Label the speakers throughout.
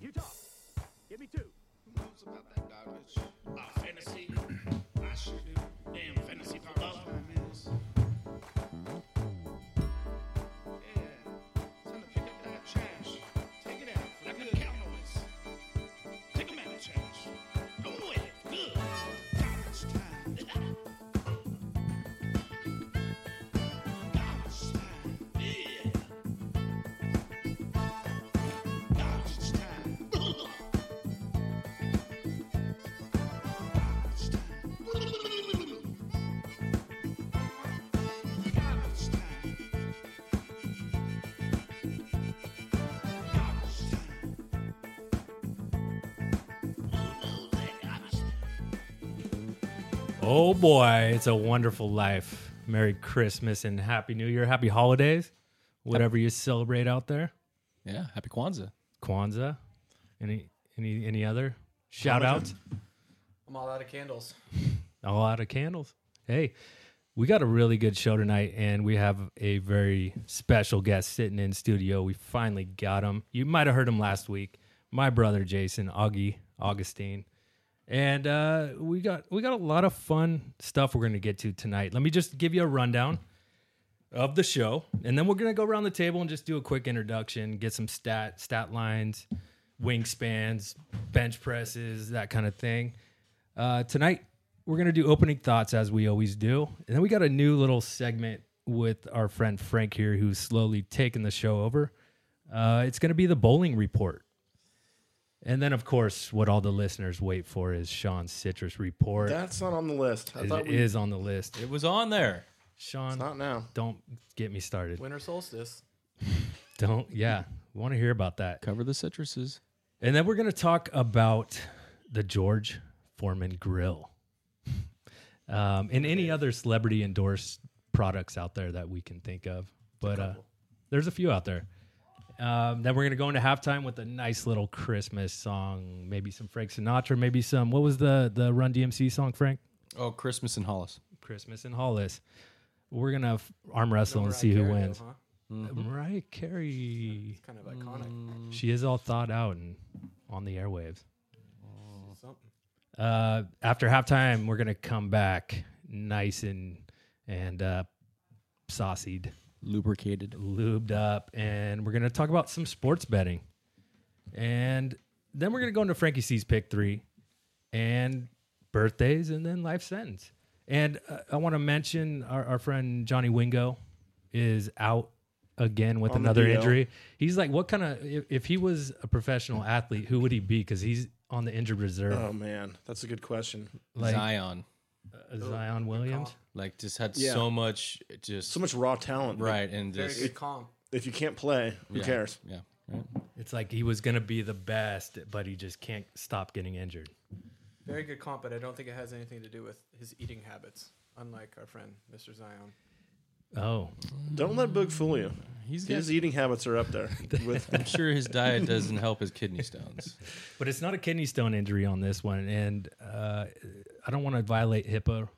Speaker 1: You talk. Give me two.
Speaker 2: Who knows about that garbage?
Speaker 3: Our Uh, fantasy. I sure do. Damn fantasy football.
Speaker 2: Is. Yeah. Time to pick up that trash. Take it out for
Speaker 3: Like the
Speaker 2: good.
Speaker 3: Cowboys. Take 'em out of church. Don't win it. Good. Garbage time. Garbage time. Yeah. Garbage time. Garbage time. Garbage time. Garbage time.
Speaker 4: Oh boy, it's a wonderful life. Merry Christmas and Happy New Year. Happy holidays. Whatever you celebrate out there.
Speaker 5: Yeah, happy Kwanzaa.
Speaker 4: Kwanzaa. Any any any other shout outs?
Speaker 6: I'm all out of candles.
Speaker 4: A lot of candles. Hey, we got a really good show tonight, and we have a very special guest sitting in studio. We finally got him. You might have heard him last week. My brother Jason Augie Augustine, and uh, we got we got a lot of fun stuff we're going to get to tonight. Let me just give you a rundown of the show, and then we're going to go around the table and just do a quick introduction, get some stat stat lines, wingspans, bench presses, that kind of thing. Uh, tonight we're gonna do opening thoughts as we always do, and then we got a new little segment with our friend Frank here, who's slowly taking the show over. Uh, it's gonna be the bowling report, and then of course, what all the listeners wait for is Sean's citrus report.
Speaker 7: That's not on the list. I
Speaker 4: It
Speaker 7: thought we.
Speaker 4: is on the list.
Speaker 5: It was on there.
Speaker 4: Sean,
Speaker 7: Not now.
Speaker 4: don't get me started.
Speaker 6: Winter solstice.
Speaker 4: Don't. Yeah, we want to hear about that.
Speaker 5: Cover the citruses.
Speaker 4: And then we're going to talk about the George Foreman Grill um, and any other celebrity endorsed products out there that we can think of. But uh, there's a few out there. Um, then we're going to go into halftime with a nice little Christmas song, maybe some Frank Sinatra, maybe some, what was the, the Run DMC song, Frank?
Speaker 5: Oh, Christmas in Hollis.
Speaker 4: Christmas in Hollis. We're going to f- arm wrestle and see who
Speaker 6: Carey, though,
Speaker 4: wins.
Speaker 6: huh?
Speaker 4: Mariah Carey.
Speaker 6: Kind of iconic.
Speaker 5: Mm.
Speaker 4: She is all thought out and on the airwaves.
Speaker 6: Something.
Speaker 4: Uh, after halftime, we're gonna come back nice and and uh, saucied,
Speaker 5: Lubricated.
Speaker 4: lubed up, and we're gonna talk about some sports betting, and then we're gonna go into Frankie C's pick three, and birthdays, and then life sentence. And uh, I want to mention our, our friend Johnny Wingo is out again with
Speaker 7: On the
Speaker 4: another
Speaker 7: DL.
Speaker 4: injury. He's like, what kind of if, if he was a professional athlete, who would he be? Because he's on the injured reserve,
Speaker 7: Oh man, that's a good question.
Speaker 4: like
Speaker 5: Zion.
Speaker 4: uh, Zion Williams.
Speaker 5: Like just had
Speaker 7: Yeah.
Speaker 5: so much just
Speaker 7: So much raw talent.
Speaker 5: right and
Speaker 6: Very
Speaker 5: just
Speaker 6: good comp.
Speaker 7: If you can't play, who
Speaker 5: yeah,
Speaker 7: cares?
Speaker 5: Yeah. Right.
Speaker 4: It's like he was going to be the best, but he just can't stop getting injured.
Speaker 6: Very good comp, but I don't think it has anything to do with his eating habits, unlike our friend Mr. Zion.
Speaker 4: Oh,
Speaker 7: Don't let Boog fool you.
Speaker 5: He's
Speaker 7: His
Speaker 5: got,
Speaker 7: eating habits are up there. With
Speaker 5: I'm sure his diet doesn't help his kidney stones.
Speaker 4: but it's not a kidney stone injury on this one, and uh, I don't want to violate HIPAA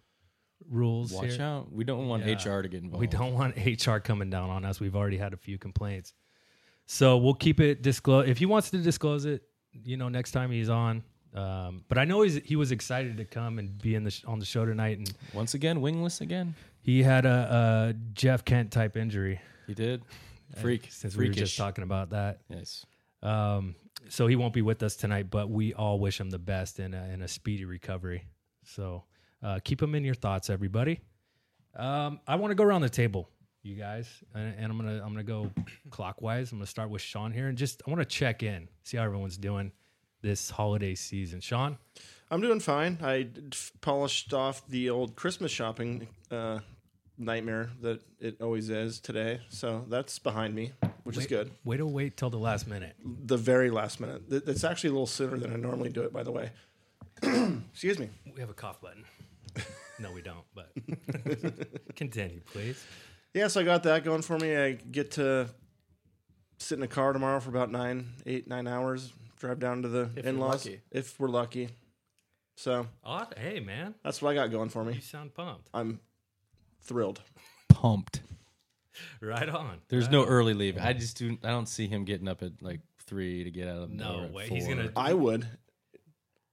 Speaker 4: rules.
Speaker 5: Watch
Speaker 4: here.
Speaker 5: out. We don't want
Speaker 4: Yeah.
Speaker 5: HR to get involved.
Speaker 4: We don't want HR coming down on us. We've already had a few complaints, so we'll keep it disclosed. If he wants to disclose it, you know, next time he's on. Um, but I know he's, he was excited to come and be in the sh- on the show tonight, and
Speaker 5: Once again, wingless again.
Speaker 4: he had a, a Jeff Kent type injury.
Speaker 5: He did. Freak.
Speaker 4: Since we
Speaker 5: Freakish.
Speaker 4: were just talking about that,
Speaker 5: Yes.
Speaker 4: Um, so he won't be with us tonight, but we all wish him the best and a, and a speedy recovery. So uh, keep him in your thoughts, everybody. Um, I want to go around the table, you guys, and, and I'm gonna I'm gonna go clockwise. I'm gonna start with Sean here, and just I want to check in, see how everyone's doing this holiday season. Sean,
Speaker 7: I'm doing fine. I d- f- polished off the old Christmas shopping uh, nightmare that it always is today. So that's behind me, which is
Speaker 4: wait,
Speaker 7: good.
Speaker 4: Way to wait till the last minute.
Speaker 7: The very last minute. Th- That's actually a little sooner than I normally do it. By the way, excuse me.
Speaker 4: We have a cough button. No, we don't. But continue, please.
Speaker 7: Yeah, so I got that going for me. I get to sit in a car tomorrow for about nine, eight, nine hours. Drive down to the
Speaker 6: If you're
Speaker 7: in laws
Speaker 6: lucky.
Speaker 7: if we're lucky. So
Speaker 4: Aw Hey, man,
Speaker 7: that's what I got going for
Speaker 4: you
Speaker 7: me.
Speaker 4: sound pumped.
Speaker 7: I'm thrilled.
Speaker 5: Pumped.
Speaker 4: Right on.
Speaker 5: There's no early leave. I just do. I don't see him getting up at like three to get out of the
Speaker 4: No
Speaker 5: door at
Speaker 4: way. He's
Speaker 5: four.
Speaker 4: gonna-
Speaker 7: I would,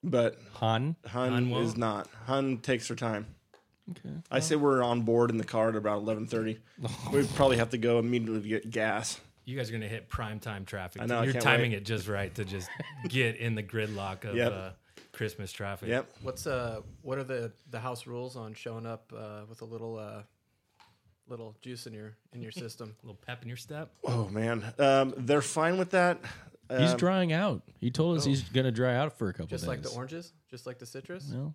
Speaker 7: but
Speaker 5: Han.
Speaker 7: Hun
Speaker 4: Hun won't?
Speaker 7: is not. Hun takes her time.
Speaker 5: Okay.
Speaker 7: I say we're on board in the car at about eleven thirty. we probably have to go immediately to get gas.
Speaker 4: You guys are gonna hit prime time traffic.
Speaker 7: I know, I
Speaker 4: You're
Speaker 7: can't
Speaker 4: timing
Speaker 7: wait.
Speaker 4: it just right to just get in the gridlock of
Speaker 7: Yep.
Speaker 4: uh, Christmas traffic.
Speaker 7: Yep.
Speaker 6: What's uh what are the the house rules on showing up uh with a little uh little juice in your in your system?
Speaker 4: A little pep in your step.
Speaker 7: Oh man, um, they're fine with that. Um, oh.
Speaker 5: He's drying out. He told us he's gonna dry out for a couple
Speaker 6: Just
Speaker 5: days.
Speaker 6: like the oranges, just like the citrus.
Speaker 5: No.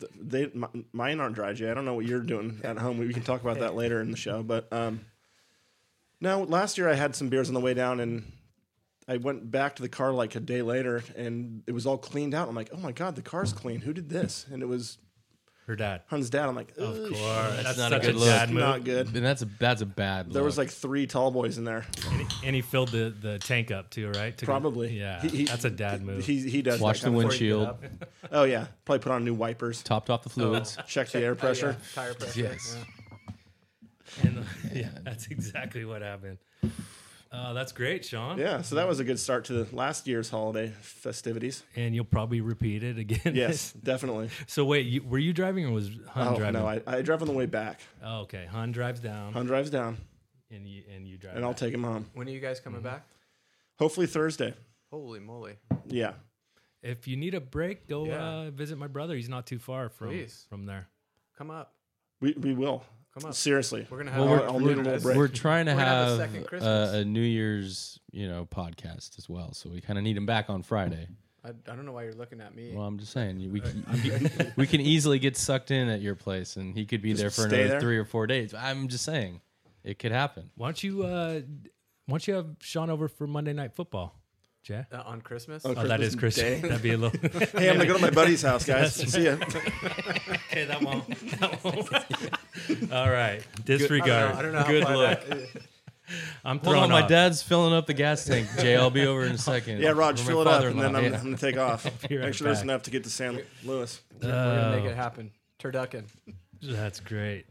Speaker 7: th- They m- mine aren't dry, Jay. I don't know what you're doing at home. We can talk about that later in the show. But um, no, last year I had some beers on the way down, and I went back to the car like a day later, and it was all cleaned out. I'm like, oh my god, the car's clean. Who did this? And it was
Speaker 4: Her dad.
Speaker 7: Hun's dad. I'm like,
Speaker 4: Of
Speaker 7: "Ugh,
Speaker 4: course.
Speaker 7: sh-
Speaker 4: That's,
Speaker 5: not a
Speaker 4: such a,
Speaker 5: good look.
Speaker 4: dad move.
Speaker 7: not good.
Speaker 5: And that's a that's a bad.
Speaker 7: There was
Speaker 5: look.
Speaker 7: like three tall boys in there.
Speaker 4: And he filled the, the tank up too, right? Took a-
Speaker 7: Probably.
Speaker 4: yeah.
Speaker 7: He- he-
Speaker 4: that's a dad move.
Speaker 7: He he does
Speaker 5: watch
Speaker 7: that
Speaker 5: the
Speaker 7: kind of-
Speaker 6: Before you get
Speaker 5: windshield,
Speaker 6: up.
Speaker 7: Oh yeah, probably put on new wipers.
Speaker 5: topped off the fluids.
Speaker 7: Check
Speaker 4: Oh,
Speaker 7: the air pressure.
Speaker 6: Oh. Yeah, tire pressure.
Speaker 5: Yes.
Speaker 6: yeah.
Speaker 4: And the- yeah, that's exactly what happened. Uh, that's great, Sean.
Speaker 7: Yeah, so that was a good start to the last year's holiday festivities.
Speaker 4: And you'll probably repeat it again.
Speaker 7: Yes, definitely.
Speaker 4: so wait, you, were you driving or was Hun
Speaker 7: Oh
Speaker 4: driving?
Speaker 7: no, I, I drive on the way back.
Speaker 4: oh, okay. Hun drives down,
Speaker 7: Hun drives down,
Speaker 4: and you and you drive.
Speaker 7: and I'll
Speaker 4: back.
Speaker 7: take him home.
Speaker 6: When are you guys
Speaker 5: Mm-hmm.
Speaker 6: coming back?
Speaker 7: Hopefully Thursday.
Speaker 6: Holy moly!
Speaker 7: Yeah,
Speaker 4: if you need a break, go
Speaker 6: Yeah.
Speaker 4: uh, visit my brother. He's not too far from
Speaker 6: Please.
Speaker 4: from there.
Speaker 6: Come up,
Speaker 7: we we will.
Speaker 6: come up.
Speaker 7: Seriously,
Speaker 6: We're gonna have.
Speaker 7: I'll,
Speaker 5: Well, we're-
Speaker 7: I'll need a little break.
Speaker 5: We're trying to
Speaker 6: We're gonna have a
Speaker 5: have,
Speaker 6: second
Speaker 5: uh,
Speaker 6: Christmas.
Speaker 5: a New Year's, you know, podcast as well. So we kind of need him back on Friday.
Speaker 6: I, I don't know why you're looking at me.
Speaker 5: Well, I'm just saying you- we can, we can easily get sucked in at your place, and he could be there for
Speaker 7: stay
Speaker 5: another
Speaker 7: there?
Speaker 5: three or four days. I'm just saying it could happen.
Speaker 4: Why don't you uh, why don't you have Sean over for Monday night football, Jay?
Speaker 6: uh, on Christmas.
Speaker 4: Oh, that is Chris.
Speaker 7: Christmas Day.
Speaker 4: That'd be a little.
Speaker 7: hey, I'm gonna go to my buddy's house, guys. See ya.
Speaker 4: okay, that won't. That won't. All right,
Speaker 6: I don't
Speaker 4: disregard.
Speaker 6: know. I don't know how
Speaker 4: Good
Speaker 6: far
Speaker 4: luck.
Speaker 6: that-
Speaker 4: I'm
Speaker 5: Hold
Speaker 4: throwing
Speaker 5: on, my
Speaker 4: off.
Speaker 5: dad's filling up the gas tank. Jay, I'll be over in a second.
Speaker 7: yeah, Rog,
Speaker 5: Or my
Speaker 7: fill it up, and
Speaker 5: father-in-law.
Speaker 7: then I'm,
Speaker 5: Yeah.
Speaker 7: I'm gonna take off.
Speaker 4: be right
Speaker 7: Make sure there's
Speaker 4: back.
Speaker 7: enough to get to San Luis.
Speaker 6: We're gonna
Speaker 4: Oh.
Speaker 6: make
Speaker 5: Uh,
Speaker 6: it Uh. happen. Turducken.
Speaker 4: That's great.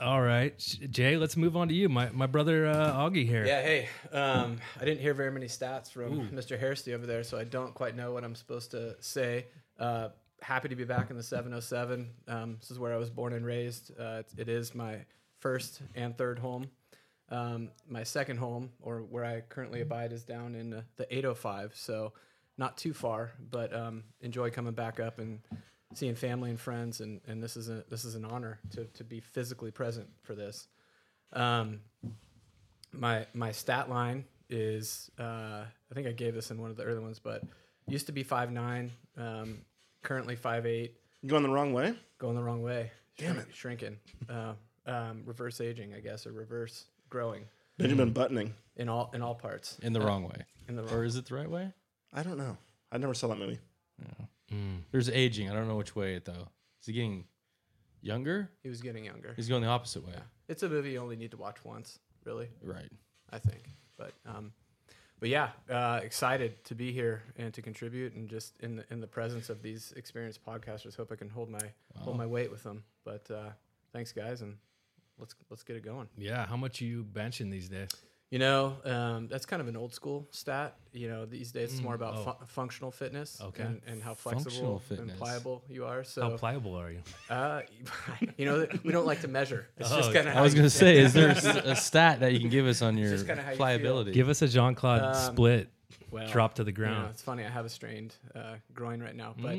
Speaker 4: All right, Jay, let's move on to you. My my brother uh, Augie here.
Speaker 6: Yeah, hey, um, I didn't hear very many stats from Mr. Hairsty over there, so I don't quite know what I'm supposed to say. Uh, happy to be back in the 707. Um, this is where I was born and raised. Uh, it, it is my first and third home. Um, my second home, or where I currently abide, is down in uh, the 805, so not too far, but um, enjoy coming back up and seeing family and friends, and, and this is a, this is an honor to, to be physically present for this. Um, my my stat line is uh, I think I gave this in one of the early ones, but used to be five nine, um, currently five eight,
Speaker 7: You going the wrong way?
Speaker 6: going the wrong way. Damn it, shrinking, uh, um, reverse aging, I guess, or reverse growing
Speaker 7: Benjamin Buttoning.
Speaker 6: in all in all parts.
Speaker 5: in the wrong way,
Speaker 6: In the
Speaker 5: or is it the right way?
Speaker 7: I don't know. I never saw that movie.
Speaker 5: There's aging. I don't know which way though. Is he getting younger?
Speaker 6: he was getting younger.
Speaker 5: He's going the opposite way.
Speaker 6: It's a movie you only need to watch once, really.
Speaker 5: Right.
Speaker 6: I think. But um, but yeah, uh, excited to be here and to contribute and just in the in the presence of these experienced podcasters. Hope I can hold my hold my weight with them. But uh, thanks, guys, and let's let's get it going.
Speaker 4: Yeah, How much you benching these days?
Speaker 6: You know, um, that's kind of an old school stat. You know, these days it's more about fu- functional fitness
Speaker 4: Okay.
Speaker 6: and, and how
Speaker 5: Mm, oh. Functional
Speaker 6: flexible and
Speaker 5: fitness.
Speaker 6: pliable you are.
Speaker 4: How
Speaker 6: So,
Speaker 4: pliable are you?
Speaker 6: uh, you know, we don't like to measure. It's just
Speaker 4: Oh,
Speaker 6: kind of
Speaker 5: I was gonna say, is there s- a stat that you can give us on your
Speaker 6: just kinda how you feel.
Speaker 5: pliability?
Speaker 4: Give us a Jean Claude
Speaker 6: Um,
Speaker 4: split.
Speaker 6: well,
Speaker 4: drop to the
Speaker 6: you know,
Speaker 4: ground. Mm.
Speaker 6: it's funny. I have a strained uh, groin right now, but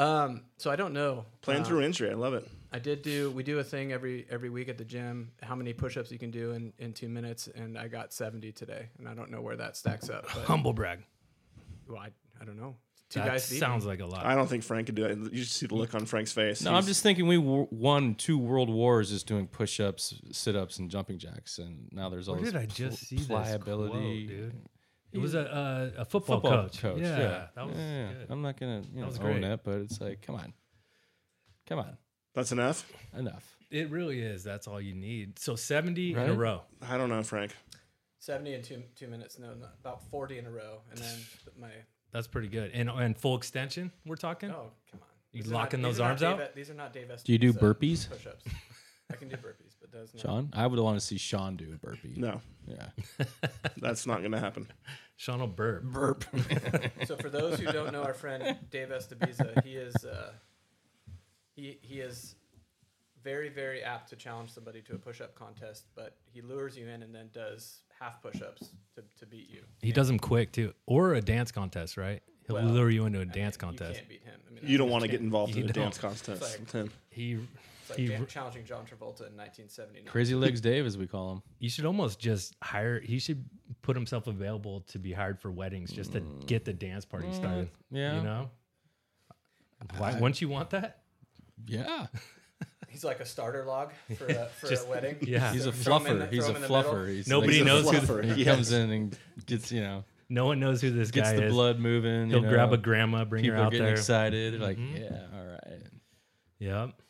Speaker 6: um, so I don't know.
Speaker 7: Playing
Speaker 6: Uh,
Speaker 7: through injury. I love it.
Speaker 6: I did do. We do a thing every every week at the gym. How many push-ups you can do in in two minutes? And I got seventy today, and I don't know where that stacks up. But,
Speaker 4: Humble brag.
Speaker 6: well, I, I don't know. Two
Speaker 4: That
Speaker 6: guys beat me.
Speaker 4: sounds like a lot.
Speaker 7: I don't think Frank could do it. You should see the look on Frank's face.
Speaker 5: No, I'm
Speaker 7: He's-
Speaker 5: just thinking we w- won two world wars just doing push-ups, sit-ups, and jumping jacks, and now there's all
Speaker 4: Where
Speaker 5: this
Speaker 4: did I
Speaker 5: pl-
Speaker 4: just see this
Speaker 5: pliability,
Speaker 4: quote, dude? It was a uh, a football,
Speaker 5: Football
Speaker 4: coach.
Speaker 5: coach.
Speaker 4: Yeah, that was
Speaker 5: Yeah,
Speaker 4: good.
Speaker 5: I'm not gonna you know,
Speaker 4: was
Speaker 5: own
Speaker 4: great.
Speaker 5: it, but it's like, come on, come on,
Speaker 7: That's enough.
Speaker 5: enough.
Speaker 4: It really is. That's all you need. So 70 in a
Speaker 5: Right?
Speaker 4: row.
Speaker 7: I don't know, Frank.
Speaker 6: seventy in two two minutes. No, not, about forty in a row, and then my
Speaker 4: That's pretty good. And and full extension, we're talking?
Speaker 6: oh come on.
Speaker 4: You
Speaker 6: These are
Speaker 4: locking
Speaker 6: not- these
Speaker 4: those
Speaker 6: are not
Speaker 4: arms
Speaker 6: Dave
Speaker 4: out?
Speaker 6: E- these are not Dave
Speaker 5: Do you do
Speaker 6: Esposito
Speaker 5: burpees?
Speaker 6: push-ups. I can do burpees, but does not.
Speaker 5: Sean, I would want to see Sean do a burpee.
Speaker 7: No,
Speaker 5: Yeah.
Speaker 7: that's not going to happen.
Speaker 4: Sean will burp.
Speaker 5: Burp.
Speaker 6: So for those who don't know our friend Dave Estebiza, he is uh, he he is very very apt to challenge somebody to a push-up contest, but he lures you in and then does half push-ups to, to beat you.
Speaker 4: He does them quick too, or a dance contest, right? He'll
Speaker 6: Well,
Speaker 4: lure you into a dance
Speaker 6: I mean, You
Speaker 4: contest.
Speaker 6: can't beat him. I mean,
Speaker 7: You don't
Speaker 6: that's-
Speaker 7: want to get involved
Speaker 4: You
Speaker 7: in a
Speaker 4: don't.
Speaker 7: dance contest
Speaker 6: It's like-
Speaker 7: with him.
Speaker 4: He,
Speaker 6: It's like
Speaker 4: he,
Speaker 6: Jan- challenging John Travolta in 1979.
Speaker 5: Crazy Legs Dave, as we call him.
Speaker 4: you should almost just hire. He should put himself available to be hired for weddings just to get the dance
Speaker 6: Mm.
Speaker 4: party started.
Speaker 5: Mm. yeah.
Speaker 4: you know. Why, wouldn't you want that?
Speaker 5: Yeah.
Speaker 6: He's like a starter log for a, for
Speaker 4: Just-
Speaker 6: a wedding.
Speaker 4: yeah.
Speaker 5: He's a
Speaker 6: Throw him in the-
Speaker 5: fluffer. He's
Speaker 6: throw
Speaker 5: a
Speaker 6: him in the middle.
Speaker 5: fluffer. He's
Speaker 4: Nobody
Speaker 5: he's a
Speaker 4: knows who
Speaker 5: fluffer.
Speaker 7: the-
Speaker 5: he
Speaker 7: yes.
Speaker 5: comes in and gets, you know,
Speaker 4: No one knows who this
Speaker 5: gets
Speaker 4: guy
Speaker 5: the
Speaker 4: is.
Speaker 5: blood moving.
Speaker 4: He'll
Speaker 5: you know,
Speaker 4: grab a grandma, bring her
Speaker 5: People are
Speaker 4: out
Speaker 5: getting
Speaker 4: there.
Speaker 5: excited. They're like, yeah, all right.
Speaker 4: Yep.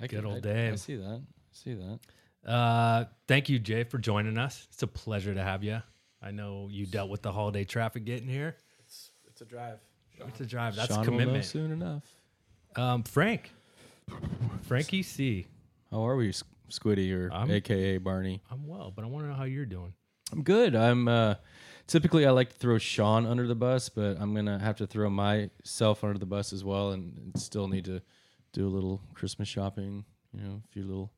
Speaker 5: I
Speaker 4: Good
Speaker 5: can-
Speaker 4: old
Speaker 5: I- I
Speaker 4: Dave.
Speaker 5: see that. I see that.
Speaker 4: Uh, thank you, Jay, for joining us. It's a pleasure to have you. I know you dealt with the holiday traffic getting here.
Speaker 6: It's, it's a drive. Sean.
Speaker 4: It's a drive. That's
Speaker 5: Sean
Speaker 4: a
Speaker 5: Will know
Speaker 4: commitment.
Speaker 5: soon enough.
Speaker 4: Um, Frank, Frankie C.
Speaker 5: How are we, S- Squiddy or
Speaker 4: I'm-
Speaker 5: AKA Barney?
Speaker 4: I'm well, but I want to know how you're doing.
Speaker 5: I'm good. I'm uh, typically I like to throw Sean under the bus, but I'm gonna have to throw myself under the bus as well, and, and still need to do a little Christmas shopping. You know, a few little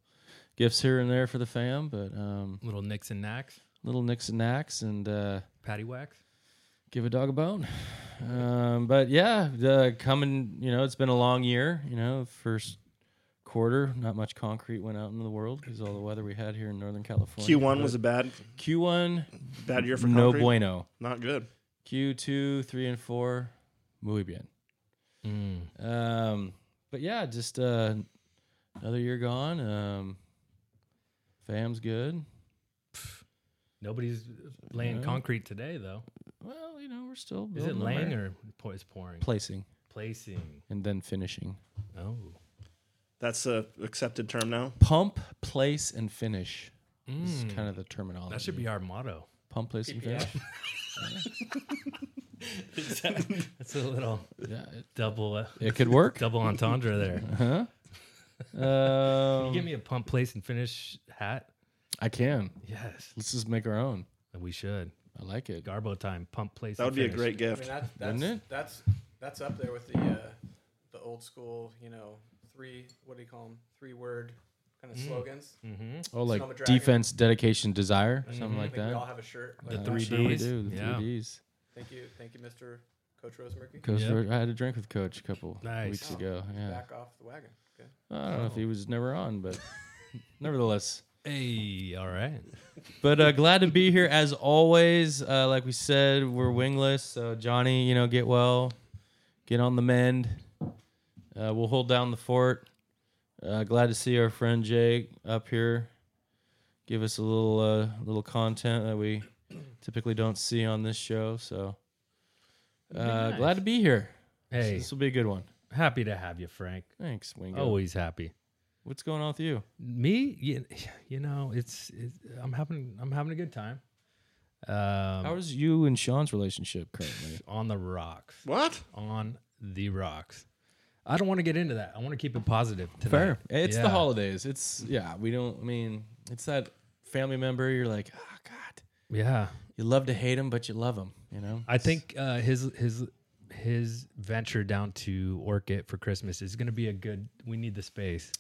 Speaker 5: gifts here and there for the fam, but um,
Speaker 4: Little nicks and knacks,
Speaker 5: little nicks and knacks, and uh,
Speaker 4: patty whacks.
Speaker 5: give a dog a bone. Um, but yeah, the coming, you know, it's been a long year. You know, first quarter, not much concrete went out into the world because all the weather we had here in Northern California.
Speaker 7: Q1 was a bad
Speaker 5: Q1,
Speaker 7: bad year for
Speaker 5: no
Speaker 7: concrete.
Speaker 5: bueno.
Speaker 7: Not good.
Speaker 5: Q two, three, and four, muy bien. Mm. Um, but yeah, just uh, another year gone. Um, fam's good.
Speaker 4: Nobody's laying
Speaker 5: Yeah.
Speaker 4: concrete today, though.
Speaker 5: Well, you know, we're still.
Speaker 4: Is it
Speaker 5: building
Speaker 4: laying
Speaker 5: our-
Speaker 4: or po- is pouring?
Speaker 5: placing
Speaker 4: Placing.
Speaker 5: and then finishing?
Speaker 4: Oh,
Speaker 7: That's a accepted term now.
Speaker 5: Pump, place, and finish. This is kind of the terminology.
Speaker 4: Hmm. Mm. that should be our motto.
Speaker 5: pump, place, and finish.
Speaker 4: That's a little
Speaker 5: yeah,
Speaker 4: double uh,
Speaker 5: it, it could work.
Speaker 4: double entendre there.
Speaker 5: Um,
Speaker 4: Give me a pump, place, and finish hat.
Speaker 5: I can.
Speaker 4: Yes,
Speaker 5: Let's just make our own.
Speaker 4: we should.
Speaker 5: I like it.
Speaker 4: Garbo time. Pump, place.
Speaker 7: That
Speaker 4: and
Speaker 7: would be a
Speaker 4: finish.
Speaker 7: great
Speaker 6: I mean,
Speaker 7: gift.
Speaker 6: that, that's,
Speaker 5: Wouldn't it?
Speaker 6: that's that's up there with the uh, the old school, you know, three what do you call them? Three word kind
Speaker 5: Mm.
Speaker 6: of slogans.
Speaker 4: Mm-hmm.
Speaker 5: Oh, like
Speaker 6: Sonoma Dragon.
Speaker 5: defense, dedication, desire, something
Speaker 6: I
Speaker 5: like
Speaker 6: think we all
Speaker 5: that.
Speaker 6: have a shirt.
Speaker 4: The
Speaker 6: like
Speaker 4: three
Speaker 6: that.
Speaker 5: Sure we
Speaker 4: Ds.
Speaker 5: do. The
Speaker 4: Yeah.
Speaker 5: three Ds.
Speaker 6: Thank you, thank you, Mr. Coach Rosemurky.
Speaker 5: Coach
Speaker 4: Yep.
Speaker 5: Ro- I had a drink with Coach a couple
Speaker 4: Nice. Oh.
Speaker 5: weeks ago. Yeah,
Speaker 6: Back off the wagon. Okay.
Speaker 5: I don't know if he was never on, but nevertheless.
Speaker 4: Hey, all right.
Speaker 5: But uh, glad to be here as always. Uh, like we said, we're wingless. So Johnny, you know, get well, get on the mend. Uh, we'll hold down the fort. Uh, glad to see our friend Jake up here. Give us a little uh, little content that we typically don't see on this show. So uh,
Speaker 4: nice.
Speaker 5: glad to be here.
Speaker 4: Hey. Oh,
Speaker 5: this will be a good one.
Speaker 4: Happy to have you, Frank.
Speaker 5: Thanks, Wingo.
Speaker 4: Always happy.
Speaker 5: What's going on with you?
Speaker 4: Me, you, you know, it's, it's I'm having I'm having a good time. Um,
Speaker 5: How is you and Sean's relationship currently?
Speaker 4: on the rocks.
Speaker 7: What?
Speaker 4: On the rocks. I don't want to get into that. I want to keep it positive tonight.
Speaker 5: It's
Speaker 4: Yeah.
Speaker 5: the holidays. It's yeah. We don't. I mean, it's that family member. You're like, oh God,
Speaker 4: Yeah,
Speaker 5: you love to hate him, but you love him. You know.
Speaker 4: I think uh, his his his venture down to Orchid for Christmas is going to be a good. We need the space.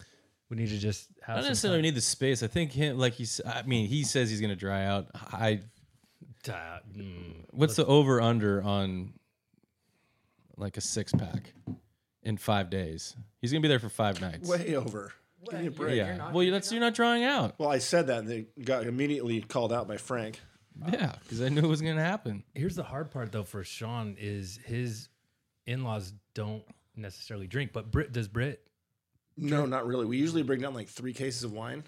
Speaker 4: We need to just
Speaker 5: I
Speaker 4: have.
Speaker 5: don't
Speaker 4: some
Speaker 5: necessarily need the space. I think him, like he's. I mean, he says he's gonna dry out. I.
Speaker 4: time to- mm.
Speaker 5: What's the over under on? Like a six pack, in five days. He's gonna be there for five nights.
Speaker 7: Way over. Give me a break.
Speaker 5: yeah. well, that's you're not drawing out.
Speaker 7: Well, I said that and they got immediately called out by Frank.
Speaker 5: Yeah, because I knew it was gonna happen.
Speaker 4: Here's the hard part though for Sean is his in laws don't necessarily drink, but Brit does Brit.
Speaker 7: No, not really. We usually bring down like three cases of wine,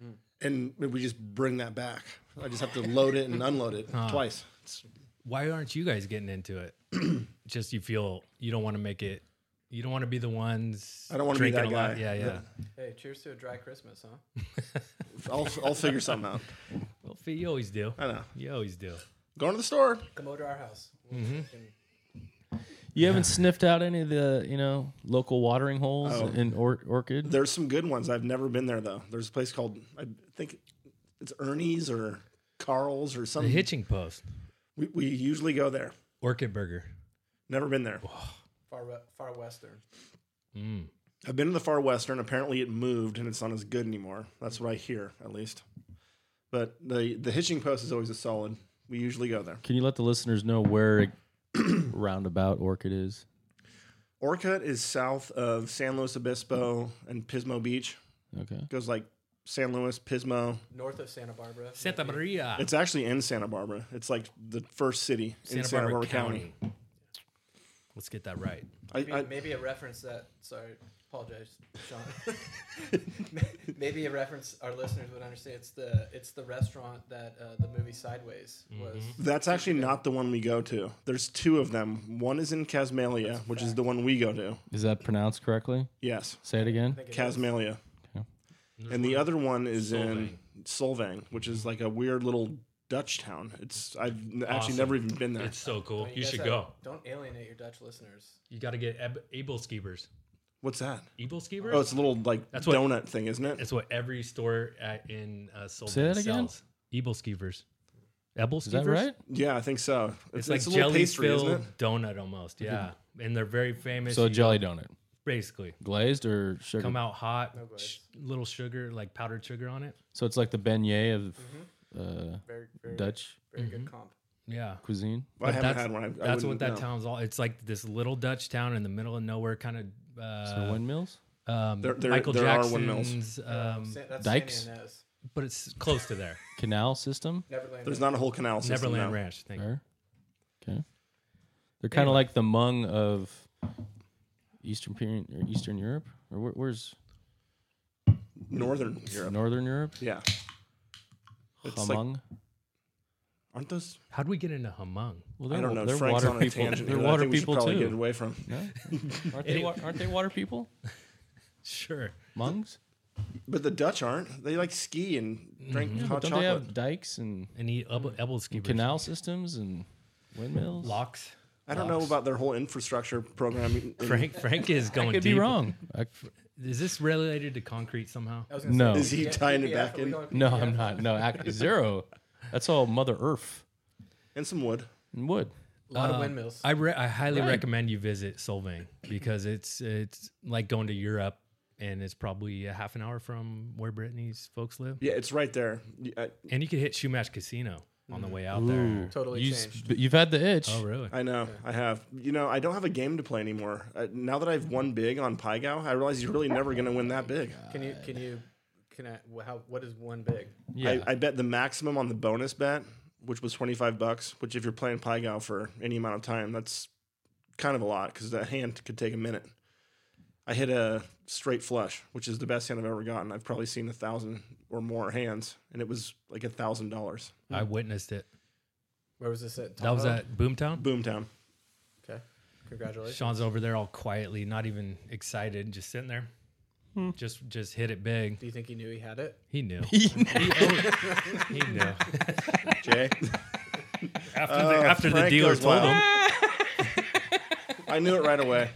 Speaker 5: Hmm.
Speaker 7: and we just bring that back. I just have to load it and unload it twice. It's,
Speaker 4: Why aren't you guys getting into it? just you feel you don't want to make it. You don't want to be the ones.
Speaker 7: I don't wanna be
Speaker 4: drinking a
Speaker 7: that
Speaker 4: lot.
Speaker 7: guy.
Speaker 4: Yeah, yeah.
Speaker 6: Hey, cheers to a dry Christmas, huh?
Speaker 7: I'll I'll figure something out.
Speaker 4: Well, Fee, you always do.
Speaker 7: I know.
Speaker 4: You always do.
Speaker 7: Going to the store.
Speaker 5: Mm-hmm.
Speaker 6: Come over to our house.
Speaker 5: You haven't sniffed out any of the, you know, local watering holes
Speaker 7: Oh.
Speaker 5: in or- Orchid?
Speaker 7: There's some good ones. I've never been there though. There's a place called I think it's Ernie's or Carl's or
Speaker 4: The
Speaker 7: something.
Speaker 4: Hitching Post,
Speaker 7: we, we usually go there.
Speaker 4: Orchid Burger.
Speaker 7: Never been there.
Speaker 6: Far we- far western.
Speaker 7: I've been to the Far Western. Apparently, it moved and it's not as good anymore. That's what I hear, at least. But the the hitching post is always a solid. We usually go there.
Speaker 5: Can you let the listeners know where roundabout Orchid is?
Speaker 7: Orcutt is south of San Luis Obispo and Pismo Beach.
Speaker 5: Okay.
Speaker 7: goes like San Luis, Pismo.
Speaker 6: North of Santa Barbara.
Speaker 4: Santa Maria.
Speaker 7: It's actually in Santa Barbara. It's like the first city in Santa Barbara, County.
Speaker 4: Let's get that right.
Speaker 6: Maybe,
Speaker 7: I, I,
Speaker 6: maybe a reference that. Sorry, apologize, Sean. maybe a reference our listeners would understand. It's the it's the restaurant that uh, the movie Sideways was.
Speaker 4: Mm-hmm.
Speaker 7: that's actually not the one we go to. There's two of them. One is in Casmalia, which is the one we go to.
Speaker 5: Is that pronounced correctly?
Speaker 7: Yes,
Speaker 5: Say it again.
Speaker 6: I think it is.
Speaker 7: Casmalia.
Speaker 5: Okay.
Speaker 7: And the other one is in Solvang, which is like a weird little Dutch town. It's I've n- actually
Speaker 4: Awesome.
Speaker 7: never even been there.
Speaker 4: It's so cool.
Speaker 6: I mean,
Speaker 4: You
Speaker 6: guys
Speaker 4: should
Speaker 6: have-
Speaker 4: go.
Speaker 6: Don't alienate your Dutch listeners.
Speaker 4: You got to get Eb- Able Skeevers.
Speaker 7: What's that?
Speaker 4: Able Skeevers?
Speaker 7: Oh, it's a little like
Speaker 4: That's what-
Speaker 7: donut thing, isn't it?
Speaker 4: That's what every store at, in uh, Solvang
Speaker 5: Say that again?
Speaker 4: sells. Able Skeevers. Ebel Skeevers?
Speaker 5: Is that right?
Speaker 7: Yeah, I think so.
Speaker 4: It's,
Speaker 7: a
Speaker 4: like
Speaker 7: little
Speaker 4: jelly
Speaker 7: pastry, isn't
Speaker 4: filled
Speaker 7: it?
Speaker 4: donut almost. Yeah. And they're very famous.
Speaker 5: So a
Speaker 4: You
Speaker 5: jelly donut,
Speaker 4: basically
Speaker 5: glazed or sugar?
Speaker 4: come out hot,
Speaker 6: No glaze.
Speaker 4: sh- little sugar, like powdered sugar on it.
Speaker 5: So it's like the beignet of uh,
Speaker 6: Very very
Speaker 5: Dutch
Speaker 6: very
Speaker 4: Mm-hmm.
Speaker 6: good comp.
Speaker 4: Yeah.
Speaker 5: cuisine.
Speaker 7: Well, I
Speaker 4: But
Speaker 7: haven't
Speaker 4: that's-
Speaker 7: had one. I, I
Speaker 4: That's what
Speaker 7: wouldn't
Speaker 4: that
Speaker 7: know.
Speaker 4: town's all. It's like this little Dutch town in the middle of nowhere, kind of.
Speaker 5: So
Speaker 4: Uh,
Speaker 5: windmills.
Speaker 4: um,
Speaker 7: There- there-
Speaker 4: Michael
Speaker 7: there are windmills.
Speaker 4: Jackson's, um,
Speaker 6: Sa- that's
Speaker 5: Dykes?
Speaker 6: San Ynez.
Speaker 4: but it's close to there.
Speaker 5: Canal system.
Speaker 6: Neverland.
Speaker 7: There's not a whole canal system.
Speaker 4: Neverland
Speaker 7: no.
Speaker 4: Ranch. Thank you.
Speaker 5: Fair. Okay. They're kind of like the Hmong of Eastern Pe- or Eastern Europe, or where, where's
Speaker 7: Northern Europe.
Speaker 5: Northern Europe?
Speaker 7: Yeah. It's like,
Speaker 5: Hmong.
Speaker 7: aren't those?
Speaker 4: How do we get into Hamung?
Speaker 5: well,
Speaker 7: I
Speaker 5: they're,
Speaker 7: don't know.
Speaker 5: Oh, They're
Speaker 7: Frank's
Speaker 5: water
Speaker 7: on a
Speaker 5: people.
Speaker 7: tangent.
Speaker 5: They're
Speaker 7: here that I
Speaker 5: water
Speaker 7: think we should
Speaker 5: people
Speaker 7: probably
Speaker 5: too.
Speaker 7: Get away from.
Speaker 5: No? aren't they? wa- Aren't they water people?
Speaker 4: Sure.
Speaker 5: Hmongs?
Speaker 7: But the Dutch aren't. They like ski and drink hot
Speaker 5: Don't
Speaker 7: chocolate.
Speaker 5: they have dikes and
Speaker 4: And eat Ebel, Ebel Skeevers.
Speaker 5: canal systems and windmills?
Speaker 4: Locks.
Speaker 7: I don't know about their whole infrastructure program. in- in-
Speaker 4: Frank Frank is going
Speaker 5: Could
Speaker 4: deep.
Speaker 5: be wrong. I-
Speaker 4: Is this related to concrete somehow?
Speaker 6: I was gonna
Speaker 5: no,
Speaker 7: Is he
Speaker 6: Yeah,
Speaker 7: tying it
Speaker 6: PPF,
Speaker 7: back
Speaker 6: are we
Speaker 7: in?
Speaker 6: going
Speaker 5: no,
Speaker 6: PPF?
Speaker 5: I'm not. No, ac- zero. That's all Mother Earth
Speaker 7: And some wood.
Speaker 5: and wood.
Speaker 6: A lot of windmills.
Speaker 4: Um, I re- I highly
Speaker 5: Right.
Speaker 4: recommend you visit Solvang because it's it's like going to Europe and it's probably a half an hour from where Brittany's folks live.
Speaker 7: Yeah, it's right there. I,
Speaker 4: And you could hit Shumash Casino on
Speaker 7: Mm.
Speaker 4: the way out there.
Speaker 6: totally
Speaker 5: You,
Speaker 6: changed.
Speaker 5: have had the itch.
Speaker 4: Oh really?
Speaker 7: I know. I have. You know, I don't have a game to play anymore. I, now that I've won big on Pygow, I realize you're really never going to win that big.
Speaker 6: Can you can you can I wh- how what is one big?
Speaker 5: yeah.
Speaker 7: I, I bet the maximum on the bonus bet, which was 25 bucks, which if you're playing Pygow for any amount of time, that's kind of a lot because that hand could take a minute. I hit a straight flush, which is the best hand I've ever gotten. I've probably seen a thousand or more hands, and it was like a thousand dollars.
Speaker 4: I witnessed it.
Speaker 6: Where was this at?
Speaker 4: That was
Speaker 7: Uh-huh.
Speaker 6: Tahoe?
Speaker 4: at Boomtown.
Speaker 7: Boomtown.
Speaker 6: Okay, congratulations.
Speaker 4: Sean's over there all quietly, not even excited, just sitting there. Just just hit it big.
Speaker 6: Do you think he knew he had it?
Speaker 4: He knew. he knew. he knew.
Speaker 7: Jay.
Speaker 4: After, the, after the
Speaker 7: Frank
Speaker 4: dealer
Speaker 7: goes
Speaker 4: told him.
Speaker 7: I knew it right away.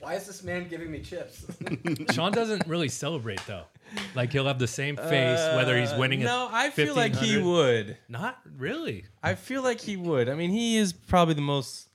Speaker 6: Why is this man giving me chips?
Speaker 4: Sean doesn't really celebrate though. Like he'll have the same face whether he's winning.
Speaker 5: no,
Speaker 4: I
Speaker 5: I feel like he
Speaker 4: would.
Speaker 5: would.
Speaker 4: Not really.
Speaker 5: I feel like he would. I mean, he is probably the most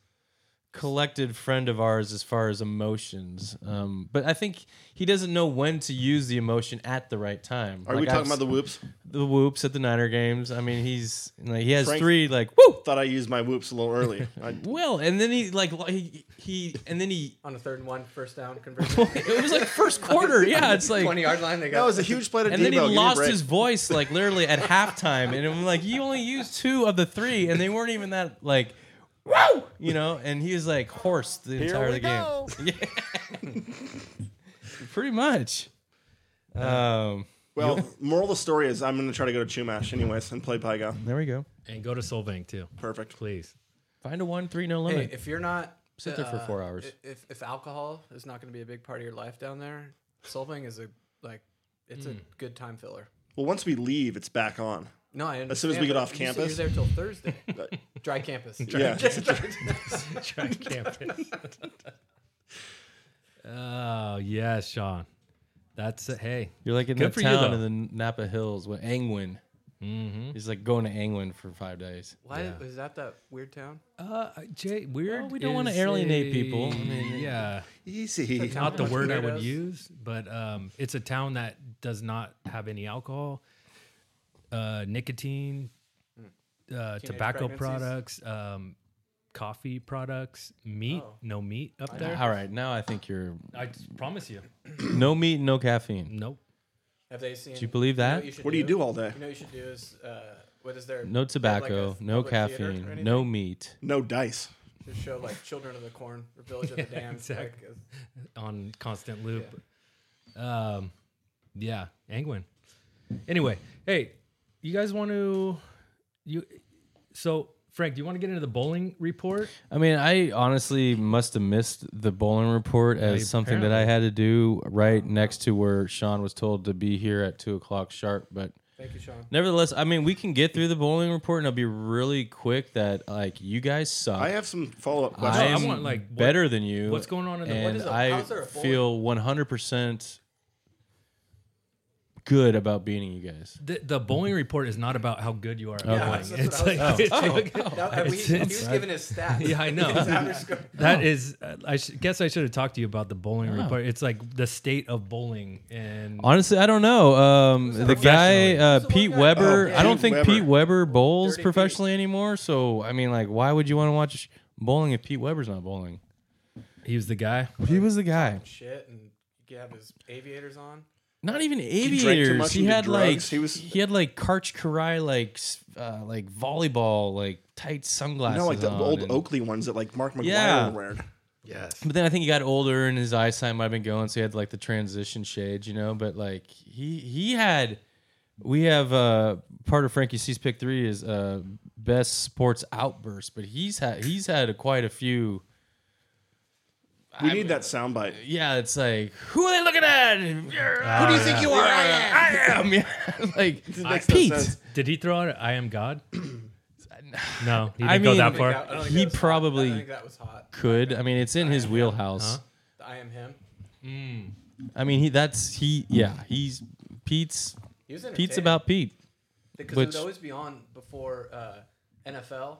Speaker 5: collected friend of ours as far as emotions. Um, but I think he doesn't know when to use the emotion at the right time.
Speaker 7: Are we talking about the whoops?
Speaker 5: the the whoops at the Niner games? I mean, he's like he has
Speaker 7: Frank-
Speaker 5: three like woo.
Speaker 7: Thought I used my whoops a little early. I,
Speaker 5: Well, and then he like li- he, he and then he
Speaker 6: On a third and one, first down conversion.
Speaker 5: it was like first quarter. Yeah, it's like
Speaker 6: Twenty yard line. They
Speaker 7: that
Speaker 6: got.
Speaker 7: was a huge play to
Speaker 5: and then he
Speaker 7: Debo. Give me a
Speaker 5: lost
Speaker 7: break.
Speaker 5: his voice like literally at halftime and i'm like you only used two of the three and they weren't even that like whoa you know and he was like hoarse the entire
Speaker 7: we
Speaker 5: the game Yeah. pretty much um
Speaker 7: Well, moral of the story is I'm going to try to go to Chumash anyways and play Pygow.
Speaker 5: there we go
Speaker 4: And go to Solvang too,
Speaker 7: Perfect.
Speaker 4: please.
Speaker 5: find a one three no
Speaker 6: hey,
Speaker 5: limit
Speaker 6: if you're not uh,
Speaker 5: Sit there for four hours.
Speaker 6: i- If if alcohol is not going to be a big part of your life down there,
Speaker 5: Hmm.
Speaker 6: solving is a like it's a good time filler.
Speaker 7: Well, once we leave, it's back on.
Speaker 6: No, I understand.
Speaker 7: As soon as we get
Speaker 6: but
Speaker 7: off
Speaker 6: you said
Speaker 7: campus.
Speaker 6: You're there till Thursday. Dry campus.
Speaker 7: Yeah.
Speaker 4: Try campus. oh yes, Sean. That's it. Hey,
Speaker 5: You're like in
Speaker 4: Good
Speaker 5: that
Speaker 4: for you,
Speaker 5: town
Speaker 4: though.
Speaker 5: in the Napa Hills with Angwin. Mm-hmm. He's like going to Angwin for five days.
Speaker 6: Why is that that weird town?
Speaker 4: uh, Jay, weird.
Speaker 5: we don't wanna
Speaker 4: is
Speaker 5: alienate people. I
Speaker 4: a-
Speaker 5: mean,
Speaker 4: yeah,
Speaker 7: Easy.
Speaker 4: not the
Speaker 6: Bunch of
Speaker 4: word I would
Speaker 6: weirdos.
Speaker 4: use, but um, it's a town that does not have any alcohol, uh, nicotine, uh, tobacco
Speaker 6: pregnancies?
Speaker 4: products, um, coffee products, meat.
Speaker 6: Oh.
Speaker 4: No meat up there.
Speaker 5: All right, now I think you're
Speaker 4: I just promise you.
Speaker 5: no meat, no caffeine.
Speaker 4: Nope.
Speaker 6: Have they seen?
Speaker 5: Do you believe
Speaker 6: know
Speaker 5: that?
Speaker 6: should
Speaker 7: What do you do all day?
Speaker 6: You know what you should do is uh, what is there?
Speaker 5: No
Speaker 6: like a
Speaker 5: tobacco,
Speaker 6: th-
Speaker 5: no
Speaker 6: public theater or
Speaker 5: caffeine,
Speaker 6: anything?
Speaker 5: no meat.
Speaker 7: No dice.
Speaker 6: Just show like Children of the Corn or Village of the Damned.
Speaker 4: exactly.
Speaker 6: like, uh,
Speaker 4: on constant loop. Um, yeah, Angwin. Anyway, hey, you guys want to you? So Frank, do you want to get into the bowling report?
Speaker 5: I mean, I honestly must have missed the bowling report as something that I had to do right next to where Sean was told to be here at two o'clock sharp. But
Speaker 6: Thank you, Sean.
Speaker 5: nevertheless, I mean, we can get through the bowling report and it'll be really quick. That like you guys suck.
Speaker 7: I have some follow up
Speaker 5: Oh. I
Speaker 7: questions.
Speaker 5: am
Speaker 4: want, like, what-
Speaker 5: better than you.
Speaker 4: what's going on in the- what
Speaker 5: and
Speaker 6: is a-
Speaker 5: I
Speaker 6: how's there a bowling-
Speaker 5: feel one hundred percent good about beating you guys.
Speaker 4: The, the bowling report is not about how good you are at
Speaker 5: Mm-hmm. Yeah,
Speaker 4: bowling.
Speaker 6: that's what
Speaker 4: It's
Speaker 6: I was-
Speaker 4: like, it's like-
Speaker 6: That, and we,
Speaker 4: It's-
Speaker 6: he
Speaker 4: it's-
Speaker 6: was giving his stats.
Speaker 4: yeah, I know. That is, uh, I sh- guess I should have talked to you about the bowling
Speaker 5: Oh.
Speaker 4: report. It's like the state of bowling, and
Speaker 5: Honestly, I don't know. Um, the guy,
Speaker 4: Professionally.
Speaker 5: uh,
Speaker 6: the
Speaker 5: Pete
Speaker 6: one guy?
Speaker 5: Weber.
Speaker 7: Oh,
Speaker 5: I don't
Speaker 7: Pete
Speaker 5: think
Speaker 7: Weber.
Speaker 5: Pete Weber bowls
Speaker 6: Dirty Pete.
Speaker 5: professionally anymore. So I mean, like, why would you want to watch bowling if Pete Weber's not bowling?
Speaker 4: he was the guy.
Speaker 5: He was the guy.
Speaker 6: Shit, and you have his aviators on.
Speaker 5: Not even
Speaker 7: too
Speaker 5: aviators.
Speaker 7: much
Speaker 5: He,
Speaker 7: and did
Speaker 5: had like
Speaker 7: drugs. He was-
Speaker 5: he had like Karch Karai like s- uh, like volleyball like tight sunglasses.
Speaker 7: No, like the
Speaker 5: on
Speaker 7: old
Speaker 5: and-
Speaker 7: Oakley ones that like Mark McGuire
Speaker 5: Yeah.
Speaker 7: wearing.
Speaker 5: But then I think he got older and his eyesight might have been going, so he had like the transition shades, you know. But like he he had, we have uh part of Frankie C's pick three is uh best sports outburst, but he's had he's had quite a few.
Speaker 7: We need that soundbite.
Speaker 5: Yeah, it's like who are they looking at? Who do you think you are? I am. I am. Yeah. like
Speaker 7: makes no
Speaker 5: Pete.
Speaker 7: sense.
Speaker 4: Did he throw out "I am God"? no, he didn't
Speaker 5: I
Speaker 4: go
Speaker 5: mean-
Speaker 4: that
Speaker 6: I think
Speaker 4: far.
Speaker 6: that- I don't think
Speaker 5: He
Speaker 6: that was hot.
Speaker 5: probably
Speaker 6: I think that was hot.
Speaker 5: Could I mean it's in his wheelhouse.
Speaker 6: The I am him.
Speaker 5: I mean he that's he yeah he's Pete's
Speaker 6: He was
Speaker 5: Pete's
Speaker 6: entertaining.
Speaker 5: about Pete.
Speaker 6: because it
Speaker 5: Which-
Speaker 6: would always be on before uh, NFL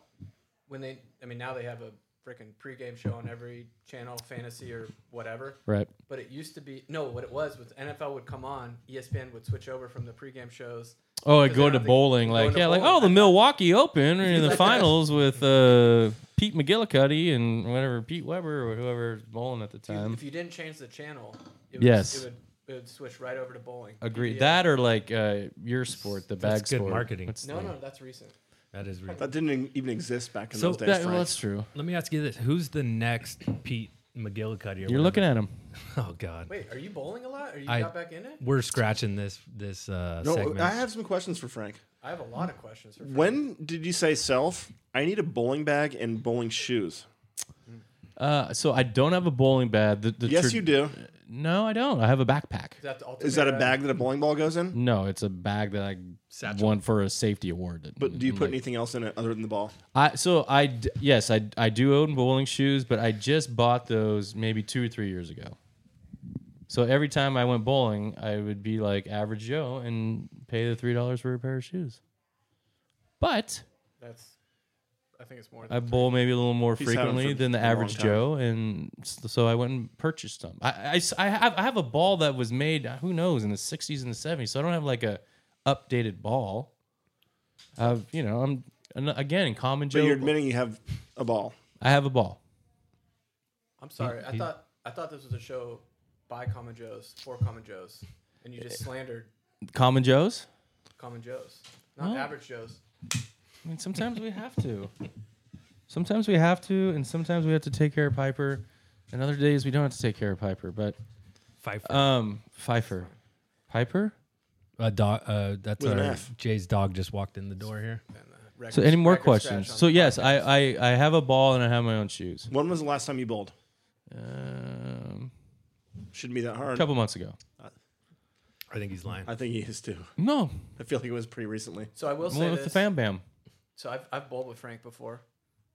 Speaker 6: when they. I mean, now they have a freaking pregame show on every channel, fantasy or whatever.
Speaker 5: Right.
Speaker 6: But it used to be no. What it was was NFL would come on, E ESPN would switch over from the pregame shows.
Speaker 5: Oh, I
Speaker 6: 'Cause
Speaker 5: go
Speaker 6: they
Speaker 5: to
Speaker 6: don't think-
Speaker 5: bowling,
Speaker 6: go
Speaker 5: like
Speaker 6: into
Speaker 5: yeah, like
Speaker 6: bowling.
Speaker 5: oh, the Milwaukee Open are in the finals with uh, Pete McGillicuddy and whatever Pete Weber or whoever's bowling at the
Speaker 6: If you-
Speaker 5: time.
Speaker 6: if you didn't change the channel, it would,
Speaker 5: Yes.
Speaker 6: it would it would switch right over to bowling.
Speaker 5: Agreed.
Speaker 6: Yeah.
Speaker 5: That or like uh, your sport, the bag
Speaker 4: That's good
Speaker 5: sport.
Speaker 4: marketing.
Speaker 5: What's
Speaker 6: No,
Speaker 5: the-
Speaker 6: no, that's recent.
Speaker 4: That is real.
Speaker 7: That didn't e-, even exist back in
Speaker 4: So
Speaker 7: those days.
Speaker 5: That- well,
Speaker 7: Frank.
Speaker 5: that's true.
Speaker 4: Let me ask you this: Who's the next Pete McGillicuddy?
Speaker 5: You're looking at him.
Speaker 4: Oh God,
Speaker 6: Wait, are you bowling a lot? Are you
Speaker 4: I-
Speaker 6: got back in it?
Speaker 4: we're scratching this this uh,
Speaker 7: no,
Speaker 4: segment.
Speaker 7: I have some questions for Frank.
Speaker 6: I have a lot of questions for. Frank.
Speaker 7: When did you say self? I need a bowling bag and bowling shoes.
Speaker 5: Uh, so I don't have a bowling bat. The, the
Speaker 7: Yes,
Speaker 5: tra-
Speaker 7: you do.
Speaker 5: No, I don't. I have a backpack.
Speaker 6: Is that, the
Speaker 7: Is that a
Speaker 6: Altamira?
Speaker 7: bag that a bowling ball goes in?
Speaker 5: No, it's a bag that I
Speaker 4: Satchel.
Speaker 5: won for a safety award. that-
Speaker 7: But do you put anything else in it other than the ball?
Speaker 5: I so I d- yes I I do own bowling shoes, but I just bought those maybe two or three years ago. So every time I went bowling, I would be like average Joe and pay the three dollars for a pair of shoes. But
Speaker 6: That's. I think it's more.
Speaker 5: I bowl maybe a little more
Speaker 7: had 'em
Speaker 5: frequently
Speaker 7: for
Speaker 5: than the
Speaker 7: a long
Speaker 5: average
Speaker 7: time.
Speaker 5: Joe, and s- so I went and purchased them. I, I s- I have I have a ball that was made uh, who knows in the '60s and the '70s, so I don't have like a updated ball. I've you know I'm an- again common
Speaker 7: But
Speaker 5: Joe.
Speaker 7: you're admitting you have a ball.
Speaker 5: I have a ball.
Speaker 6: I'm sorry. I thought I thought this was a show by Common Joes for Common Joes, and you
Speaker 7: Eh.
Speaker 6: just slandered
Speaker 5: Common Joe's.
Speaker 6: Common Joes, not
Speaker 5: No.
Speaker 6: average Joes.
Speaker 5: I mean, sometimes we have to. Sometimes we have to, and sometimes we have to take care of Piper, and other days we don't have to take care of Piper. But
Speaker 4: Five,
Speaker 5: um, Pfeiffer, Piper.
Speaker 4: a dog. Uh, that's
Speaker 7: With an
Speaker 4: our,
Speaker 7: F.
Speaker 4: Jay's dog just walked in the door here.
Speaker 6: And, uh, record,
Speaker 5: So any more
Speaker 6: record scratch
Speaker 5: questions?
Speaker 6: on
Speaker 5: So
Speaker 6: the
Speaker 5: yes,
Speaker 6: podcast.
Speaker 5: I, I I have a ball and I have my own shoes.
Speaker 7: When was the last time you bowled?
Speaker 5: Um,
Speaker 7: Shouldn't be that
Speaker 5: a
Speaker 7: hard.
Speaker 5: couple months ago.
Speaker 4: I think he's lying.
Speaker 7: I think he is too.
Speaker 5: No,
Speaker 7: I feel like it was pretty recently.
Speaker 6: So I will
Speaker 5: I'm
Speaker 6: say
Speaker 5: with
Speaker 6: this.
Speaker 5: the fam bam.
Speaker 6: So I've I've bowled with Frank before.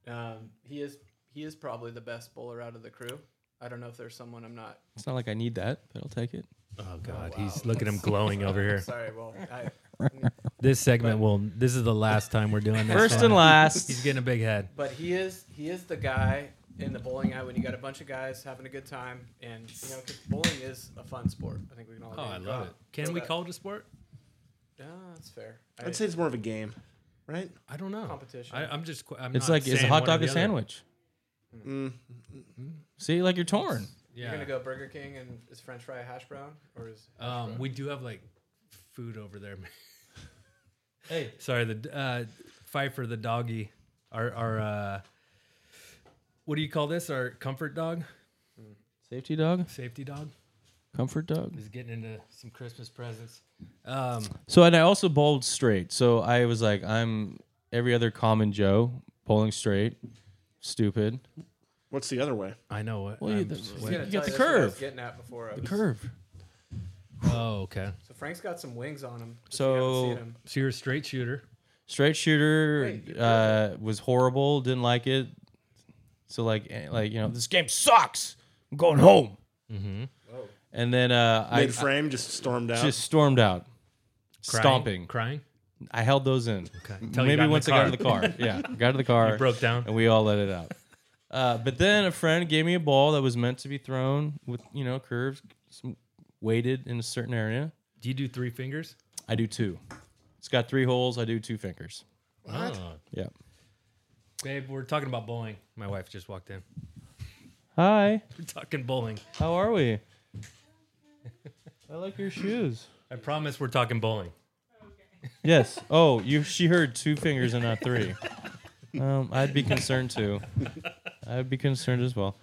Speaker 6: Um, he is he is probably the best bowler out of the crew. I don't know if there's someone I'm not.
Speaker 5: It's not like I need that, but I'll take it.
Speaker 4: Oh God, he's look at him glowing over here.
Speaker 6: Sorry, well, I,
Speaker 4: This segment will. This is the last time we're doing this.
Speaker 5: First
Speaker 4: one.
Speaker 5: and last.
Speaker 4: He's getting a big head.
Speaker 6: but he is he is the guy in the bowling alley when you got a bunch of guys having a good time and you know 'cause bowling is a fun sport. I think we can all. agree.
Speaker 4: Can we call Oh, it a sport?
Speaker 6: Yeah, that's fair. I-
Speaker 7: I'd say it's more of a game, right?
Speaker 4: I don't know.
Speaker 6: Competition.
Speaker 4: I, uh, I'm just. qu- I'm
Speaker 5: It's
Speaker 4: not
Speaker 5: like is a
Speaker 4: saying
Speaker 5: hot
Speaker 4: one
Speaker 5: dog
Speaker 4: or
Speaker 5: a
Speaker 4: the other.
Speaker 5: sandwich?
Speaker 7: Mm.
Speaker 5: See, like you're torn.
Speaker 4: Yeah.
Speaker 6: You're gonna go Burger King and is French fry a hash brown or is
Speaker 4: Um, we do have like food over there.
Speaker 5: Hey,
Speaker 4: Sorry, the uh, Pfeiffer, the doggy, our our uh, what do you call this? Our comfort dog,
Speaker 5: safety dog,
Speaker 4: safety dog,
Speaker 5: comfort dog.
Speaker 4: is getting into some Christmas presents. Um,
Speaker 5: So and I also bowled straight. So I was like, I'm every other common Joe bowling straight. Stupid
Speaker 7: What's the other way?
Speaker 4: I know what.
Speaker 5: Well, you-
Speaker 4: I'm
Speaker 5: that's-
Speaker 4: just
Speaker 5: it's
Speaker 4: waiting.
Speaker 5: You got the
Speaker 6: Tell you that's what I was
Speaker 5: curve.
Speaker 6: getting at before. I was-
Speaker 5: curve.
Speaker 4: oh, okay.
Speaker 6: So Frank's got some wings on him. if you
Speaker 5: So-
Speaker 6: haven't seen him.
Speaker 4: So you're a straight shooter.
Speaker 5: Straight shooter
Speaker 6: Hey,
Speaker 5: uh, was horrible. Didn't like it. So like eh, like you know this game sucks. I'm going home.
Speaker 4: Mm-hmm.
Speaker 5: And then uh, I,
Speaker 7: Mid frame, just stormed out.
Speaker 5: I just stormed out,
Speaker 4: Crying,
Speaker 5: stomping.
Speaker 4: crying.
Speaker 5: I held those in.
Speaker 4: Okay. Till you got
Speaker 5: Maybe
Speaker 4: in
Speaker 5: once
Speaker 4: the
Speaker 5: I got in the car. Yeah, got to the car.
Speaker 4: broke down.
Speaker 5: and we all let it out. Uh, but then a friend gave me a ball that was meant to be thrown with you know curves, some weighted in a certain area.
Speaker 4: Do you do three fingers?
Speaker 5: I do two. It's got three holes. I do two fingers.
Speaker 4: Oh.
Speaker 5: Yeah.
Speaker 4: Babe, we're talking about bowling. My wife just walked in.
Speaker 5: Hi.
Speaker 4: We're talking bowling.
Speaker 5: How are we? I like your shoes.
Speaker 4: I promise we're talking bowling.
Speaker 5: Yes. Oh, you. She heard two fingers and not three. Um, I'd be concerned too. I'd be concerned as well.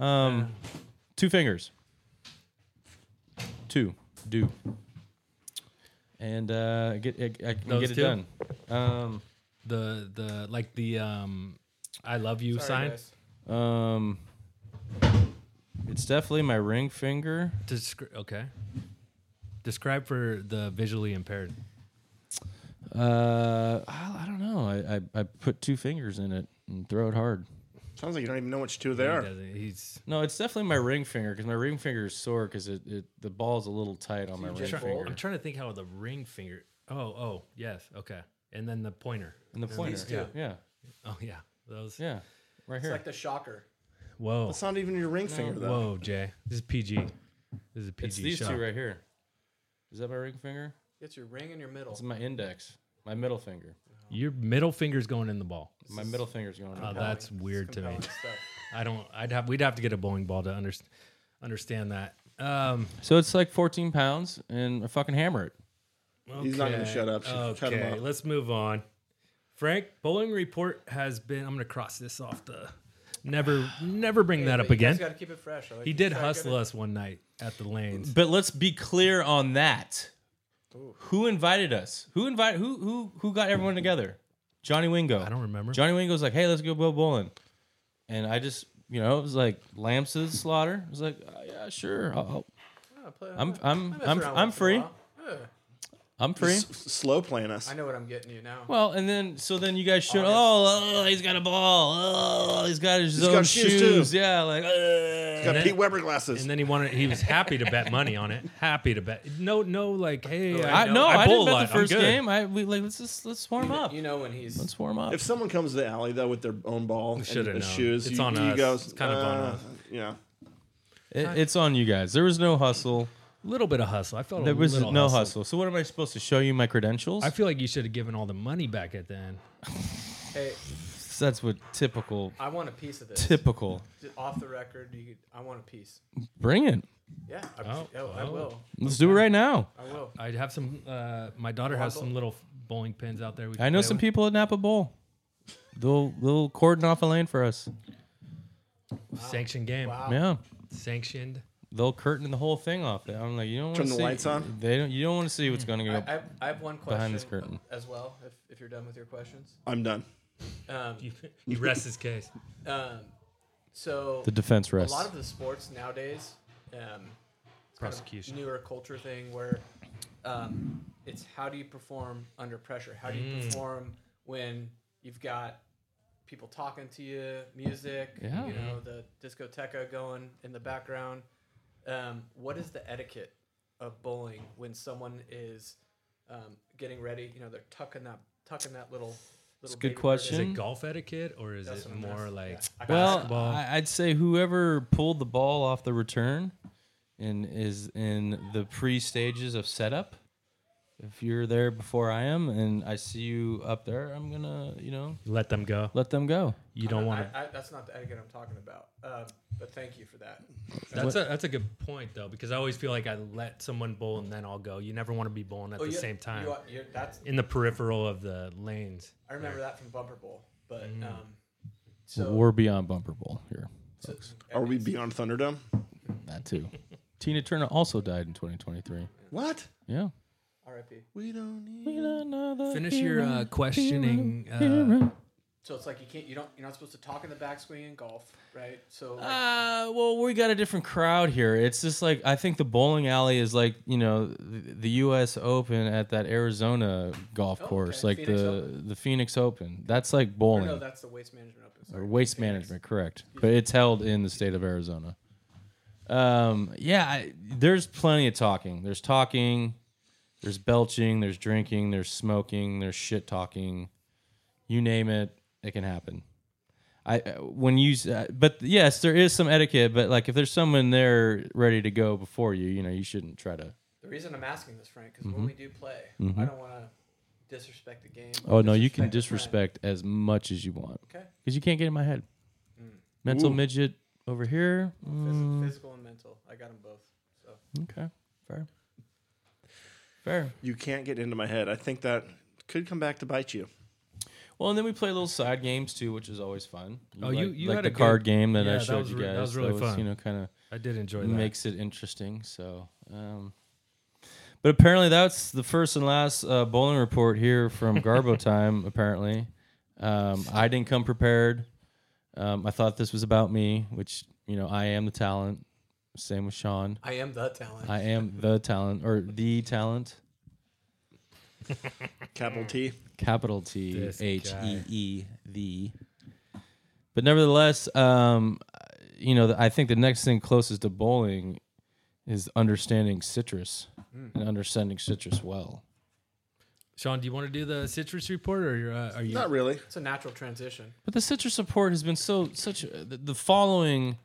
Speaker 5: Um, two fingers. Two. Do. And uh, get I, I can
Speaker 4: Those
Speaker 5: get it
Speaker 4: two?
Speaker 5: done. Um,
Speaker 4: The the like the um, I love you sign.
Speaker 6: Sorry, guys.
Speaker 5: um, it's definitely my ring finger.
Speaker 4: Descri- okay. Describe for the visually impaired.
Speaker 5: Uh, I, I don't know. I, I I put two fingers in it and throw it hard.
Speaker 7: Sounds like you don't even know which two they
Speaker 4: He
Speaker 7: are.
Speaker 4: doesn't- he's
Speaker 5: No, it's definitely my ring finger because my ring finger is sore because it, it the ball's a little tight on my ring
Speaker 6: just
Speaker 4: try-
Speaker 5: finger
Speaker 4: I'm trying to think how the ring finger. Oh, oh, yes, okay. And then the pointer.
Speaker 5: and the pointer.
Speaker 6: two.
Speaker 5: Yeah,
Speaker 4: Oh yeah, those.
Speaker 5: yeah, right
Speaker 6: It's
Speaker 5: here.
Speaker 6: like the shocker.
Speaker 4: Whoa,
Speaker 7: That's not even your ring finger, though.
Speaker 4: whoa, Jay. This is PG. This is a PG
Speaker 5: it's these
Speaker 4: shot.
Speaker 5: two right here. Is that my ring finger?
Speaker 6: It's your ring in your middle.
Speaker 5: It's my index. My middle finger.
Speaker 4: Your middle finger's going in the ball.
Speaker 5: My middle finger's going.
Speaker 6: Uh,
Speaker 4: Oh,
Speaker 5: up.
Speaker 4: that's weird to me.
Speaker 6: Compelling stuff.
Speaker 4: I don't. I'd have. We'd have to get a bowling ball to underst- understand that. Um,
Speaker 5: So it's like 14 pounds, and I fucking hammer it.
Speaker 7: He's not gonna
Speaker 4: Okay.
Speaker 7: shut up. Shut him
Speaker 4: Okay,
Speaker 7: up.
Speaker 4: let's move on. Frank, bowling report has been. I'm gonna cross this off the. Never, never bring that
Speaker 6: But
Speaker 4: up
Speaker 6: you guys
Speaker 4: again.
Speaker 6: gotta keep it fresh. I like
Speaker 4: He
Speaker 6: you
Speaker 4: did
Speaker 6: try to get
Speaker 4: hustle
Speaker 6: it-
Speaker 4: us one night at the lanes.
Speaker 5: But let's be clear on that. Who invited us? Who invite? Who who who got everyone together? Johnny Wingo.
Speaker 4: I don't remember.
Speaker 5: Johnny Wingo's like, hey, let's go go bowling. And I just, you know, it was like lambs to the slaughter. I was like, "Uh, yeah, sure. I'll, I'll-
Speaker 6: Oh, play-
Speaker 5: I'm-
Speaker 6: I
Speaker 5: I'm-
Speaker 6: mess
Speaker 5: I'm-
Speaker 6: around
Speaker 5: I'm
Speaker 6: once in a
Speaker 5: free.
Speaker 6: while. Yeah.
Speaker 5: I'm free.
Speaker 7: S- slow playing us.
Speaker 6: I know what I'm getting you now.
Speaker 5: Well, and then so then you guys shoot. Oh, oh, he's got a ball. Oh, he's got his own
Speaker 7: got shoes,
Speaker 5: shoes.
Speaker 7: too.
Speaker 5: Yeah, like uh.
Speaker 7: Got
Speaker 4: then-
Speaker 7: Pete Weber glasses.
Speaker 4: and then he wanted. He was happy to bet money on it. Happy to bet. No, no, like hey,
Speaker 5: I, no, I,
Speaker 4: bowl
Speaker 5: didn't
Speaker 4: a lot.
Speaker 5: bet the
Speaker 4: I'm
Speaker 5: first
Speaker 4: good.
Speaker 5: game. I we like let's just let's warm up.
Speaker 6: you know when he's
Speaker 5: Let's warm up.
Speaker 7: if someone comes to the alley though with their own ball and,
Speaker 4: should've
Speaker 7: and
Speaker 4: known.
Speaker 7: shoes,
Speaker 4: It's
Speaker 7: you,
Speaker 4: on
Speaker 7: you
Speaker 4: us.
Speaker 7: go,
Speaker 4: It's kind of on
Speaker 7: uh,
Speaker 4: us.
Speaker 7: Yeah.
Speaker 5: It- it's on you guys. There was no hustle.
Speaker 4: little bit of hustle. I felt
Speaker 5: There
Speaker 4: a
Speaker 5: was
Speaker 4: little
Speaker 5: no hustle. So what am I supposed to show you my credentials?
Speaker 4: I feel like you should have given all the money back at the end.
Speaker 6: hey,
Speaker 5: That's what typical
Speaker 6: I want a piece of this.
Speaker 5: typical.
Speaker 6: Just Off the record, you could, I want a piece.
Speaker 5: Bring it.
Speaker 6: Yeah, I,
Speaker 4: Oh,
Speaker 6: oh, I
Speaker 4: oh.
Speaker 6: will.
Speaker 5: Let's do it right now.
Speaker 6: I will.
Speaker 4: I have some. Uh, my daughter has some little bowling pins out there. We can
Speaker 5: I know
Speaker 4: play
Speaker 5: some
Speaker 4: with.
Speaker 5: people at Napa Bowl. They'll they'll cordon off a lane for us.
Speaker 4: Sanctioned game.
Speaker 6: Wow.
Speaker 5: Yeah,
Speaker 4: Sanctioned.
Speaker 5: they'll curtain the whole thing off. I'm like, you don't
Speaker 7: Turn
Speaker 5: want
Speaker 7: the
Speaker 5: to
Speaker 7: lights on?
Speaker 5: They don't. You don't want to see what's going to
Speaker 6: I,
Speaker 5: go.
Speaker 6: I, have, I have one question
Speaker 5: Behind this curtain.
Speaker 6: as well. If, if you're done with your questions,
Speaker 7: I'm done.
Speaker 6: um,
Speaker 4: He rests his case.
Speaker 6: um, so
Speaker 5: the defense
Speaker 6: a
Speaker 5: rests.
Speaker 6: lot of the sports nowadays, um, it's kind of
Speaker 4: Prosecution.
Speaker 6: newer culture thing where um, it's how do you perform under pressure? How do you
Speaker 5: Mm.
Speaker 6: perform when you've got people talking to you, music,
Speaker 5: Yeah.
Speaker 6: you know, the discoteca going in the background? Um, what is the etiquette of bowling when someone is um, getting ready? You know, they're tucking that tucking that little. little
Speaker 5: a good
Speaker 6: baby bird.
Speaker 5: question.
Speaker 4: Is
Speaker 5: Hmm.
Speaker 4: it golf etiquette or is
Speaker 6: That's
Speaker 4: it
Speaker 6: what I'm
Speaker 4: more
Speaker 6: asking,
Speaker 4: like
Speaker 6: yeah.
Speaker 5: Well,
Speaker 4: basketball?
Speaker 5: I- I'd say whoever pulled the ball off the return and is in the pre stages of setup. If you're there before I am and I see you up there, I'm gonna, you know,
Speaker 4: let them go.
Speaker 5: let them go.
Speaker 4: You don't want to.
Speaker 6: I, I, that's not the etiquette I'm talking about. Um, but thank you for that.
Speaker 4: That's a that's a good point though because I always feel like I let someone bowl and then I'll go. You never want to be bowling at the
Speaker 6: Oh, yeah,
Speaker 4: same time
Speaker 6: you are- you're- that's
Speaker 4: in the peripheral of the lanes.
Speaker 6: I remember that from Bumper Bowl, but um, so,
Speaker 5: We're beyond bumper bowl here.
Speaker 6: so-
Speaker 7: Are we beyond Thunderdome?
Speaker 5: That too. Tina Turner also died in 2023.
Speaker 7: What?
Speaker 5: Yeah.
Speaker 6: R.I.P.
Speaker 7: We don't need.
Speaker 4: Finish your uh, questioning. Uh,
Speaker 6: So it's like you can't, you don't, you're not supposed to talk in the back swing in golf, right? So like,
Speaker 5: Uh, well, we got a different crowd here. It's just like I think the bowling alley is like you know the, the U.S. Open at that Arizona golf
Speaker 6: Oh,
Speaker 5: course,
Speaker 6: okay.
Speaker 5: like
Speaker 6: Phoenix
Speaker 5: the
Speaker 6: Open.
Speaker 5: the Phoenix Open. That's like
Speaker 6: or
Speaker 5: bowling
Speaker 6: no, that's the Waste Management Open.
Speaker 5: or
Speaker 6: Sorry.
Speaker 5: waste
Speaker 6: Phoenix.
Speaker 5: management, correct? But it's held in the state of Arizona. Um, yeah, I, there's plenty of talking. There's talking, there's belching, there's drinking, there's smoking, there's shit talking. You name it, it can happen. I uh, when you s- uh, but yes, there is some etiquette. But like if there's someone there ready to go before you, you know you shouldn't try to.
Speaker 6: The reason I'm asking this, Frank, because when we do play, I don't want to disrespect the game.
Speaker 5: Oh no, you can
Speaker 6: the friend.
Speaker 5: disrespect as much as you want
Speaker 6: Okay,
Speaker 5: because you can't get in my head. Mental midget over here.
Speaker 6: Phys-
Speaker 5: mm,
Speaker 6: physical and mental, I got them both. So
Speaker 5: Okay, fair. Fair.
Speaker 7: You can't get into my head. I think that could come back to bite you.
Speaker 5: Well, and then we play little side games too, which is always fun.
Speaker 4: Oh,
Speaker 5: like,
Speaker 4: you- you
Speaker 5: like
Speaker 4: had
Speaker 5: the
Speaker 4: a good-
Speaker 5: card game that
Speaker 4: yeah,
Speaker 5: I
Speaker 4: that
Speaker 5: showed
Speaker 4: was
Speaker 5: you
Speaker 4: re-
Speaker 5: guys.
Speaker 4: that was really fun.
Speaker 5: You know, kind of
Speaker 4: I did enjoy that.
Speaker 5: makes it interesting. So, um, but apparently that's the first and last uh, bowling report here from Garbo time. Apparently, um, I didn't come prepared. Um, I thought this was about me, which you know I am the talent. Same with Sean.
Speaker 6: I am the talent.
Speaker 5: I am the talent or the talent.
Speaker 7: Capital T.
Speaker 5: capital T
Speaker 4: This
Speaker 5: H E
Speaker 4: guy.
Speaker 5: E the. But nevertheless, um, you know, I think the next thing closest to bowling is understanding citrus
Speaker 4: Hmm.
Speaker 5: and understanding citrus well.
Speaker 4: Sean, do you want to do the citrus report or you're, uh, are you?
Speaker 7: Not really.
Speaker 6: It's a natural transition.
Speaker 5: But the citrus support has been so such. uh, The, the following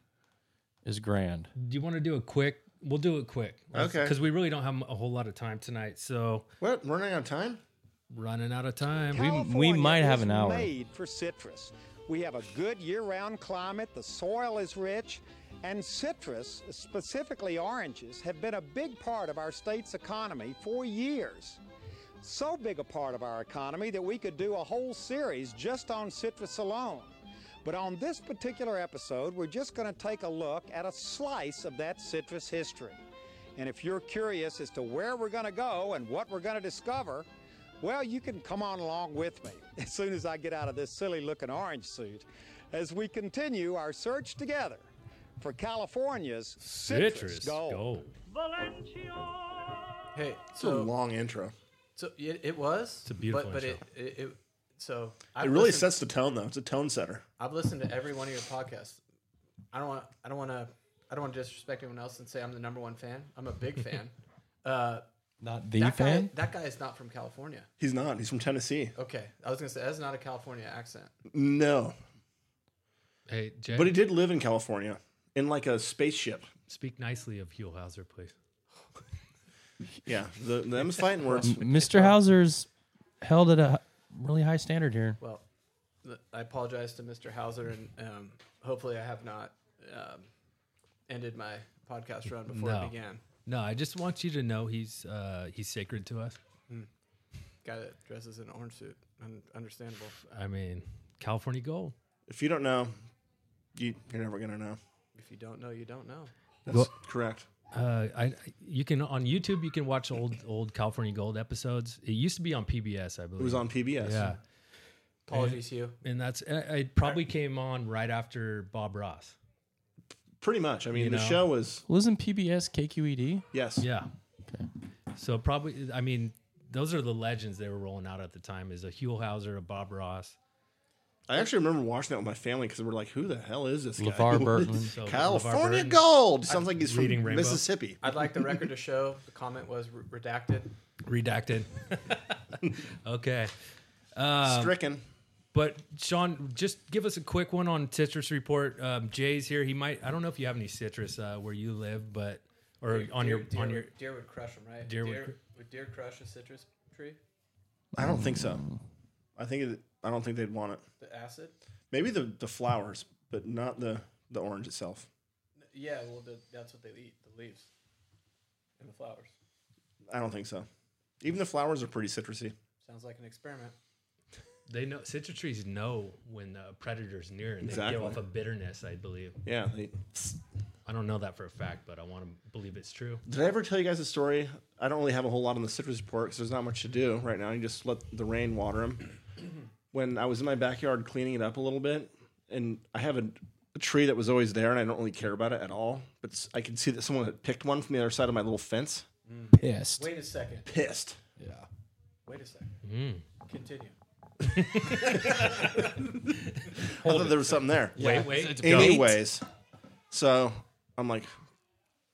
Speaker 5: is grand.
Speaker 4: Do you want to do a quick? We'll do it quick.
Speaker 7: Okay.
Speaker 4: Because we really don't have a whole lot of time tonight, so
Speaker 7: What? Running out of time?
Speaker 4: running out of time.
Speaker 5: We-
Speaker 8: California
Speaker 5: might have
Speaker 8: is
Speaker 5: an hour.
Speaker 8: Made for citrus. We have a good year-round climate. The soil is rich, and citrus, specifically oranges, have been a big part of our state's economy for years. So big a part of our economy that we could do a whole series just on citrus alone. But on this particular episode, we're just going to take a look at a slice of that citrus history. And if you're curious as to where we're going to go and what we're going to discover, well, you can come on along with me as soon as I get out of this silly looking orange suit as we continue our search together for California's citrus,
Speaker 4: Citrus
Speaker 8: gold.
Speaker 4: gold.
Speaker 6: Hey,
Speaker 7: It's a
Speaker 6: so
Speaker 7: long intro.
Speaker 6: so it, it was. It's
Speaker 4: a beautiful
Speaker 6: but, but it,
Speaker 4: intro.
Speaker 6: it, it so
Speaker 7: It really sets the tone, though. It's a tone setter.
Speaker 6: I've listened to every one of your podcasts. I don't want. I don't want to. I don't want to disrespect anyone else and say I'm the number one fan. I'm a big fan. Uh,
Speaker 5: Not the
Speaker 6: that
Speaker 5: fan.
Speaker 6: guy. That guy is not from California.
Speaker 7: He's not. He's from Tennessee.
Speaker 6: Okay, I was gonna say that's not a California accent.
Speaker 7: No,
Speaker 4: Hey, Jay,
Speaker 7: but he did live in California in like a spaceship.
Speaker 4: speak nicely of Huelhauser, please.
Speaker 7: Yeah, the, them's fighting words.
Speaker 5: Mr. Hauser's held at a really high standard here.
Speaker 6: Well, th- I apologize to Mr. Hauser, and um, hopefully I have not um, ended my podcast run before
Speaker 4: No.
Speaker 6: it began.
Speaker 4: No, I just want you to know he's uh, he's sacred to us.
Speaker 6: Guy that dresses in an orange suit, Un- understandable.
Speaker 4: I mean, California gold.
Speaker 7: If you don't know, you, you're never gonna know.
Speaker 6: If you don't know, you don't know.
Speaker 7: That's
Speaker 4: Well-
Speaker 7: correct.
Speaker 4: Uh, I you can on YouTube you can watch old old California Gold episodes. It used to be on PBS, I believe.
Speaker 7: It was on PBS.
Speaker 4: yeah,
Speaker 6: Apologies, Hugh.
Speaker 4: and that's I- it. Probably came on right after Bob Ross.
Speaker 7: pretty much. I mean,
Speaker 4: You
Speaker 7: the
Speaker 4: know.
Speaker 7: show was
Speaker 5: E Wasn't PBS KQED?
Speaker 7: yes.
Speaker 4: Yeah, So probably, I mean, those are the legends they were rolling out at the time. Is a Huelhauser, a Bob Ross,
Speaker 7: I actually remember watching that with my family because we're like, "Who the hell is this guy?"
Speaker 5: LeVar Burton.
Speaker 4: so LeVar
Speaker 7: California
Speaker 4: Burton.
Speaker 7: Gold sounds like he's from
Speaker 4: Reading Rainbow.
Speaker 7: Mississippi.
Speaker 6: I'd like the record to show the comment was re- redacted.
Speaker 4: redacted. okay, Um,
Speaker 7: Stricken.
Speaker 4: but Sean, just give us a quick one on citrus report. Um, Jay's here. He might. I don't know if you have any citrus uh, where you live, but or on your
Speaker 6: deer
Speaker 4: on
Speaker 6: would-
Speaker 4: your.
Speaker 6: deer would crush them, right?
Speaker 4: Deer would
Speaker 6: deer,
Speaker 4: cr-
Speaker 6: would deer crush a citrus tree?
Speaker 7: I don't think so.
Speaker 4: Mm.
Speaker 7: I think it, I don't think they'd want it.
Speaker 6: The acid?
Speaker 7: Maybe the the flowers, but not the the orange itself.
Speaker 6: Yeah, well, the, that's what they eat the leaves and the flowers.
Speaker 7: I don't think so. Even the flowers are pretty citrusy.
Speaker 6: Sounds like an experiment.
Speaker 4: They know citrus trees know when the predator's near, and they
Speaker 7: Exactly.
Speaker 4: give off a bitterness. I believe.
Speaker 7: Yeah. They,
Speaker 4: I don't know that for a fact, but I want to believe it's true.
Speaker 7: Did I ever tell you guys a story? I don't really have a whole lot on the citrus report because there's not much to do right now. You just let the rain water them. when I was in my backyard cleaning it up a little bit, and I have a, a tree that was always there, and I don't really care about it at all, but s- I could see that someone had picked one from the other side of my little fence.
Speaker 5: Pissed.
Speaker 6: Wait a second.
Speaker 7: Pissed.
Speaker 6: Wait a second.
Speaker 4: Hmm.
Speaker 6: Continue.
Speaker 7: I thought there was something there.
Speaker 4: Wait, wait.
Speaker 7: Anyways, so I'm like,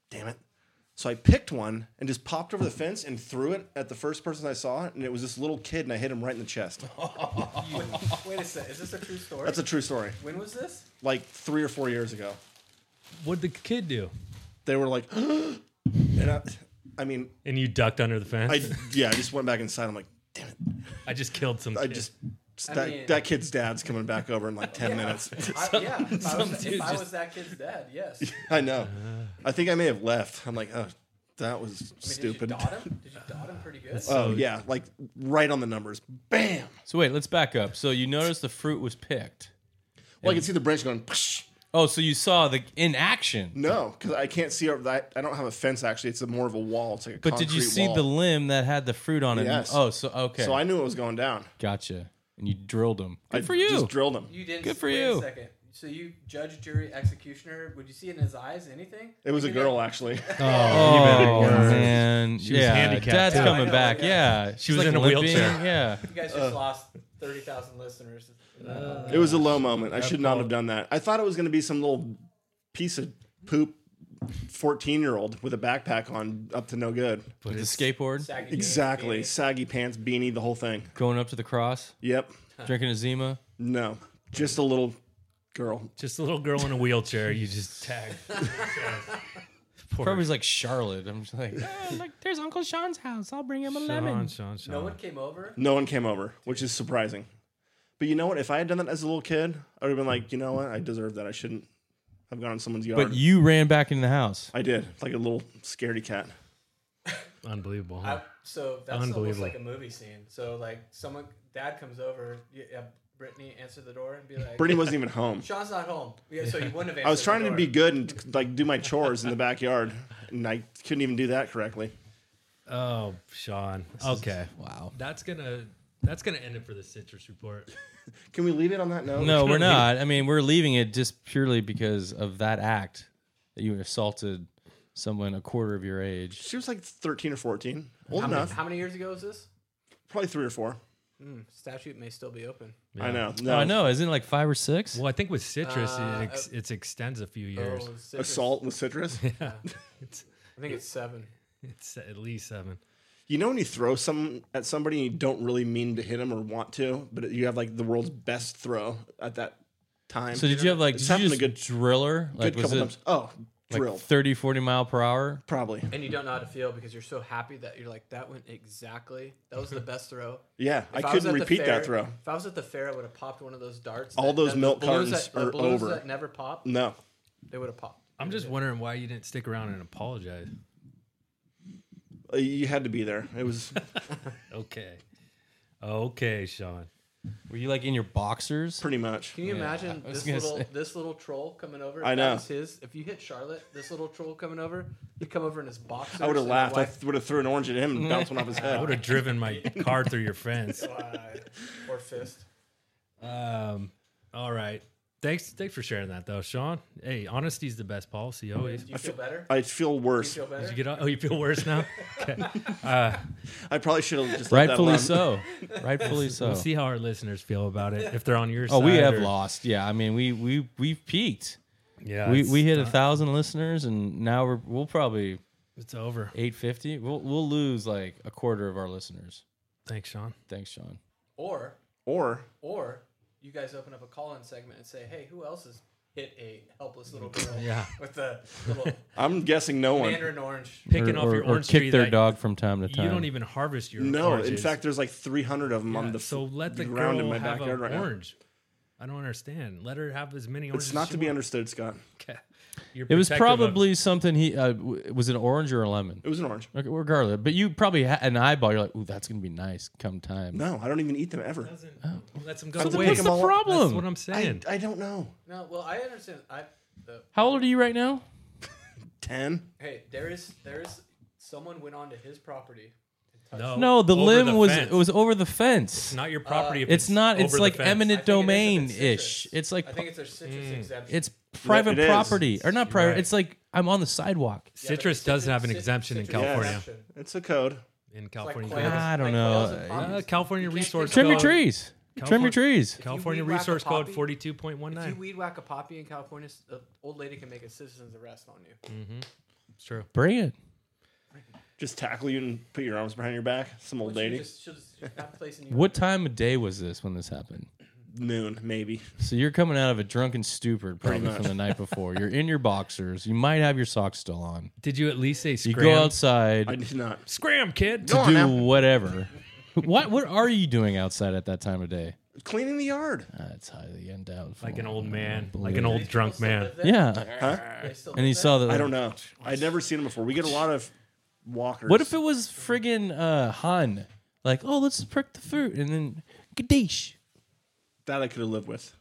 Speaker 7: damn it. So I picked one and just popped over the fence and threw it at the first person I saw, and it was this little kid, and I hit him right in the chest.
Speaker 6: Wait a second. Is this a true story?
Speaker 7: That's a true story.
Speaker 6: when was this?
Speaker 7: Like three or four years ago,
Speaker 4: What'd the kid do?
Speaker 7: they were like, and I, I mean,
Speaker 4: And you ducked under the fence.
Speaker 7: I yeah, I just went back inside. I'm like, damn it,
Speaker 4: I just killed some.
Speaker 7: I
Speaker 4: kid.
Speaker 7: just. That,
Speaker 6: mean-
Speaker 7: that kid's dad's coming back over in like 10 minutes.
Speaker 6: I, yeah, if, I was,
Speaker 4: dude
Speaker 6: if I
Speaker 4: just-
Speaker 6: was that kid's dad, yes. I mean,
Speaker 7: I know. I think I may have left. I'm like, oh, that was stupid.
Speaker 6: Did you dot him? Did you dot him pretty good?
Speaker 7: Oh yeah, like right on the numbers. Bam.
Speaker 5: So wait, let's back up. So you noticed the fruit was picked.
Speaker 7: Well, I can see the branch going. Psh.
Speaker 5: Oh, so you saw the in action.
Speaker 7: No, because I can't see over that. I don't have a fence. Actually, it's a more of a wall. It's like a
Speaker 5: But did you
Speaker 7: concrete
Speaker 5: see
Speaker 7: wall.
Speaker 5: the limb that had the fruit on it?
Speaker 7: Yes.
Speaker 5: Oh, so okay.
Speaker 7: So I knew it was going down.
Speaker 5: gotcha. And you drilled him. Good
Speaker 7: I
Speaker 5: for you.
Speaker 7: Just drilled him.
Speaker 6: You didn't.
Speaker 5: Good for
Speaker 6: wait
Speaker 5: you.
Speaker 6: A second. So you judge, jury, executioner. Would you see it in his eyes? Anything?
Speaker 7: It was a
Speaker 6: Look at
Speaker 7: girl actually.
Speaker 5: Oh
Speaker 4: You better get-
Speaker 5: man,
Speaker 4: She was
Speaker 5: yeah,
Speaker 4: handicapped.
Speaker 5: Dad's
Speaker 4: Yeah, I
Speaker 5: coming
Speaker 6: know,
Speaker 5: back.
Speaker 6: yeah.
Speaker 5: Yeah, she
Speaker 4: was in a wheelchair.
Speaker 5: Yeah,
Speaker 6: that. You guys
Speaker 7: Uh.
Speaker 6: just lost thirty thousand listeners.
Speaker 7: it was a low moment. I should not have done that. I thought it was going to be some little piece of poop, fourteen year old with a backpack on, up to no good.
Speaker 5: with the skateboard,
Speaker 6: Saggy
Speaker 7: Exactly.
Speaker 6: Dave,
Speaker 7: Saggy pants, beanie, the whole thing.
Speaker 5: going up to the cross,
Speaker 7: Yep.
Speaker 5: drinking a Zima.
Speaker 7: No, just a little girl.
Speaker 4: just a little girl in a wheelchair. You just tag. Poor
Speaker 5: Probably's like Charlotte. I'm just like, "Ah, look, there's Uncle Sean's house. I'll bring him a
Speaker 4: Sean,
Speaker 5: lemon.
Speaker 4: Sean, Sean.
Speaker 6: Dave. No one came over.
Speaker 7: No one came over, which is surprising. But you know what? If I had done that as a little kid, I would have been like, you know what? I deserve that. I shouldn't have gone in someone's yard.
Speaker 5: But you ran back into the house.
Speaker 7: I did, like a little scaredy cat.
Speaker 4: Unbelievable. huh?
Speaker 6: I, so that's almost
Speaker 4: Unbelievable.
Speaker 6: like a movie scene. So like someone, dad comes over. You, uh, Brittany answer the door and be like,
Speaker 7: Brittany wasn't even home.
Speaker 6: Sean's not home. Yeah, so you wouldn't have answered.
Speaker 7: I was trying
Speaker 6: the
Speaker 7: to be
Speaker 6: door.
Speaker 7: good and like do my chores in the backyard, and I couldn't even do that correctly.
Speaker 4: Oh, Sean. Okay.
Speaker 5: Wow.
Speaker 4: That's gonna that's gonna end it for the citrus report.
Speaker 7: Can we leave it on that note?
Speaker 5: No, we're not. I mean, we're leaving it just purely because of that act that you assaulted someone a quarter of your age.
Speaker 7: She was like 13 or 14, old
Speaker 6: How many,
Speaker 7: enough,
Speaker 6: how many years ago was this?
Speaker 7: probably three or four.
Speaker 6: Statute may still be open.
Speaker 7: I know. No,
Speaker 5: Oh, I know. Isn't it like five or six?
Speaker 4: Well, I think with citrus,
Speaker 6: Uh,
Speaker 4: it, ex, it extends a few years.
Speaker 6: Oh, citrus.
Speaker 7: Assault with citrus.
Speaker 4: It's,
Speaker 6: I think it's seven.
Speaker 4: it's at least seven.
Speaker 7: You know when you throw some at somebody and you don't really mean to hit them or want to, but you have like the world's best throw at that time.
Speaker 5: So did you have like
Speaker 7: It's
Speaker 5: did you
Speaker 7: happened
Speaker 5: just
Speaker 7: a good-
Speaker 5: driller? Like
Speaker 7: good
Speaker 5: was
Speaker 7: couple
Speaker 5: it
Speaker 7: times? Oh,
Speaker 5: like
Speaker 7: drilled
Speaker 5: 30, 40 mile per hour?
Speaker 7: probably.
Speaker 6: And you don't know how to feel because you're so happy that you're like, that went exactly. That was the best throw.
Speaker 7: Yeah, I
Speaker 6: If was
Speaker 7: couldn't
Speaker 6: at the
Speaker 7: repeat
Speaker 6: fair-
Speaker 7: that throw.
Speaker 6: If I was at the fair, I would have popped one of those darts.
Speaker 7: All those milk
Speaker 6: balloons
Speaker 7: cartons
Speaker 6: that, the
Speaker 7: are
Speaker 6: balloons
Speaker 7: over.
Speaker 6: that never pop.
Speaker 7: No,
Speaker 6: They would have popped.
Speaker 4: I'm just wondering why you didn't stick around and apologize.
Speaker 7: Uh, you had to be there. It was
Speaker 4: Okay. Okay, Sean.
Speaker 5: Were you like in your boxers?
Speaker 7: pretty much.
Speaker 6: Can you imagine
Speaker 5: was
Speaker 6: this
Speaker 5: gonna
Speaker 6: little
Speaker 5: say.
Speaker 6: this little troll coming over?
Speaker 7: I
Speaker 6: If that
Speaker 7: know.
Speaker 6: was his. If you hit Charlotte, this little troll coming over, he'd come over in his boxers.
Speaker 7: I would have
Speaker 6: and
Speaker 7: laughed. I
Speaker 6: wife-
Speaker 7: would have threw an orange at him and bounced one off his
Speaker 4: I would
Speaker 7: head.
Speaker 4: have driven my car
Speaker 6: uh,
Speaker 4: through your fence.
Speaker 6: Why? or fist.
Speaker 4: Um, all right. Thanks, thanks for sharing that though, Sean. Hey, honesty's the best policy always.
Speaker 6: Do you feel better?
Speaker 7: I feel
Speaker 6: Do you
Speaker 7: worse.
Speaker 6: feel better?
Speaker 4: Did you get? on- Oh, you feel worse now.
Speaker 7: I probably should have just let that
Speaker 5: Rightfully
Speaker 7: run.
Speaker 5: so. Rightfully so.
Speaker 4: We'll see how our listeners feel about it if they're on your side.
Speaker 5: Oh, we have
Speaker 4: or-
Speaker 5: lost. Yeah, I mean, we we we've peaked.
Speaker 4: Yeah,
Speaker 5: we
Speaker 4: it's-
Speaker 5: we hit a thousand listeners, and now we're we'll probably
Speaker 4: It's over.
Speaker 5: eight fifty. We'll we'll lose like a quarter of our listeners.
Speaker 4: Thanks, Sean.
Speaker 5: Thanks, Sean.
Speaker 6: Or
Speaker 7: Or
Speaker 6: or you guys open up a call-in segment and say, "Hey, who else has hit a helpless little girl
Speaker 4: Yeah.
Speaker 6: with a little
Speaker 7: I'm guessing no one.
Speaker 6: mandarin orange?"
Speaker 4: Picking
Speaker 5: or,
Speaker 4: off
Speaker 5: or-
Speaker 4: your
Speaker 5: or
Speaker 4: orange
Speaker 5: kick
Speaker 4: tree
Speaker 5: their
Speaker 4: that
Speaker 5: dog from time to time.
Speaker 4: You don't even harvest your.
Speaker 7: No, in
Speaker 4: oranges.
Speaker 7: fact, there's like 300 of them
Speaker 4: Yeah,
Speaker 7: on the f-
Speaker 4: so let the
Speaker 7: ground
Speaker 4: girl
Speaker 7: in my
Speaker 4: have a
Speaker 7: backyard right now.
Speaker 4: orange. I don't understand. Let her have as many oranges.
Speaker 7: It's
Speaker 4: as
Speaker 7: not
Speaker 4: she
Speaker 7: to be
Speaker 4: wants.
Speaker 7: understood, Scott.
Speaker 4: Okay. You're
Speaker 5: It was
Speaker 4: protective of-
Speaker 5: probably something he uh, w- it was an orange or a lemon.
Speaker 7: It was an orange.
Speaker 5: Okay, regardless, but you probably had an eyeball. You're like, "Ooh, that's gonna be nice come time."
Speaker 7: No, I don't even eat them ever.
Speaker 4: Let's them go
Speaker 7: So
Speaker 4: to
Speaker 7: then
Speaker 4: waste.
Speaker 7: pick 'em all up.
Speaker 4: That's what I'm
Speaker 7: I,
Speaker 4: saying.
Speaker 7: I don't know.
Speaker 6: No, well, I understand. I the,
Speaker 5: How old are you right now?
Speaker 7: 10?
Speaker 6: hey, there is there is someone went onto his property.
Speaker 5: No,
Speaker 4: Oh, over
Speaker 5: the limb was
Speaker 4: fence.
Speaker 5: it was over the fence.
Speaker 4: not your property. if
Speaker 5: It's not. It's
Speaker 4: over the
Speaker 5: like
Speaker 4: fence.
Speaker 5: eminent
Speaker 6: I think it is if
Speaker 5: domain
Speaker 6: it's
Speaker 5: ish.
Speaker 6: citrus.
Speaker 5: It's like
Speaker 6: I think it's their citrus exemption.
Speaker 5: it's private
Speaker 7: it is.
Speaker 5: property or not private.
Speaker 4: right.
Speaker 5: It's like I'm on the sidewalk.
Speaker 6: Yeah, but
Speaker 4: Citrus does have an
Speaker 6: cit-
Speaker 4: exemption in
Speaker 6: citrus
Speaker 4: California.
Speaker 6: exemption.
Speaker 7: It's a code.
Speaker 4: In
Speaker 6: It's like
Speaker 4: California,
Speaker 6: quails-
Speaker 5: I don't
Speaker 6: like
Speaker 5: know.
Speaker 6: quails and
Speaker 4: uh,
Speaker 6: palms.
Speaker 4: California
Speaker 6: You can't
Speaker 4: resource.
Speaker 6: get-
Speaker 5: Trim your
Speaker 4: Code-
Speaker 5: trees. Trim your
Speaker 4: California-
Speaker 5: trees.
Speaker 4: California
Speaker 6: If you weed whack a
Speaker 4: resource code
Speaker 6: poppy-
Speaker 4: forty two point one
Speaker 6: If you
Speaker 4: nine.
Speaker 6: weed whack a poppy in California, s- a old lady can make a citizen's arrest on you.
Speaker 4: It's true.
Speaker 5: Bring it.
Speaker 7: Just tackle you and put your arms behind your back. Some old
Speaker 6: Well, she'll
Speaker 7: lady.
Speaker 6: just- she'll just- she'll have place in you.
Speaker 5: What time of day was this when this happened?
Speaker 7: Noon, maybe.
Speaker 5: So you're coming out of a drunken stupor probably
Speaker 7: much.
Speaker 5: from the night before. You're in your boxers. You might have your socks still on.
Speaker 4: Did you at least say
Speaker 5: You
Speaker 4: scram?
Speaker 5: go outside
Speaker 7: I did not.
Speaker 4: Scram, kid.
Speaker 7: Go
Speaker 5: to
Speaker 7: on
Speaker 5: do
Speaker 7: now.
Speaker 5: whatever. what what are you doing outside at that time of day?
Speaker 7: Cleaning the yard.
Speaker 5: That's highly undoubtedul.
Speaker 4: Like an old man, like an old drunk man.
Speaker 5: Yeah.
Speaker 6: They still
Speaker 5: And
Speaker 6: do
Speaker 5: he
Speaker 6: that?
Speaker 5: saw that.
Speaker 7: I don't know. I'd never seen them before. We get a lot of walkers.
Speaker 5: What if it was friggin' uh, Han? Like, oh, let's prick the fruit and then Kadesh.
Speaker 7: that I could have lived with?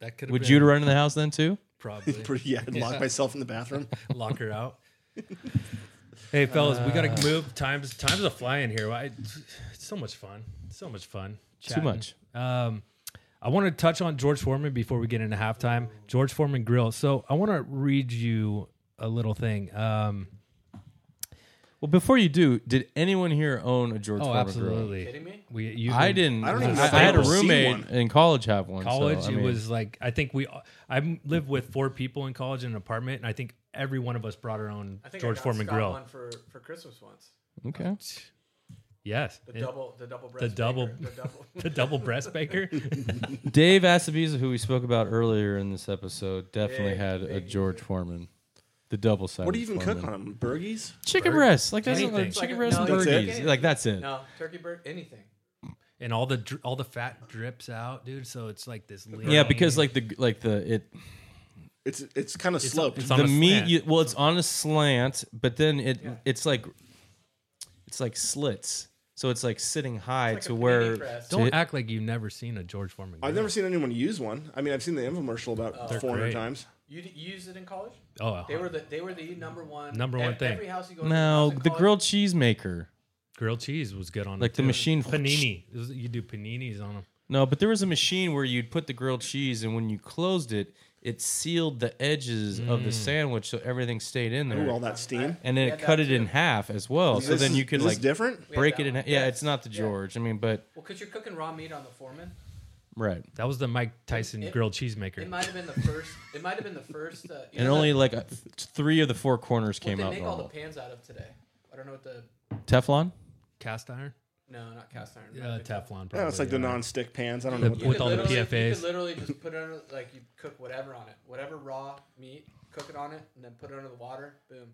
Speaker 4: That could have
Speaker 5: Would
Speaker 4: been
Speaker 5: Judah run in the house then too?
Speaker 4: probably
Speaker 7: Pretty, yeah, I'd lock myself in the bathroom.
Speaker 4: lock her out. hey, fellas, we
Speaker 5: Uh.
Speaker 4: gotta move. Times times a flying here. I, it's so much fun. So much fun.
Speaker 5: Too
Speaker 4: chatting.
Speaker 5: much.
Speaker 4: Um, I want to touch on George Foreman before we get into halftime. George Foreman Grill. So I want to read you a little thing. Um,
Speaker 5: Well, before you do, did anyone here own a George
Speaker 4: oh,
Speaker 5: Foreman grill?
Speaker 4: absolutely.
Speaker 6: Kidding me?
Speaker 4: We, you
Speaker 5: I didn't.
Speaker 7: I don't even
Speaker 5: I,
Speaker 7: know if
Speaker 5: I
Speaker 7: I've
Speaker 5: had a
Speaker 7: ever seen
Speaker 5: roommate
Speaker 7: one.
Speaker 5: in college have one. so,
Speaker 4: college
Speaker 5: I
Speaker 4: it
Speaker 5: mean-
Speaker 4: was like i think we i lived with four people in college in an apartment and i think every one of us brought our own
Speaker 6: I think I
Speaker 4: george
Speaker 6: got
Speaker 4: foreman
Speaker 6: Scott
Speaker 4: grill
Speaker 6: One for, for Christmas once.
Speaker 5: okay.
Speaker 4: yes
Speaker 6: The
Speaker 4: It-
Speaker 6: double, the double breast.
Speaker 4: double-
Speaker 6: baker, the double.
Speaker 4: the double breast baker
Speaker 5: Dave Acebiza, who we spoke about earlier in this episode, definitely
Speaker 6: Big,
Speaker 5: had a
Speaker 6: big
Speaker 5: George Foreman, the double side.
Speaker 7: What do you even cook on them? Burgies?
Speaker 5: Chicken breast, like that's
Speaker 4: Anything.
Speaker 5: like chicken breast and
Speaker 6: No,
Speaker 7: that's it.
Speaker 5: burgers. Like that's it.
Speaker 6: no turkey bird, anything.
Speaker 4: and all the dr- all the fat drips out dude so it's like this lean,
Speaker 5: Yeah, because like the like the it
Speaker 7: It's it's kind of sloped.
Speaker 4: it's on
Speaker 5: the
Speaker 4: a
Speaker 5: meat
Speaker 4: slant.
Speaker 5: you, well it's on a slant but then it it's like it's like slits so it's like sitting high
Speaker 6: like
Speaker 5: to
Speaker 6: a panini
Speaker 5: where
Speaker 6: press.
Speaker 5: to
Speaker 4: don't
Speaker 5: hit-
Speaker 4: act like you've never seen a george foreman grill.
Speaker 7: I've never seen anyone use one. I mean, I've seen the infomercial about 400
Speaker 4: great.
Speaker 7: times.
Speaker 6: You, d- you used it in college?
Speaker 4: oh
Speaker 6: They were the they were the number one
Speaker 4: Number one
Speaker 6: e-
Speaker 4: thing.
Speaker 6: Every house you go to
Speaker 5: no
Speaker 6: house in
Speaker 5: the
Speaker 6: college-
Speaker 5: grilled cheese maker
Speaker 4: grilled cheese was good on
Speaker 5: Like
Speaker 4: it,
Speaker 5: the
Speaker 4: too.
Speaker 5: machine-
Speaker 4: panini It was- you do paninis on them
Speaker 5: no but there was a machine where you'd put the grilled cheese and when you closed it it sealed the edges of the sandwich so everything stayed in there
Speaker 7: Ooh, all that steam.
Speaker 5: and then
Speaker 6: Yeah,
Speaker 5: it cut
Speaker 6: that
Speaker 5: it in half as well so
Speaker 7: This
Speaker 5: then
Speaker 7: is-
Speaker 5: you could
Speaker 7: is this
Speaker 5: like
Speaker 7: different.
Speaker 5: break
Speaker 6: that
Speaker 5: it in
Speaker 6: one.
Speaker 5: half yeah
Speaker 6: Yes.
Speaker 5: it's not the
Speaker 6: Yeah.
Speaker 5: george i mean but
Speaker 6: Well, because you're cooking raw meat on the foreman.
Speaker 5: right
Speaker 4: that was the mike tyson
Speaker 6: It-
Speaker 4: grilled cheese maker
Speaker 6: It might have been the first. It might have been the first. Uh, you
Speaker 5: and
Speaker 6: know
Speaker 5: only
Speaker 6: that-
Speaker 5: like a, three of the four corners
Speaker 6: what
Speaker 5: came
Speaker 6: they
Speaker 5: out
Speaker 6: make all
Speaker 5: normal
Speaker 6: the pans out of today. I don't know what the
Speaker 5: teflon
Speaker 4: cast iron
Speaker 6: no, not cast iron.
Speaker 4: uh, teflon probably
Speaker 7: Yeah, it's like the
Speaker 4: yeah.
Speaker 7: non-stick pans. I don't know. What
Speaker 4: with
Speaker 7: the,
Speaker 4: all the
Speaker 6: literally- You
Speaker 4: PFAs.
Speaker 6: could literally just put it under like you cook whatever on it, whatever raw meat, cook it on it, and then put it under the water. Boom.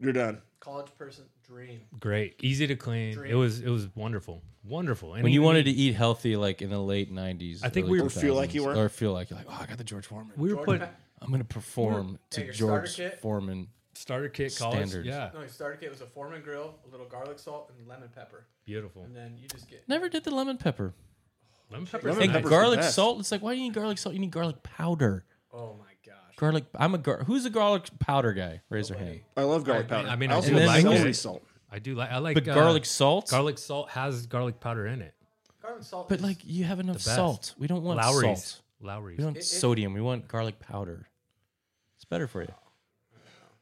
Speaker 7: you're done.
Speaker 6: College person dream.
Speaker 4: great easy to clean it
Speaker 6: Dream.
Speaker 4: was it was wonderful wonderful and
Speaker 5: when you
Speaker 4: even-
Speaker 5: wanted to eat healthy, like in the late '90s,
Speaker 4: I think
Speaker 5: early
Speaker 4: we were-
Speaker 5: 2000s,
Speaker 7: Feel like you were.
Speaker 5: or feel like you're like, oh, I got the George Foreman.
Speaker 4: we were
Speaker 6: George
Speaker 4: putting
Speaker 6: Pat-
Speaker 5: I'm gonna perform
Speaker 6: Yeah,
Speaker 5: to
Speaker 6: your
Speaker 5: George
Speaker 6: starter kit.
Speaker 5: Foreman.
Speaker 4: starter kit college
Speaker 5: Standards.
Speaker 4: yeah
Speaker 6: No, your starter kit was a Foreman grill, a little garlic salt, and lemon pepper,
Speaker 4: beautiful
Speaker 6: and then you just get
Speaker 5: Never did the lemon pepper
Speaker 4: Lemon
Speaker 7: Lemon
Speaker 5: and
Speaker 7: pepper's the
Speaker 5: garlic
Speaker 7: best.
Speaker 5: salt. It's like, why do you need garlic salt? You need garlic powder.
Speaker 6: Oh my gosh.
Speaker 5: Garlic. I'm a gar- who's a garlic powder guy? Raise your hand.
Speaker 6: Nobody.
Speaker 7: I love garlic powder.
Speaker 4: I mean, I
Speaker 7: also
Speaker 4: do
Speaker 7: love
Speaker 5: like
Speaker 7: celery
Speaker 4: it.
Speaker 7: salt.
Speaker 4: I do like I like
Speaker 5: But
Speaker 4: uh,
Speaker 5: garlic salt.
Speaker 4: Garlic salt has garlic powder in it.
Speaker 6: Garlic salt.
Speaker 5: But
Speaker 6: is-
Speaker 5: like, you have enough
Speaker 4: best.
Speaker 5: salt. We don't want
Speaker 4: Lowry's.
Speaker 5: salt.
Speaker 4: Lowry's.
Speaker 5: We don't want sodium. We want garlic powder. It's better for you.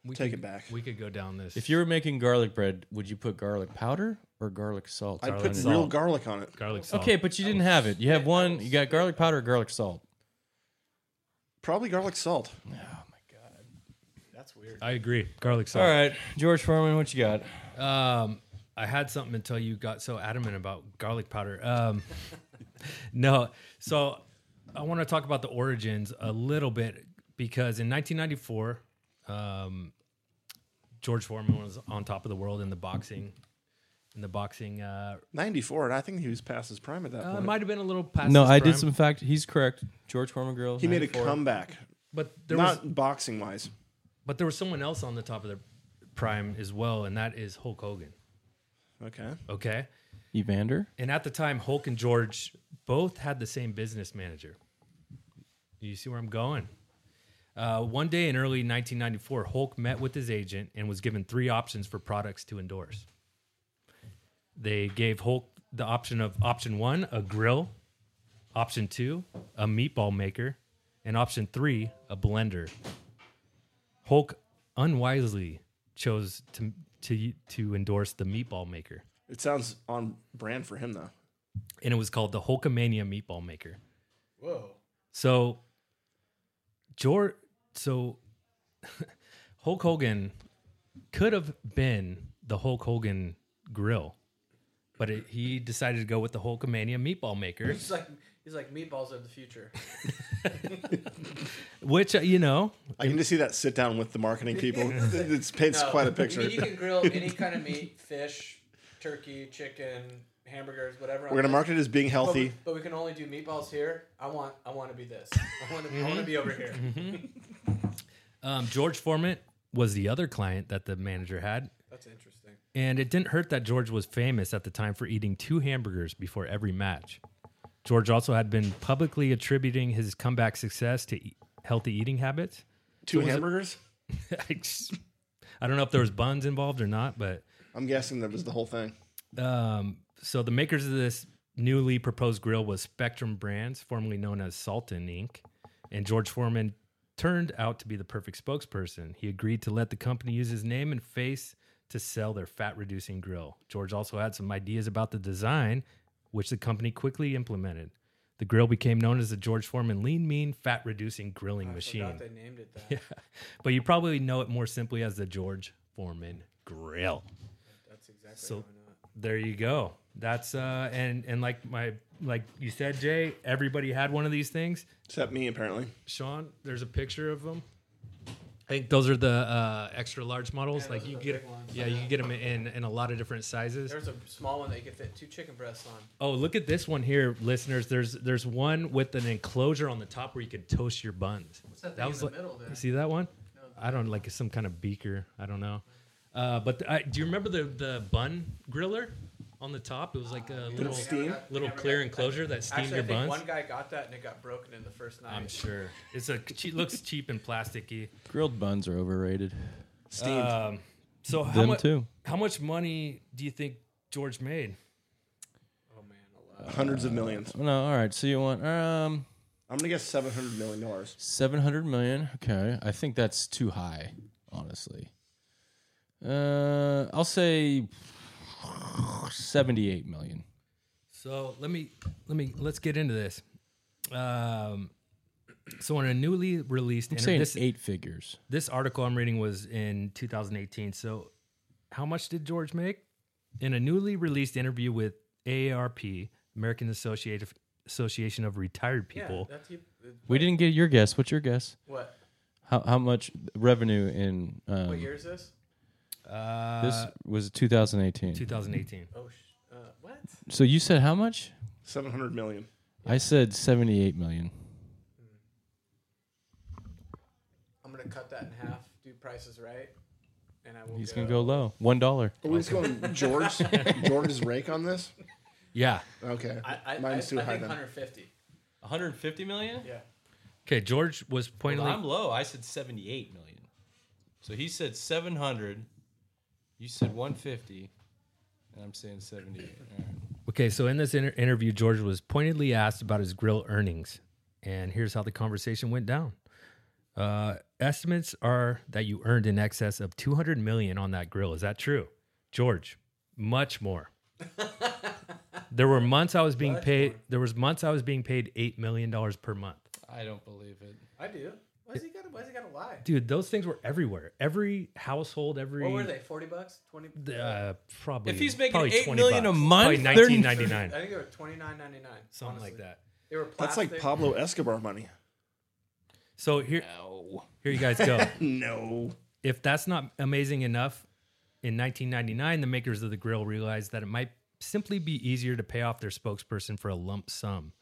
Speaker 4: We
Speaker 7: Take
Speaker 4: could-
Speaker 7: it back.
Speaker 4: We could go down this.
Speaker 5: If you were making garlic bread, would you put garlic powder or garlic salt?
Speaker 7: I
Speaker 5: on
Speaker 7: put
Speaker 5: it?
Speaker 7: real garlic on it.
Speaker 4: garlic salt.
Speaker 5: Okay, but you didn't have it. You have one. You got garlic powder, or garlic salt.
Speaker 7: Probably garlic salt.
Speaker 4: I agree. Garlic salt.
Speaker 5: All right, George Foreman, what you got?
Speaker 4: Um, I had something until you got so adamant about garlic powder. Um, no, so I want to talk about the origins a little bit because in 1994, um, George Foreman was on top of the world in the boxing, in the boxing. Uh,
Speaker 7: 94, and I think he was past his prime at that
Speaker 4: uh,
Speaker 7: point.
Speaker 4: might have been a little past.
Speaker 5: No,
Speaker 4: his
Speaker 5: I did
Speaker 4: prime,
Speaker 5: some fact. He's correct. George Foreman grill.
Speaker 7: he made a
Speaker 5: 94.
Speaker 7: comeback,
Speaker 4: but there was
Speaker 7: not boxing wise.
Speaker 4: but there was someone else on the top of the prime as well, and that is Hulk Hogan.
Speaker 7: Okay.
Speaker 4: Okay,
Speaker 5: Evander.
Speaker 4: And at the time, Hulk and George both had the same business manager. You see where I'm going? Uh, one day in early 1994, Hulk met with his agent and was given three options for products to endorse. They gave Hulk the option of option one, a grill, option two, a meatball maker, and option three, a blender. Hulk unwisely chose to, to, to endorse the meatball maker
Speaker 7: It sounds on brand for him, though.
Speaker 4: and it was called the Hulkamania Meatball Maker. Whoa! So, George, so Hulk Hogan could have been the Hulk Hogan Grill, but it, he decided to go with the Hulkamania Meatball Maker,
Speaker 6: He's like he's like meatballs of the future.
Speaker 4: which uh, you know,
Speaker 7: I can just see that sit down with the marketing people. it paints quite a picture.
Speaker 6: I mean, you can grill any kind of meat, fish, turkey, chicken, hamburgers, whatever.
Speaker 7: We're gonna market it as being
Speaker 6: But
Speaker 7: healthy.
Speaker 6: we, but we can only do meatballs here. I want I want to be this. I want to I want to be over here.
Speaker 4: um, George Foreman was the other client that the manager had.
Speaker 6: That's interesting.
Speaker 4: And it didn't hurt that George was famous at the time for eating two hamburgers before every match. George also had been publicly attributing his comeback success to e- healthy eating habits.
Speaker 7: Two
Speaker 4: was it-
Speaker 7: hamburgers.
Speaker 4: I just- I don't know if there was buns involved or not, but
Speaker 7: I'm guessing that was the whole thing.
Speaker 4: um, so the makers of this newly proposed grill was Spectrum Brands, formerly known as Salton Inc. And George Foreman turned out to be the perfect spokesperson. He agreed to let the company use his name and face to sell their fat reducing grill. George also had some ideas about the design, which the company quickly implemented. The grill became known as the George Foreman Lean Mean Fat Reducing Grilling Machine.
Speaker 6: Forgot they named it that.
Speaker 4: But you probably know it more simply as the George Foreman Grill.
Speaker 6: That's exactly.
Speaker 4: So there you go. That's uh and and like my like you said, Jay, everybody had one of these things.
Speaker 7: Except me, apparently.
Speaker 4: Sean, there's a picture of them. I think those are the uh, extra large models.
Speaker 6: Yeah,
Speaker 4: like
Speaker 6: those
Speaker 4: you
Speaker 6: are the
Speaker 4: get,
Speaker 6: big ones.
Speaker 4: yeah, you can get them in in a lot of different sizes.
Speaker 6: There's a small one that you could fit two chicken breasts on.
Speaker 4: Oh, look at this one here, listeners. There's there's one with an enclosure on the top where you could toast your buns. What's
Speaker 6: that thing in the middle there?
Speaker 4: You see that one? I don't like some kind of beaker. I don't know. Uh, but the- I, do you remember the the bun griller on the top? It was like a little
Speaker 7: steam?
Speaker 4: little clear enclosure that steamed
Speaker 6: Actually, I
Speaker 4: your
Speaker 6: think
Speaker 4: buns.
Speaker 6: one guy got that and it got broken in the first night.
Speaker 4: I'm sure it's a che- looks cheap and plasticky.
Speaker 5: Grilled buns are overrated.
Speaker 7: Steamed.
Speaker 4: Um, so how
Speaker 5: Them
Speaker 4: much
Speaker 5: too.
Speaker 4: how much money do you think George made?
Speaker 7: Hundreds of millions.
Speaker 5: Oh, No, all right. So you want um
Speaker 7: I'm gonna guess seven hundred million dollars.
Speaker 5: seven hundred million? Okay, I think that's too high, honestly. Uh, I'll say seventy-eight million.
Speaker 4: So let me let me let's get into this. Um, so in a newly released
Speaker 5: I'm
Speaker 4: inter-
Speaker 5: saying
Speaker 4: this
Speaker 5: eight figures.
Speaker 4: this article I'm reading was in 2018. So how much did George make? In a newly released interview with AARP, American Associative Association of Retired
Speaker 6: yeah,
Speaker 4: People,
Speaker 6: that's you. uh,
Speaker 5: We didn't get your guess. What's your guess?
Speaker 6: What?
Speaker 5: How how much revenue in um,
Speaker 6: What year is this?
Speaker 4: uh,
Speaker 5: This was 2018.
Speaker 4: 2018.
Speaker 6: Oh, sh- uh, what?
Speaker 5: So you said how much?
Speaker 7: Seven hundred million.
Speaker 5: I said 78 million.
Speaker 6: I'm gonna cut that in half. Do prices right, and I will.
Speaker 5: He's
Speaker 6: go,
Speaker 5: gonna go low. One dollar.
Speaker 7: Are we just going George? George's rake on this?
Speaker 4: Yeah.
Speaker 7: Okay.
Speaker 6: I, I,
Speaker 7: Mine's
Speaker 6: I,
Speaker 7: too
Speaker 6: I
Speaker 7: high
Speaker 6: think
Speaker 7: then.
Speaker 6: 150.
Speaker 5: 150 million?
Speaker 6: Yeah.
Speaker 4: Okay. George was pointedly.
Speaker 5: low. I said 78 million. So he said 700. You said 150. And I'm saying 78.
Speaker 4: Okay, so in this inter- interview, George was pointedly asked about his grill earnings, and here's how the conversation went down. Uh, estimates are that you earned in excess of 200 million on that grill. Is that true, George? Much more. there were months I was being paid. There was months I was being paid eight million dollars per month.
Speaker 5: I don't believe it.
Speaker 6: I do. Why's he gotta? Why's he gotta lie?
Speaker 4: Dude, those things were everywhere. Every household, every
Speaker 6: What were they? Forty bucks? Twenty?
Speaker 4: uh, probably
Speaker 5: If he's making
Speaker 4: probably
Speaker 5: eight
Speaker 4: 20
Speaker 5: million a
Speaker 4: bucks.
Speaker 5: month,
Speaker 4: probably
Speaker 5: they're-
Speaker 4: 1999,
Speaker 6: I think they were twenty nine ninety nine.
Speaker 4: something like that.
Speaker 6: They were
Speaker 7: That's
Speaker 6: plastic.
Speaker 7: like Pablo Escobar money.
Speaker 4: So here, here you guys go.
Speaker 7: No.
Speaker 4: if that's not amazing enough, in 1999, the makers of the grill realized that it might simply be easier to pay off their spokesperson for a lump sum.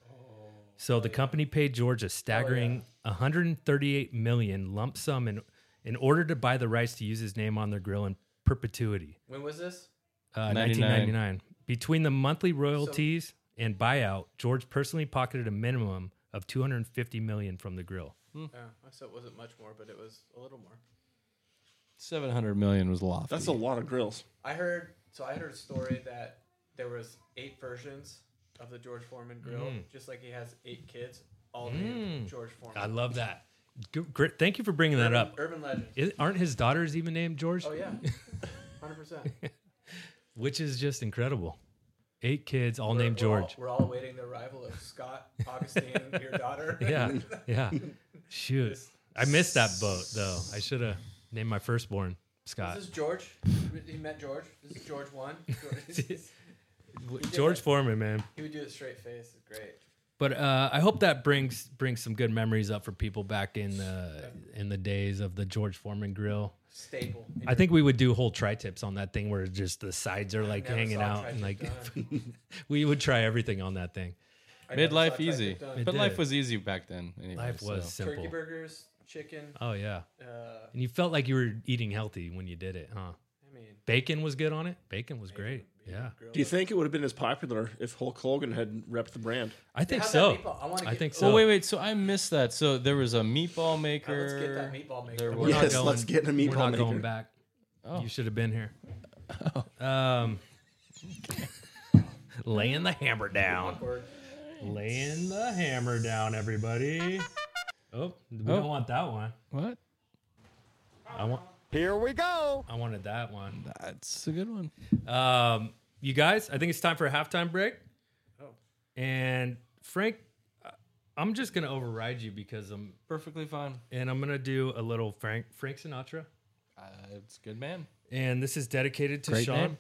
Speaker 4: So the company paid George a staggering 138 million lump sum in in order to buy the rights to use his name on their grill in perpetuity.
Speaker 6: When was this?
Speaker 4: Uh,
Speaker 5: 99.
Speaker 4: 1999. Between the monthly royalties and buyout, George personally pocketed a minimum of 250 million from the grill.
Speaker 6: Yeah, so Oh, it wasn't much more, but it was a little more.
Speaker 5: Seven hundred million was lofty.
Speaker 7: That's a lot of grills.
Speaker 6: I heard. So I heard a story that there was eight versions of the George Foreman grill,
Speaker 4: Hmm.
Speaker 6: just like he has eight kids, all named George Foreman.
Speaker 4: I love that. G- gr- Thank you for bringing that
Speaker 6: urban,
Speaker 4: up.
Speaker 6: Urban legend.
Speaker 4: is aren't his daughters even named George?
Speaker 6: Oh yeah, hundred percent.
Speaker 4: Which is just incredible. Eight kids, all named George.
Speaker 6: We're all, awaiting the arrival of Scott Augustine, your daughter.
Speaker 4: Yeah, yeah. Shoot, I missed that boat though. I should have named my firstborn Scott.
Speaker 6: This is George. He met George. This is George one. George,
Speaker 4: George Foreman, man.
Speaker 6: he would do a straight face. It's great.
Speaker 4: But uh, I hope that brings brings some good memories up for people back in the in the days of the George Foreman grill.
Speaker 6: Staple.
Speaker 4: I think we would do whole tri tips on that thing where just the sides are like
Speaker 6: never
Speaker 4: hanging
Speaker 6: saw a
Speaker 4: out and like
Speaker 6: tri-tip
Speaker 4: we would try everything on that thing.
Speaker 6: I never saw
Speaker 5: Midlife
Speaker 6: a tri-tip
Speaker 5: easy,
Speaker 6: done.
Speaker 5: but life
Speaker 4: did.
Speaker 5: was easy back then. Anyway,
Speaker 4: Life was
Speaker 5: so.
Speaker 6: Turkey
Speaker 4: simple.
Speaker 6: burgers, chicken.
Speaker 4: Oh yeah.
Speaker 6: Uh,
Speaker 4: And you felt like you were eating healthy when you did it, huh?
Speaker 6: I mean,
Speaker 4: Bacon was good on it. Bacon was great. Yeah.
Speaker 7: Do you think it would have been as popular if Hulk Hogan had repped the brand?
Speaker 4: I think
Speaker 6: how's
Speaker 4: so.
Speaker 6: that meatball? I wanna
Speaker 4: I
Speaker 6: get-
Speaker 4: think so.
Speaker 5: Well, wait, wait. So I missed that. So there was a meatball maker.
Speaker 6: let's get that meatball maker.
Speaker 5: There was-
Speaker 6: We're
Speaker 7: Yes, let's get a
Speaker 4: We're
Speaker 7: meatball
Speaker 4: not
Speaker 7: maker.
Speaker 4: going back. You should have been here. Um, laying the hammer down.
Speaker 6: Awkward.
Speaker 4: Laying the hammer down, everybody. Oh, we don't want that one.
Speaker 5: What?
Speaker 4: I want.
Speaker 8: Here we go.
Speaker 4: I wanted that one.
Speaker 5: That's a good one.
Speaker 4: Um, you guys, I think it's time for a halftime break. And Frank, I- I'm just gonna override you because I'm
Speaker 5: Perfectly fine.
Speaker 4: and I'm gonna do a little Frank Frank Sinatra,
Speaker 5: Uh, it's good, man.
Speaker 4: and this is dedicated to
Speaker 5: Great
Speaker 4: Sean.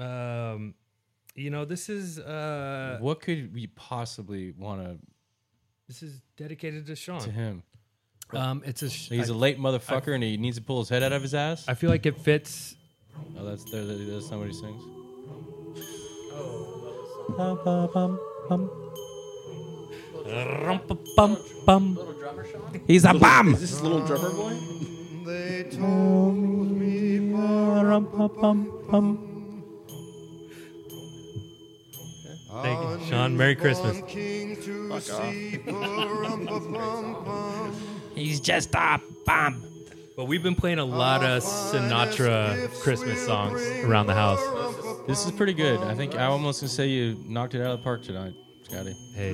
Speaker 4: Um, you know, this is uh,
Speaker 5: What could we possibly want to
Speaker 4: this is dedicated to
Speaker 5: to
Speaker 4: Sean.
Speaker 5: him?
Speaker 4: Um, it's a. sh-
Speaker 5: He's a late motherfucker, and he needs to pull his head out of his ass.
Speaker 4: I feel like it fits.
Speaker 5: oh, that's there. there- There's somebody sings.
Speaker 6: Little drummer Sean.
Speaker 5: He's a bomb.
Speaker 7: Is this little drummer boy?
Speaker 4: Thank you, Sean. Merry Christmas.
Speaker 7: Fuck off.
Speaker 5: He's just a bomb.
Speaker 4: But we've been playing a lot of Sinatra Christmas songs around the house.
Speaker 5: This is pretty good. I think I almost can say you knocked it out of the park tonight, Scotty.
Speaker 4: Hey,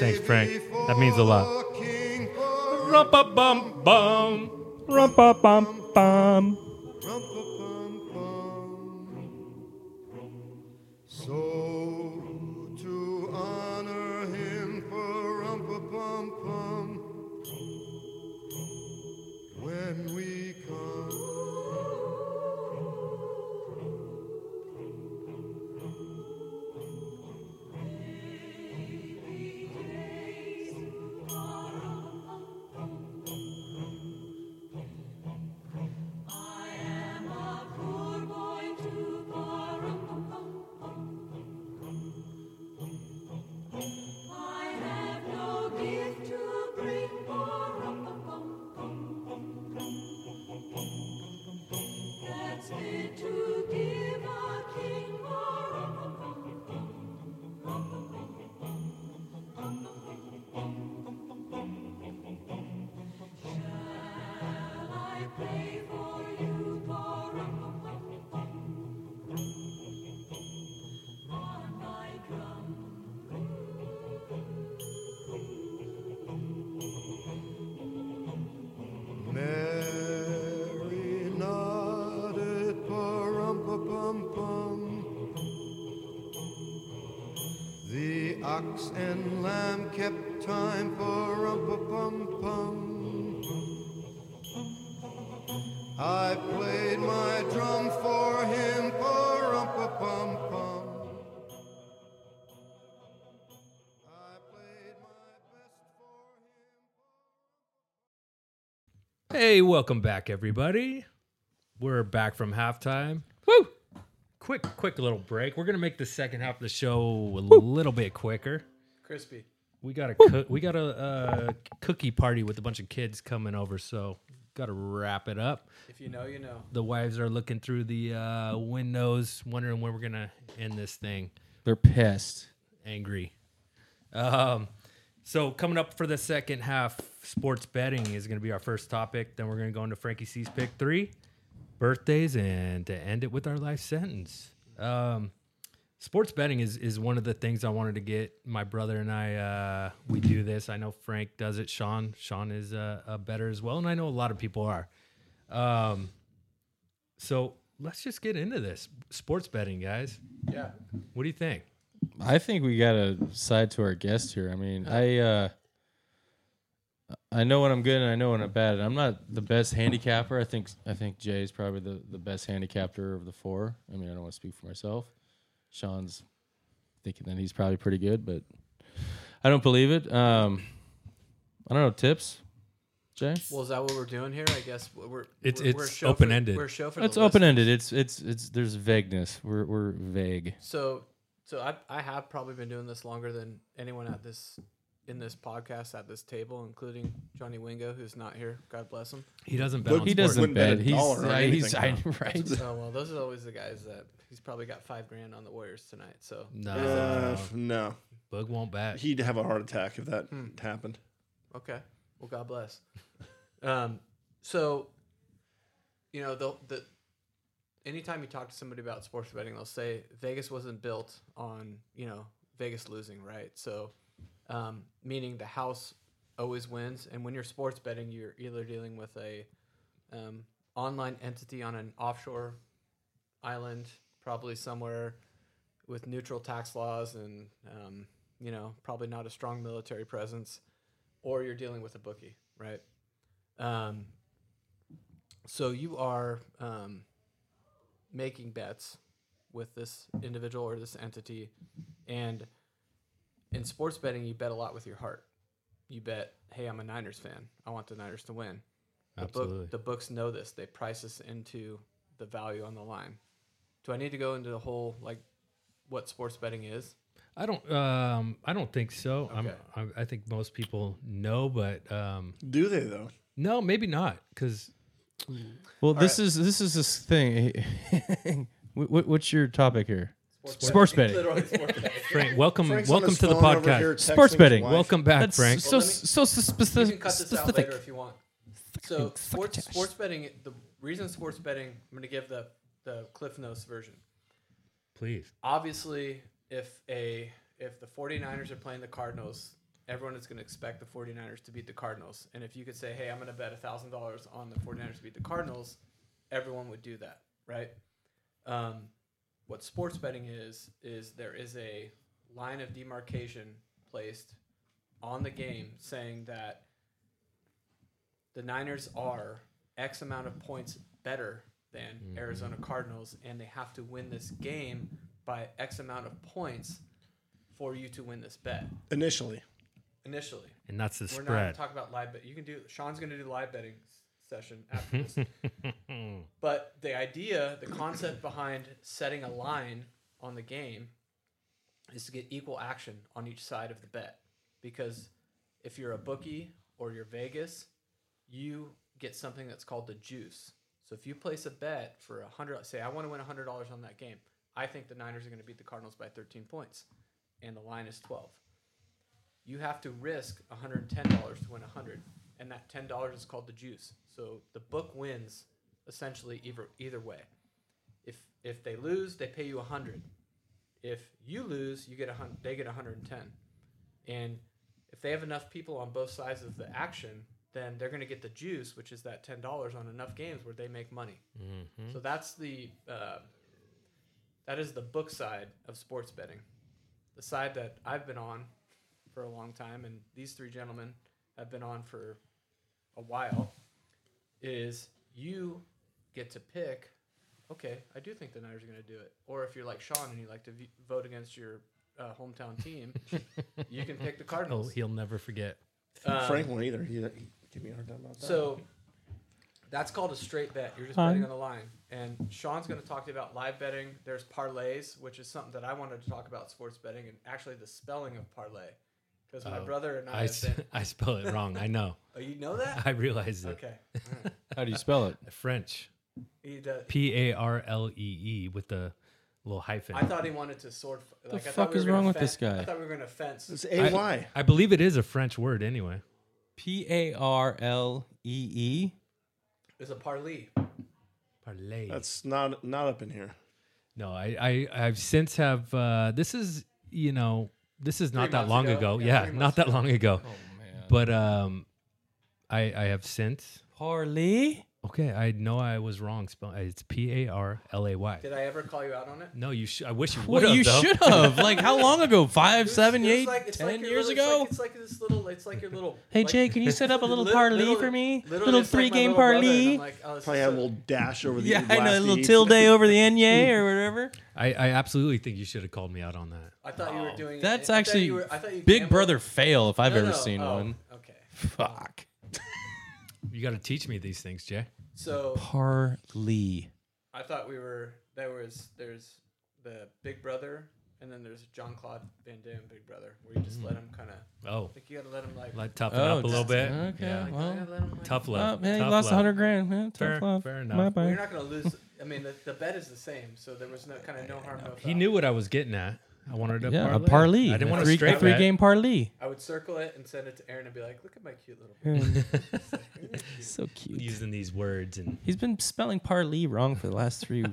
Speaker 4: thanks, Frank. That means a lot. Rumpa bum bum, rumpa bum bum.
Speaker 9: So to honor him for pum pum when we come Ox and lamb kept time for rum-pa-pum-pum. I played my drum for him for rum-pa-pum-pum. I played my best for him.
Speaker 4: Hey, welcome back, everybody. We're back from halftime. Woo! Quick, quick little break. We're gonna make the second half of the show a little bit quicker.
Speaker 6: Crispy.
Speaker 4: We got a cook, we got a uh, cookie party with a bunch of kids coming over, so gotta wrap it up.
Speaker 6: If you know, you know.
Speaker 4: The wives are looking through the uh, windows, wondering when we're gonna end this thing.
Speaker 5: They're pissed.
Speaker 4: angry. Um, so coming up for the second half, sports betting is going to be our first topic. Then we're going to go into Frankie C's pick three, birthdays, and to end it with our life sentence. Um, sports betting is is one of the things I wanted to get my brother and I. Uh, we do this. I know Frank does it. Sean, Sean is uh, uh, better as well, and I know a lot of people are. Um, so let's just get into this sports betting, guys.
Speaker 6: Yeah.
Speaker 4: What do you think?
Speaker 5: I think we gotta side to our guest here. I mean, I uh I know when I'm good and I know when I'm bad. And I'm not the best handicapper. I think I think Jay's probably the, the best handicapper of the four. I mean, I don't want to speak for myself. Sean's thinking that he's probably pretty good, but I don't believe it. Um I don't know, tips? Jay?
Speaker 6: Well, is that what we're doing here? I guess we're
Speaker 4: It's-
Speaker 6: we're,
Speaker 4: it's
Speaker 6: we're a show for-
Speaker 4: open-ended.
Speaker 6: We're a show for the
Speaker 5: It's
Speaker 6: listeners.
Speaker 5: open ended. It's it's it's there's vagueness. We're we're vague.
Speaker 6: So, so I I have probably been doing this longer than anyone at this in this podcast at this table, including Johnny Wingo, who's not here. God bless him.
Speaker 4: He doesn't bet. on
Speaker 5: He
Speaker 4: sports.
Speaker 5: doesn't
Speaker 7: Wouldn't bet
Speaker 5: bet.
Speaker 7: a
Speaker 5: He's,
Speaker 7: dollar on
Speaker 5: uh, he's I,
Speaker 7: anything,
Speaker 5: right.
Speaker 6: Oh well, those are always the guys that he's probably got five grand on the Warriors tonight. So
Speaker 4: No,
Speaker 7: Uh, no,
Speaker 4: Bug won't bat.
Speaker 7: he'd have a heart attack if that
Speaker 6: Hmm.
Speaker 7: happened.
Speaker 6: Okay. Well, God bless. Um, so, you know, the the anytime you talk to somebody about sports betting, they'll say Vegas wasn't built on you know Vegas losing, right? So, um, meaning the house always wins, and when you're sports betting, you're either dealing with a um, online entity on an offshore island, probably somewhere with neutral tax laws and um, you know probably not a strong military presence or you're dealing with a bookie, right? Um, so you are um, making bets with this individual or this entity, and in sports betting, you bet a lot with your heart. You bet, hey, I'm a Niners fan. I want the Niners to win. The,
Speaker 4: Absolutely.
Speaker 6: book, the books know this. They price this into the value on the line. Do I need to go into the whole like what sports betting is?
Speaker 4: I don't. Um, I don't think so.
Speaker 6: Okay.
Speaker 4: I'm, I, I think most people know, but um,
Speaker 7: Do they though?
Speaker 4: no, maybe not. Because
Speaker 5: Well, this is this is this thing. Wh- wh- what's your topic here? Sports, betting.
Speaker 4: Frank, welcome,
Speaker 7: Frank's on
Speaker 4: welcome
Speaker 7: his
Speaker 4: to the
Speaker 7: phone over
Speaker 4: podcast.
Speaker 7: here texting
Speaker 5: Sports
Speaker 7: his
Speaker 5: betting.
Speaker 7: wife.
Speaker 4: Welcome back,
Speaker 5: That's
Speaker 4: Frank.
Speaker 5: so
Speaker 6: Well, let me-
Speaker 5: so so
Speaker 6: you
Speaker 5: specific.
Speaker 6: can cut this out
Speaker 5: specific.
Speaker 6: later if you want. So sports, sports betting. The reason sports betting. I'm going to give the the Cliff Notes version.
Speaker 4: Please.
Speaker 6: Obviously, if a if the 49ers are playing the Cardinals, everyone is going to expect the 49ers to beat the Cardinals. And if you could say, "Hey, I'm going to bet thousand dollars on the 49ers to beat the Cardinals," everyone would do that, right? Um, what sports betting is is there is a line of demarcation placed on the game saying that the Niners are X amount of points better than Arizona Cardinals, and they have to win this game by X amount of points for you to win this bet
Speaker 7: Initially,
Speaker 6: initially.
Speaker 4: And that's the
Speaker 6: We're not going
Speaker 4: spread.
Speaker 6: to talk about live bet. You can do Sean's going to do live betting s- session after this. but the idea, the concept behind setting a line on the game is to get equal action on each side of the bet. Because if you're a bookie or you're Vegas, you get something that's called the juice. So if you place a bet for a hundred, say I want to win hundred dollars on that game. I think the Niners are going to beat the Cardinals by 13 points, and the line is 12 you have to risk $110 to win 100 and that $10 is called the juice so the book wins essentially either either way if if they lose they pay you 100 if you lose you get a hun- they get 110 and if they have enough people on both sides of the action then they're going to get the juice which is that $10 on enough games where they make money so that's the uh, that is the book side of sports betting the side that I've been on for a long time, and these three gentlemen have been on for a while, is you get to pick. Okay, I do think the Niners are going to do it. Or if you're like Sean and you like to v- vote against your uh, hometown team, you can pick the
Speaker 4: Oh,
Speaker 6: Cardinals.
Speaker 4: he'll never forget.
Speaker 6: Um,
Speaker 7: Frank won't either. He, he give me a hard time about that.
Speaker 5: Oh,
Speaker 6: So that's called a straight bet. You're just
Speaker 5: Uh-huh.
Speaker 6: betting on the line. And Sean's going to talk to you about live betting. There's parlays, which is something that I wanted to talk about sports betting and actually the spelling of parlay. Because my
Speaker 4: Oh,
Speaker 6: brother and I,
Speaker 4: I,
Speaker 6: have
Speaker 4: s-
Speaker 6: been-
Speaker 4: I spell it wrong. I know.
Speaker 6: oh, you know that?
Speaker 4: I realize it.
Speaker 6: Okay. All right.
Speaker 5: How do you spell it?
Speaker 4: French.
Speaker 6: He does.
Speaker 4: P A R L E E with the little hyphen.
Speaker 6: I thought he wanted to sword. f- Like, I thought
Speaker 5: fuck
Speaker 6: we were
Speaker 5: is
Speaker 6: gonna
Speaker 5: wrong with
Speaker 6: fence-
Speaker 5: this guy?
Speaker 6: I thought we were going to fence.
Speaker 7: it's A Y.
Speaker 4: I believe it is a French word anyway.
Speaker 5: P A R L E E.
Speaker 6: It's a parlay.
Speaker 4: Parlay.
Speaker 7: That's not not up in here.
Speaker 4: No, I, I I've since have uh, this is you know this is not that
Speaker 6: months
Speaker 4: long
Speaker 6: ago?
Speaker 4: ago.
Speaker 6: Yeah,
Speaker 4: Yeah,
Speaker 6: three
Speaker 4: not
Speaker 6: months
Speaker 4: that long ago.
Speaker 5: Oh, man.
Speaker 4: But um, I I have since.
Speaker 5: Parley?
Speaker 4: Okay, I know I was wrong. Spell it's P A R L A Y.
Speaker 6: Did I ever call you out on it?
Speaker 4: No, you. Sh- I wish you would
Speaker 5: What
Speaker 4: have.
Speaker 5: you
Speaker 4: though.
Speaker 5: should have. Like how long ago? Five,
Speaker 6: It's-
Speaker 5: seven,
Speaker 6: it's
Speaker 5: eight, ten
Speaker 6: like- it's like your
Speaker 5: years
Speaker 6: little-
Speaker 5: ago?
Speaker 6: It's like, it's like this little. It's like your little.
Speaker 5: Hey
Speaker 6: like-
Speaker 5: Jay, can you set up a little
Speaker 6: Lit-
Speaker 5: parlay
Speaker 6: literally-
Speaker 5: for me?
Speaker 6: literally,
Speaker 5: Little
Speaker 6: it's like my
Speaker 5: three game
Speaker 6: little brother, and I'm
Speaker 5: parlay.
Speaker 6: like, oh, this
Speaker 7: Probably
Speaker 6: is
Speaker 7: had a
Speaker 6: so-
Speaker 7: little dash over the.
Speaker 5: Yeah, I know a
Speaker 7: last
Speaker 5: little
Speaker 7: E.
Speaker 5: tilde over the enye or whatever.
Speaker 4: I, I absolutely think you should have called me out on that.
Speaker 6: I thought you were doing. it-
Speaker 5: That's
Speaker 6: I thought
Speaker 5: actually
Speaker 6: you were- I thought you
Speaker 5: Big
Speaker 6: gambled.
Speaker 5: Brother fail if I've
Speaker 6: No,
Speaker 5: ever
Speaker 6: no,
Speaker 5: seen
Speaker 6: oh,
Speaker 5: one.
Speaker 6: Okay.
Speaker 5: Fuck.
Speaker 4: You got to teach me these things, Jay.
Speaker 6: So
Speaker 5: Parley.
Speaker 6: I thought we were there was there's the Big Brother and then there's John Claude Van Damme Big Brother where you just
Speaker 5: Mm.
Speaker 6: let him kind of. I
Speaker 4: Oh,
Speaker 6: think you gotta let him like.
Speaker 4: let toughen
Speaker 5: Oh,
Speaker 4: up a little
Speaker 5: just-
Speaker 4: bit.
Speaker 5: okay,
Speaker 4: Yeah.
Speaker 6: like,
Speaker 5: well,
Speaker 6: yeah, let him, like-
Speaker 4: Tough
Speaker 5: Oh,
Speaker 4: love.
Speaker 5: man, he
Speaker 4: Tough
Speaker 5: lost a
Speaker 4: love.
Speaker 5: 100 grand. Man, tough
Speaker 4: Fair-
Speaker 5: love.
Speaker 4: fair enough.
Speaker 6: Well,
Speaker 5: Bye
Speaker 6: you're
Speaker 5: bye.
Speaker 6: not gonna lose. I mean, the, the bet is the same, so there was no kind of no harm, no foul.
Speaker 4: He knew what I was getting at. I wanted to
Speaker 5: Yeah, a
Speaker 4: parlay.
Speaker 5: parley.
Speaker 4: I didn't
Speaker 5: A
Speaker 4: want
Speaker 5: three,
Speaker 4: to straight
Speaker 5: a three
Speaker 4: bet.
Speaker 5: game parley.
Speaker 6: I would circle it and send it to Aaron and be like, "Look at my cute little."
Speaker 5: so cute.
Speaker 4: using these words and
Speaker 5: He's been spelling parley wrong for the last three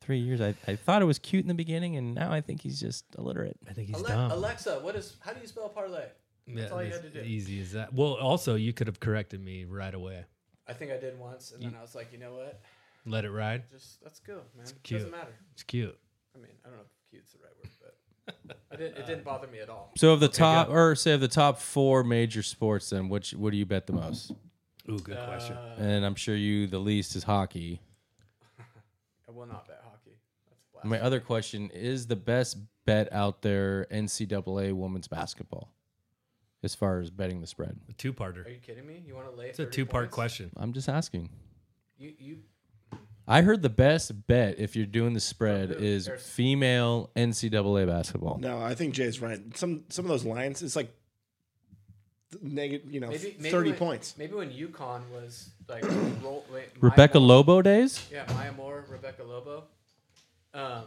Speaker 5: three years. I, I thought it was cute in the beginning, and now I think he's just illiterate.
Speaker 4: I think he's
Speaker 6: Ale-
Speaker 4: dumb.
Speaker 6: Alexa, what is? How do you spell parlay?
Speaker 4: Yeah,
Speaker 6: all you
Speaker 4: that's
Speaker 6: had to do.
Speaker 4: Easy as that. Well, also you could have corrected me right away.
Speaker 6: I think I did once, and then I was like, you know what?
Speaker 4: Let it ride.
Speaker 6: Just let's go, man.
Speaker 4: cute.
Speaker 6: Doesn't matter.
Speaker 4: It's cute.
Speaker 6: I mean, I don't know if cute's the right word, but I didn't, it didn't bother me at all.
Speaker 5: So of the top, or say of the top four major sports, then which what do you bet the most?
Speaker 4: Ooh, good
Speaker 6: Uh,
Speaker 4: question.
Speaker 5: And I'm sure you the least is hockey.
Speaker 6: I will not bet hockey. That's a
Speaker 5: My
Speaker 6: blast.
Speaker 5: other question is the best bet out there NCAA women's basketball, as far as betting the spread.
Speaker 4: A two-parter.
Speaker 6: Are you kidding me? You want to lay?
Speaker 4: It's a two-part question.
Speaker 5: I'm just asking.
Speaker 6: You, you
Speaker 5: I heard the best bet if you're doing the spread is
Speaker 6: There's-
Speaker 5: female NCAA basketball.
Speaker 7: No, I think Jay's right. Some some of those lines, it's like negative, you know,
Speaker 6: maybe, maybe
Speaker 7: thirty
Speaker 6: when,
Speaker 7: points.
Speaker 6: Maybe when UConn was like roll, wait,
Speaker 5: Rebecca
Speaker 6: Maya Moore-
Speaker 5: Lobo days?
Speaker 6: Yeah, Maya Moore, Rebecca Lobo. Um,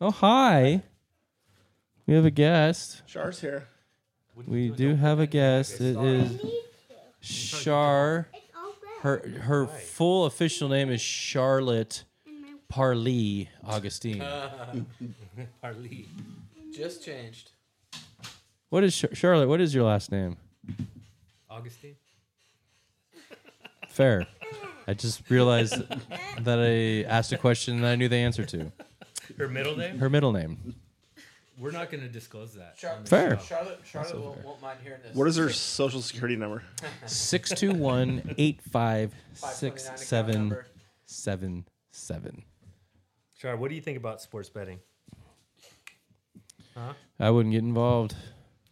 Speaker 5: Oh hi. We have a guest.
Speaker 7: Char's here.
Speaker 5: We do have a guest. It is Char. Her her full official name is Charlotte Parlee Augustine.
Speaker 4: Parley.
Speaker 6: just changed.
Speaker 5: What is Char- Charlotte? What is your last name?
Speaker 4: Augustine.
Speaker 5: Fair. I just realized that I asked a question and I knew the answer to.
Speaker 4: Her middle name.
Speaker 5: Her middle name.
Speaker 4: We're not going to disclose that.
Speaker 6: Char-
Speaker 5: Fair.
Speaker 6: Charlotte, Charlotte won't, won't mind hearing this.
Speaker 7: What is her social security number?
Speaker 6: 529 account number.
Speaker 5: 621
Speaker 4: Char, what do you think about sports betting?
Speaker 5: I wouldn't get involved.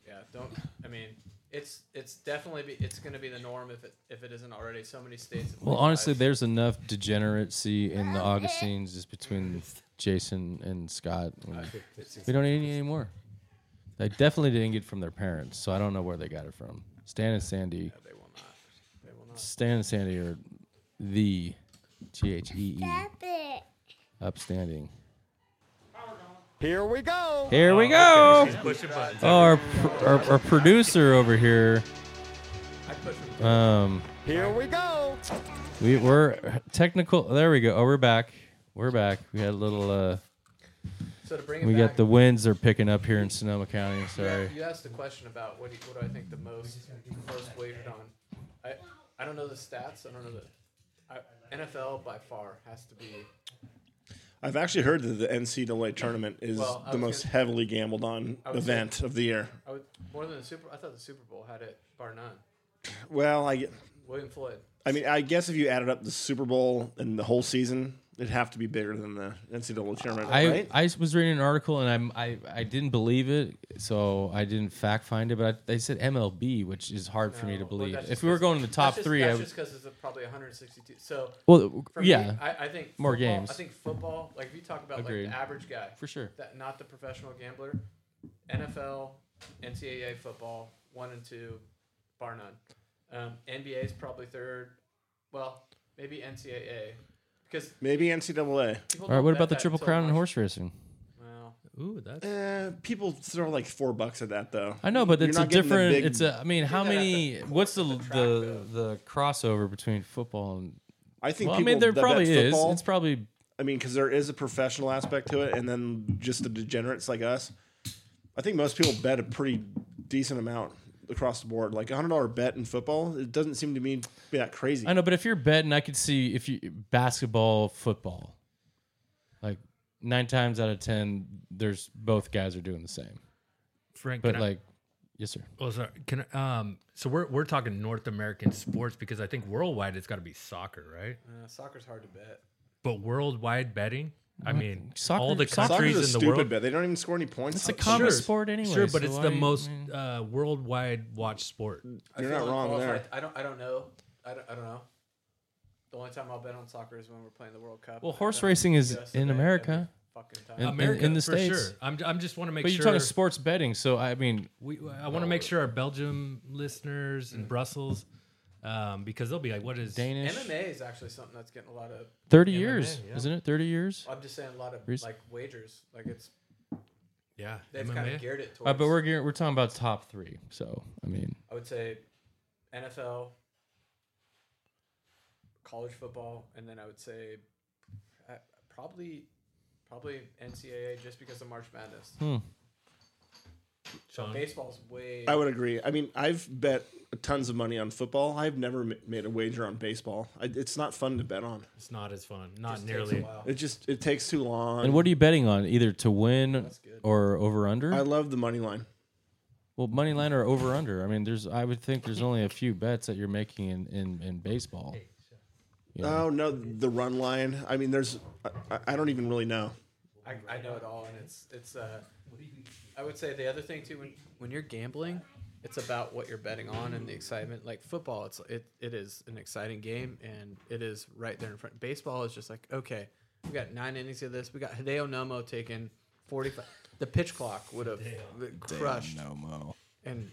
Speaker 6: Yeah, don't. I mean, it's it's definitely be, it's going to be the norm if it if it isn't already. So many states. have
Speaker 5: Well,
Speaker 6: legalized-
Speaker 5: honestly, there's enough degeneracy in the Augustines just between Jason and Scott. and We don't need any anymore. They definitely didn't get it from their parents, so I don't know where they got it from. Stan and Sandy.
Speaker 6: they will not. They will not.
Speaker 5: Stan and Sandy are the T H E E
Speaker 10: Stop it.
Speaker 5: upstanding.
Speaker 8: Here we go.
Speaker 5: Here
Speaker 6: Oh,
Speaker 5: we go.
Speaker 4: Push your buttons.
Speaker 5: Oh, our, pr- our, our producer over here. Um,
Speaker 8: Here we go.
Speaker 5: we were technical. There we go. Oh, we're back. We're back. We had a little. Uh,
Speaker 6: So to bring it
Speaker 5: we
Speaker 6: back,
Speaker 5: got the winds are picking up here in Sonoma County.
Speaker 6: you a-
Speaker 5: Sorry.
Speaker 6: You asked the question about what do, you- what do I think the most most wagered on. I I don't know the stats. I don't know the I, NFL by far has to be.
Speaker 7: I've actually heard that the NCAA tournament is
Speaker 6: Well, I
Speaker 7: the
Speaker 6: was
Speaker 7: most
Speaker 6: gonna-
Speaker 7: heavily gambled on
Speaker 6: was
Speaker 7: event of the year.
Speaker 6: I would, more than the Super. I thought the Super Bowl had it bar none.
Speaker 7: Well, I,
Speaker 6: William Floyd.
Speaker 7: I mean, I guess if you added up the Super Bowl and the whole season, it'd have to be bigger than the NCAA tournament,
Speaker 5: I,
Speaker 7: right?
Speaker 5: I was reading an article and I, I I didn't believe it, so I didn't fact find it. But I, they said MLB, which is hard for me to
Speaker 6: No, well,
Speaker 5: believe.
Speaker 6: that's
Speaker 5: if
Speaker 6: just
Speaker 5: we were
Speaker 6: 'cause-
Speaker 5: going to the top
Speaker 6: that's just,
Speaker 5: three, I
Speaker 6: That's
Speaker 5: would,
Speaker 6: just because it's probably 162. So
Speaker 5: well,
Speaker 6: for
Speaker 5: yeah,
Speaker 6: me, I, I think
Speaker 5: More
Speaker 6: football-
Speaker 5: games.
Speaker 6: I think football. Like if you talk about
Speaker 5: Agreed.
Speaker 6: like the average guy,
Speaker 5: for sure.
Speaker 6: that not the professional gambler, NFL, NCAA football, one and two, bar none. Um, NBA is probably third. Well, maybe NCAA because
Speaker 7: Maybe NCAA.
Speaker 6: people.
Speaker 5: All right,
Speaker 6: don't
Speaker 5: what
Speaker 6: bet
Speaker 5: about the
Speaker 6: that
Speaker 5: Triple
Speaker 6: until
Speaker 5: Crown in
Speaker 6: March.
Speaker 5: horse racing?
Speaker 6: Well,
Speaker 4: Ooh, that's
Speaker 7: Eh, people throw like four bucks at that though.
Speaker 5: I know, but
Speaker 7: You're
Speaker 5: it's a
Speaker 7: not getting the
Speaker 5: different.
Speaker 7: big-
Speaker 5: it's a. I mean, how
Speaker 6: that at
Speaker 5: many?
Speaker 6: the
Speaker 5: What's the
Speaker 6: court,
Speaker 5: the,
Speaker 6: the
Speaker 5: the
Speaker 6: track,
Speaker 5: crossover between football and?
Speaker 7: I think
Speaker 5: Well, I
Speaker 7: people
Speaker 5: mean, there
Speaker 7: that
Speaker 5: probably
Speaker 7: bet
Speaker 5: is.
Speaker 7: football,
Speaker 5: It's probably
Speaker 7: I mean, because there is a professional aspect to it, and then just the degenerates like us. I think most people bet a pretty decent amount across the board. Like a hundred dollar bet in football, it doesn't seem to me to be that crazy.
Speaker 5: I know, but if you're betting, I could see if you basketball, football, like nine times out of ten, there's both guys are doing the same.
Speaker 4: Frank.
Speaker 5: But
Speaker 4: can I-
Speaker 5: like, yes, sir.
Speaker 4: oh, sorry. Can I- um, so we're we're talking North American sports because I think worldwide it's got to be soccer, right?
Speaker 6: uh, soccer's hard to bet.
Speaker 4: But worldwide betting, I mean,
Speaker 5: Soccer-
Speaker 4: all the
Speaker 5: soccer's
Speaker 7: Soccer's
Speaker 4: countries
Speaker 7: a
Speaker 4: in the
Speaker 7: stupid
Speaker 4: world.
Speaker 7: bet. They don't even score any points.
Speaker 5: It's a
Speaker 7: Sure.
Speaker 5: common sport anyway.
Speaker 4: Sure, but
Speaker 5: so
Speaker 4: it's
Speaker 5: why-
Speaker 4: the most
Speaker 5: I mean,
Speaker 4: uh, worldwide watched sport.
Speaker 7: You're
Speaker 6: I
Speaker 7: not
Speaker 6: feel
Speaker 7: wrong
Speaker 6: unqualified.
Speaker 7: there.
Speaker 6: I don't. I don't know. I don't, I don't know. The only time I'll bet on soccer is when we're playing the World Cup.
Speaker 5: well,
Speaker 6: I
Speaker 5: horse
Speaker 6: bet on
Speaker 5: racing is
Speaker 6: US
Speaker 5: in
Speaker 6: every
Speaker 5: America,
Speaker 6: Fucking time. Uh,
Speaker 5: In-
Speaker 4: America,
Speaker 5: the
Speaker 4: for
Speaker 5: States.
Speaker 4: sure. I'm, I'm just want to make
Speaker 5: but
Speaker 4: sure.
Speaker 5: you're talking sports betting. So I mean,
Speaker 4: We, I want to make sure our Belgium listeners in Brussels, um, because they'll be like, "What is
Speaker 5: Danish,
Speaker 6: MMA is actually something that's getting a lot of.
Speaker 5: thirty years,
Speaker 4: MMA, yeah.
Speaker 5: isn't it? Thirty years.
Speaker 6: I'm just saying a lot of
Speaker 5: Reason-
Speaker 6: like wagers. Like it's
Speaker 4: Yeah,
Speaker 6: they've
Speaker 4: MMA?
Speaker 6: kind of geared it towards.
Speaker 5: Uh, but we're gear- we're talking about top three. So I mean,
Speaker 6: I would say NFL, college football, and then I would say uh, probably probably NCAA just because of March Madness. So
Speaker 4: Sean?
Speaker 6: baseball's way.
Speaker 7: I would agree. I mean, I've bet tons of money on football. I've never ma- made a wager on baseball. I, it's not fun to bet on.
Speaker 4: It's not as fun. Not
Speaker 6: just takes a
Speaker 4: nearly.
Speaker 6: while.
Speaker 7: It just it takes too long.
Speaker 5: and what are you betting on? Either to win
Speaker 6: good.
Speaker 5: or over under.
Speaker 7: I love the money line.
Speaker 5: Well, money line or over under. I mean, there's. I would think there's only a few bets that you're making in in, in baseball.
Speaker 7: Oh no, the run line. I mean, there's. I- I, I don't even really know.
Speaker 6: I, I know it all, and it's it's. Uh, I would say the other thing too when when you're gambling, it's about what you're betting on and the excitement. Like football, it's it it is an exciting game, and it is right there in front. Baseball is just like okay, we got nine innings of this. We got Hideo Nomo taking forty five. The pitch clock would have crushed,
Speaker 5: Nomo.
Speaker 6: and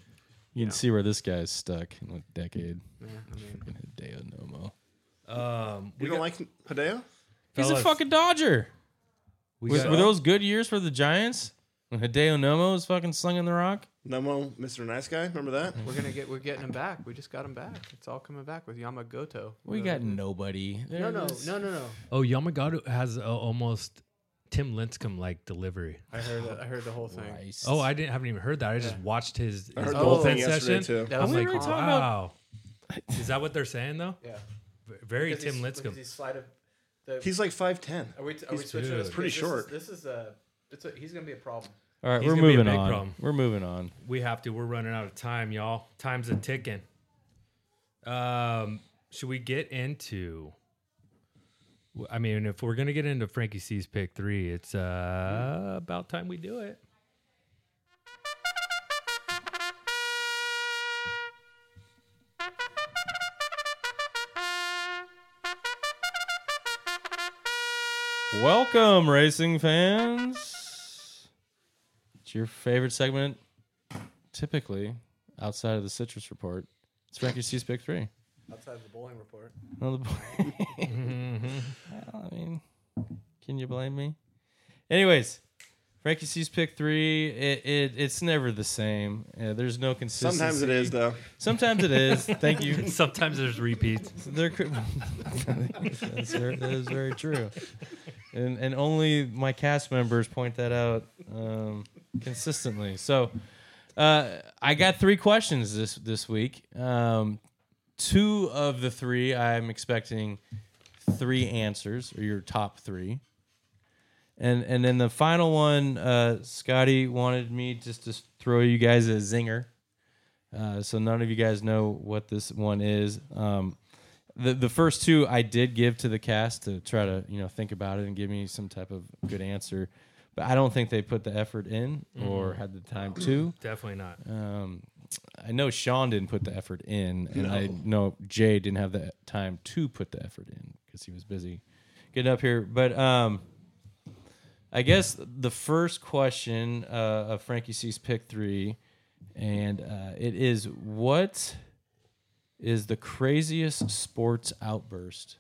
Speaker 5: You can see where this guy is stuck in a decade.
Speaker 6: yeah, I mean,
Speaker 5: Freaking Hideo Nomo.
Speaker 4: Um,
Speaker 7: You
Speaker 4: we
Speaker 7: don't
Speaker 4: got-
Speaker 7: like Hideo?
Speaker 5: He's a
Speaker 4: fellas,
Speaker 5: fucking Dodger.
Speaker 4: we
Speaker 5: Was,
Speaker 4: got-
Speaker 5: were those good years for the Giants when Hideo Nomo was fucking slinging the rock?
Speaker 7: Nomo, Mr. Nice Guy. Remember that?
Speaker 6: we're gonna get we're getting him back. We just got him back. It's all coming back with Yamagoto. Uh,
Speaker 5: We got nobody.
Speaker 6: no no no no no.
Speaker 4: oh, Yamagata has a, almost Tim Lincecum like delivery.
Speaker 6: I heard I heard the whole thing.
Speaker 4: Oh, I didn't haven't even heard that. I just watched his, his
Speaker 7: I heard the whole thing
Speaker 4: bullpen
Speaker 7: yesterday
Speaker 4: session.
Speaker 7: too.
Speaker 6: That
Speaker 4: I
Speaker 6: was
Speaker 4: was
Speaker 5: we
Speaker 4: like,
Speaker 5: were talking about-
Speaker 4: wow. Is that what they're saying though?
Speaker 6: yeah.
Speaker 4: V- Very
Speaker 6: Because
Speaker 4: Tim
Speaker 6: he's- because
Speaker 4: Lincecum.
Speaker 6: he's slide of the-
Speaker 7: He's like five ten.
Speaker 6: are we, are we switching?
Speaker 4: dude.
Speaker 6: this?
Speaker 7: Pretty
Speaker 6: This is-
Speaker 7: short.
Speaker 6: This is a. It's a, he's gonna be a problem.
Speaker 5: All right,
Speaker 4: He's
Speaker 5: we're
Speaker 4: gonna be a
Speaker 5: moving
Speaker 4: big
Speaker 5: on.
Speaker 4: problem.
Speaker 5: We're moving on.
Speaker 4: We have to. We're running out of time, y'all. Time's a ticking. Um, should we get into? w- I mean, if we're gonna get into Frankie C's pick three, it's uh, about time we do it.
Speaker 5: Welcome, racing fans. It's your favorite segment, typically outside of the Citrus Report. It's Frankie C's Pick Three.
Speaker 6: Outside of the bowling report,
Speaker 5: Another point. well, I mean, can you blame me? Anyways, Frankie C's Pick Three. It, it it's never the same. Uh, there's no consistency.
Speaker 7: Sometimes it is though.
Speaker 5: Sometimes it is. Thank you.
Speaker 4: Sometimes there's repeats.
Speaker 5: There could. that's very, that is very true. And and only my cast members point that out um, consistently. So, uh, I got three questions this this week. Um, two of the three I'm expecting three answers or your top three. And and then the final one, uh, Scotty wanted me just to throw you guys a zinger. Uh, so none of you guys know what this one is. Um, the the first two I did give to the cast to try to you know think about it and give me some type of good answer, but I don't think they put the effort in or had the time to.
Speaker 4: Definitely not.
Speaker 5: Um, I know Sean didn't put the effort in, and I know Jay didn't have the time to put the effort in because he was busy getting up here. But um, I guess the first question uh, of Frankie C's pick three, and uh, it is what is the craziest sports outburst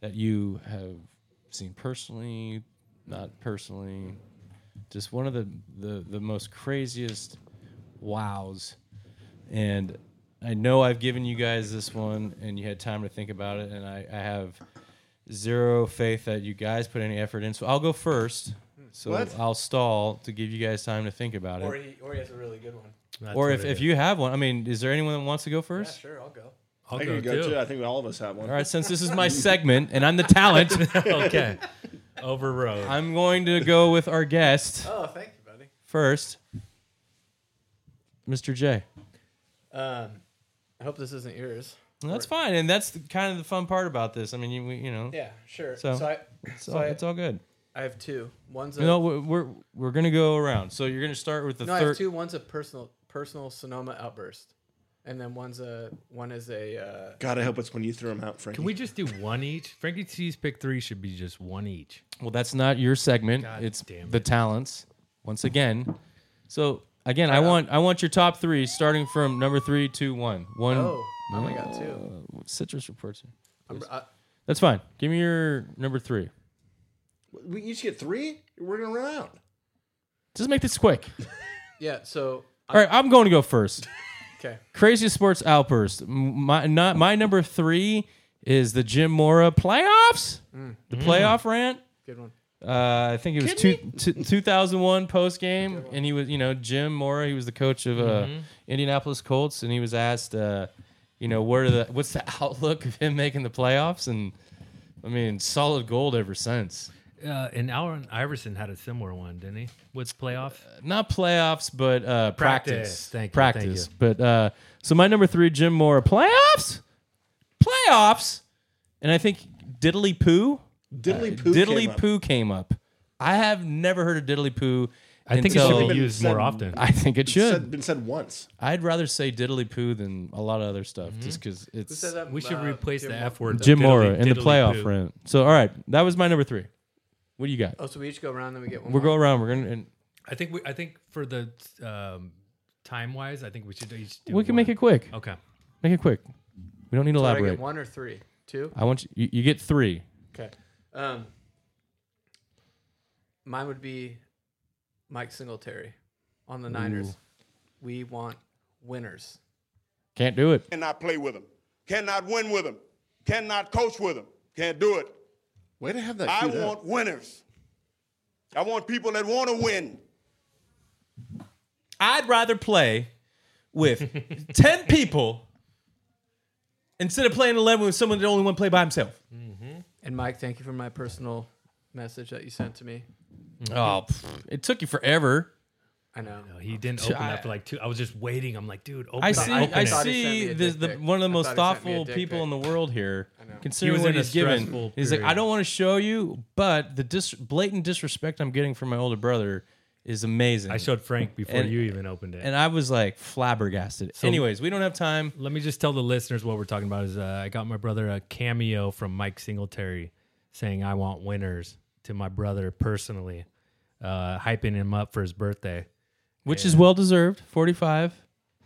Speaker 5: that you have seen personally, not personally, just one of the the, the most craziest wows. And I know I've given you guys this one and you had time to think about it, and I, I have zero faith that you guys put any effort in. So I'll go first. So
Speaker 7: What?
Speaker 5: I'll stall to give you guys time to think about
Speaker 6: Or
Speaker 5: it.
Speaker 6: he, or he has a really good one.
Speaker 4: That's
Speaker 5: Or
Speaker 4: what
Speaker 5: if,
Speaker 4: it
Speaker 5: if
Speaker 4: is.
Speaker 5: you have one, I mean, is there anyone that wants to go
Speaker 6: Yeah,
Speaker 5: first?
Speaker 6: sure, I'll go.
Speaker 4: I'll
Speaker 7: I
Speaker 4: go,
Speaker 7: can go
Speaker 4: too.
Speaker 7: too. I think all of us have one.
Speaker 5: All right, since this is my segment and I'm the talent,
Speaker 4: okay. Overrode.
Speaker 5: I'm going to go with our guest
Speaker 6: Oh, thank you, buddy.
Speaker 5: first, Mr. J.
Speaker 6: Um, I hope this isn't yours.
Speaker 5: And That's fine, and that's the, kind of the fun part about this. I mean, you, we- you know,
Speaker 6: Yeah, sure.
Speaker 5: So-
Speaker 6: So, I,
Speaker 5: it's,
Speaker 6: so
Speaker 5: all,
Speaker 6: I,
Speaker 5: it's all good.
Speaker 6: I have two. One's a,
Speaker 5: No, we're, we're we're gonna go around. So you're gonna start with the
Speaker 6: no, I have
Speaker 5: third.
Speaker 6: two. One's a personal personal Sonoma outburst, and then one's a one is a uh,
Speaker 7: God, I hope it's when you threw them out, Frankie.
Speaker 4: Can we just do one each? Frankie T's pick three should be just one each.
Speaker 5: Well, that's not your segment.
Speaker 4: God
Speaker 5: it's
Speaker 4: damn
Speaker 5: the
Speaker 4: it.
Speaker 5: talents once again. So again, I want I want your top three, starting from number three to one. One uh,
Speaker 6: oh, I only got two.
Speaker 5: citrus reports.
Speaker 6: I'm, uh, I,
Speaker 5: That's fine. Give me your number three.
Speaker 7: We each get three. We're gonna run out.
Speaker 5: Just make this quick.
Speaker 6: yeah. So
Speaker 5: All right, I'm going to go first.
Speaker 6: okay.
Speaker 5: Craziest sports outburst. M- My not my number three is the Jim Mora playoffs. The playoff rant.
Speaker 6: Good one.
Speaker 5: Uh, I think it was two, two, 2001 post game, and he was, you know, Jim Mora. He was the coach of uh,
Speaker 4: Mm-hmm.
Speaker 5: Indianapolis Colts, and he was asked, uh, you know, what are the what's the outlook of him making the playoffs? And I mean, solid gold ever since.
Speaker 4: Uh, and Allen Iverson had a similar one, didn't he? With playoff?
Speaker 5: not playoffs, but uh,
Speaker 4: Practice.
Speaker 5: practice.
Speaker 4: Thank you,
Speaker 5: Practice. But uh, so my number three, Jim Moore, playoffs, playoffs, and I think Diddly Poo,
Speaker 7: Diddly poo.
Speaker 5: uh, Diddly
Speaker 7: came up.
Speaker 5: Poo came up. I have never heard of Diddly Poo.
Speaker 4: I think it should be used more
Speaker 7: said-
Speaker 4: often.
Speaker 5: I think it
Speaker 7: It's
Speaker 5: should.
Speaker 7: said- been said once.
Speaker 5: I'd rather say Diddly Poo than a lot of other stuff, just because it's
Speaker 6: Mhm. Said that,
Speaker 4: we should
Speaker 6: uh,
Speaker 4: replace
Speaker 6: Jim
Speaker 4: the
Speaker 6: Mor-
Speaker 4: F word. to
Speaker 5: Jim Mora
Speaker 4: diddly-
Speaker 5: in the
Speaker 4: diddly
Speaker 5: playoff
Speaker 4: poo.
Speaker 5: round. So all right, that was my number three. What do you got?
Speaker 6: Oh, so we each go around, then we get one.
Speaker 5: We're
Speaker 6: more.
Speaker 5: going around. We're gonna. And
Speaker 4: I think we. I think for the um, time wise, I think we should each. Do
Speaker 5: we can
Speaker 4: one.
Speaker 5: make it quick.
Speaker 4: Okay.
Speaker 5: Make it quick. We don't need to
Speaker 6: Do I
Speaker 5: elaborate.
Speaker 6: get one or three? Two.
Speaker 5: I want you, you. You get three.
Speaker 6: Okay. Um, mine would be Mike Singletary on the Niners. We want winners.
Speaker 5: Can't do it.
Speaker 3: Cannot play with them. Cannot win with them. Cannot coach with them. Can't do it.
Speaker 7: Way to have that.
Speaker 3: I
Speaker 7: queued up.
Speaker 3: want winners. I want people that want to win.
Speaker 5: I'd rather play with ten people instead of playing eleven with someone that only want to play by himself.
Speaker 6: And Mike, thank you for my personal message that you sent to me.
Speaker 5: Oh, pff, it took you forever.
Speaker 6: I know.
Speaker 4: No, he didn't open
Speaker 5: I-
Speaker 4: that for like two. I was just waiting. I'm like, dude, open
Speaker 5: I
Speaker 4: it,
Speaker 5: see.
Speaker 4: open
Speaker 5: I
Speaker 4: it.
Speaker 6: thought he sent me
Speaker 5: see.
Speaker 6: a
Speaker 5: This
Speaker 6: dick
Speaker 5: the
Speaker 6: pic.
Speaker 5: one of the
Speaker 6: I
Speaker 5: most
Speaker 6: thought he sent me a
Speaker 5: thoughtful
Speaker 6: dick
Speaker 5: people
Speaker 6: pic.
Speaker 5: in the world here.
Speaker 4: He
Speaker 5: Considering
Speaker 4: was
Speaker 5: what
Speaker 4: in a
Speaker 5: he's given,
Speaker 4: stressful
Speaker 5: he's like, I
Speaker 4: period.
Speaker 5: don't want to show you, but the dis- blatant disrespect I'm getting from my older brother is amazing.
Speaker 4: I showed Frank before
Speaker 5: And-
Speaker 4: you even opened it.
Speaker 5: and I was like flabbergasted. Anyways, we don't have time.
Speaker 4: Let me just tell the listeners what we're talking about. Is uh, I got my brother a cameo from Mike Singletary saying "I want winners" to my brother personally, uh, hyping him up for his birthday,
Speaker 5: which is well deserved. 45,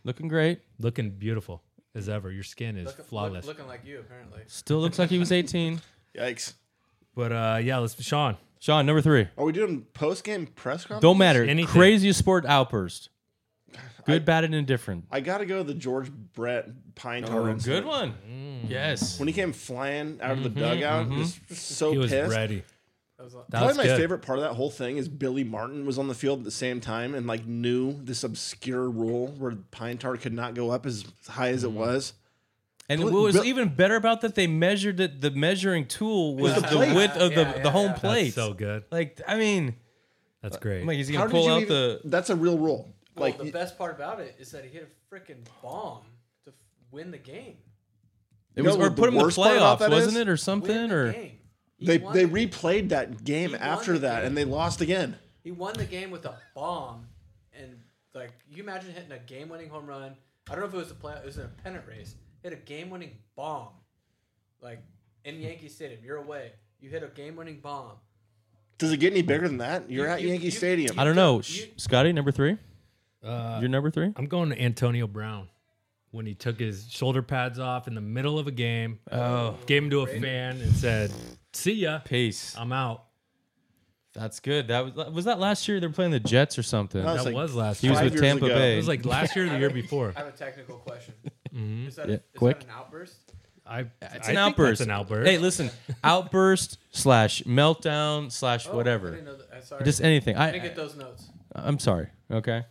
Speaker 5: looking great.
Speaker 4: looking beautiful as ever. Your skin is
Speaker 6: Look-
Speaker 4: flawless.
Speaker 6: looking like you, apparently.
Speaker 5: Still looks like he was 18.
Speaker 7: Yikes.
Speaker 4: But uh, yeah, let's Sean.
Speaker 5: Sean, number three.
Speaker 7: Are we doing post game press conference?
Speaker 5: Don't matter.
Speaker 4: Anything.
Speaker 5: Craziest sport outburst. Good, bad, and indifferent.
Speaker 7: I gotta go the George Brett pine tar. incident.
Speaker 5: Good one. Yes.
Speaker 7: When he came flying out of the dugout, just so
Speaker 4: He was
Speaker 7: pissed.
Speaker 4: ready.
Speaker 6: That was,
Speaker 4: That
Speaker 7: Probably
Speaker 4: was
Speaker 7: my
Speaker 4: good.
Speaker 7: favorite part of that whole thing is Billy Martin was on the field at the same time and like knew this obscure rule where pine tar could not go up as high as it was.
Speaker 5: And
Speaker 7: Bl-
Speaker 5: what was
Speaker 7: Bill-
Speaker 5: even better about that, they measured it. The measuring tool was
Speaker 7: the
Speaker 5: the,
Speaker 7: plate.
Speaker 5: width of the,
Speaker 6: Yeah, yeah,
Speaker 5: the home
Speaker 6: yeah. That's
Speaker 5: plate.
Speaker 4: so good.
Speaker 5: Like, I mean,
Speaker 4: That's
Speaker 7: Uh,
Speaker 4: great.
Speaker 5: I'm like, he's
Speaker 7: How
Speaker 5: gonna
Speaker 7: did
Speaker 5: pull
Speaker 7: you
Speaker 5: out
Speaker 7: even,
Speaker 5: the.
Speaker 7: That's a real rule.
Speaker 6: Well,
Speaker 7: Like
Speaker 6: the best part about it is that he hit a freaking bomb to f- win the game.
Speaker 7: You
Speaker 5: It was
Speaker 7: know
Speaker 5: or
Speaker 7: what
Speaker 5: put
Speaker 7: the
Speaker 5: him in the
Speaker 7: worst part about
Speaker 5: playoffs,
Speaker 7: that
Speaker 5: wasn't
Speaker 7: is?
Speaker 5: it, or
Speaker 6: Win
Speaker 5: something?
Speaker 6: the
Speaker 5: or
Speaker 6: game. He
Speaker 7: they
Speaker 6: won
Speaker 7: they
Speaker 6: the game.
Speaker 7: replayed that game
Speaker 6: won
Speaker 7: after
Speaker 6: the
Speaker 7: that,
Speaker 6: game.
Speaker 7: and they lost again.
Speaker 6: He won the game with a bomb, and like you imagine hitting a game-winning home run. I don't know if it was a play. It was in a pennant race. Hit a game-winning bomb, like in Yankee Stadium. You're away. You hit a game-winning bomb.
Speaker 7: Does it get any bigger than that? You're
Speaker 6: You-
Speaker 7: at
Speaker 6: you-
Speaker 7: Yankee
Speaker 6: you-
Speaker 7: Stadium.
Speaker 5: I don't know, Sh-
Speaker 6: You-
Speaker 5: Scotty, number three.
Speaker 4: Uh,
Speaker 5: You're number three.
Speaker 4: I'm going to Antonio Brown when he took his shoulder pads off in the middle of a game. Oh, gave him to a fan and said, "See ya,
Speaker 5: Peace.
Speaker 4: I'm out."
Speaker 5: That's good. That was was that last year they were playing the Jets or something.
Speaker 7: That was
Speaker 4: That
Speaker 7: like
Speaker 4: was last
Speaker 5: he was
Speaker 4: year.
Speaker 7: five
Speaker 5: with
Speaker 7: years
Speaker 5: Tampa
Speaker 7: ago.
Speaker 5: Bay.
Speaker 4: It was like last year or the year before.
Speaker 6: I have a technical question. Is that, a,
Speaker 5: Yeah,
Speaker 6: is
Speaker 5: quick.
Speaker 6: that an outburst?
Speaker 4: I,
Speaker 5: It's
Speaker 4: I
Speaker 5: an
Speaker 4: think
Speaker 5: outburst.
Speaker 4: That's an outburst.
Speaker 5: Hey, listen, outburst slash meltdown slash
Speaker 6: Oh, I
Speaker 5: whatever.
Speaker 6: didn't know that. Uh, Sorry.
Speaker 5: Just anything.
Speaker 6: I didn't
Speaker 5: I,
Speaker 6: get those notes.
Speaker 5: I am sorry. Okay.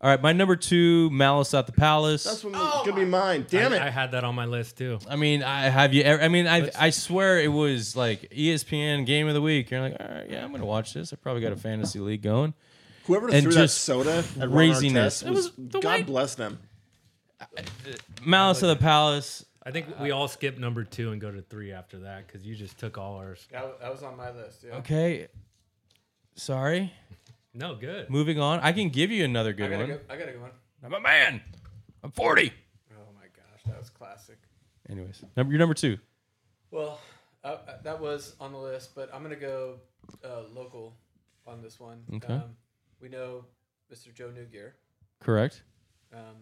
Speaker 5: All right. My number two, malice at the palace.
Speaker 7: That's what could be mine.
Speaker 4: I-
Speaker 7: Damn it!
Speaker 4: I had that on my list too.
Speaker 5: I mean, I have you. Ever, I mean, I I swear it was like E ESPN game of the week. You're like, all right, yeah, I'm gonna watch this. I probably got a fantasy league going.
Speaker 7: Whoever
Speaker 5: and
Speaker 7: threw that
Speaker 5: just
Speaker 7: soda at
Speaker 5: craziness.
Speaker 7: craziness
Speaker 5: It
Speaker 7: was,
Speaker 5: was the
Speaker 7: God
Speaker 5: white-
Speaker 7: bless them.
Speaker 5: Malice of the palace.
Speaker 4: I think we
Speaker 7: Uh,
Speaker 4: all skip number two and go to three after that because you just took all ours.
Speaker 6: That, wa- that was on my list. Yeah.
Speaker 5: Okay. Sorry.
Speaker 4: No, good.
Speaker 5: Moving on. I can give you another
Speaker 6: I
Speaker 5: good
Speaker 6: gotta
Speaker 5: one.
Speaker 6: go. I gotta go on.
Speaker 5: I'm a man. I'm 40.
Speaker 6: Oh my gosh, that was classic.
Speaker 5: Anyways, number you're number two.
Speaker 6: Well, uh, uh, that was on the list, but I'm gonna go uh, local on this one.
Speaker 5: Okay.
Speaker 6: Um, we know Mr. Joe Newgear.
Speaker 5: Correct.
Speaker 6: Um,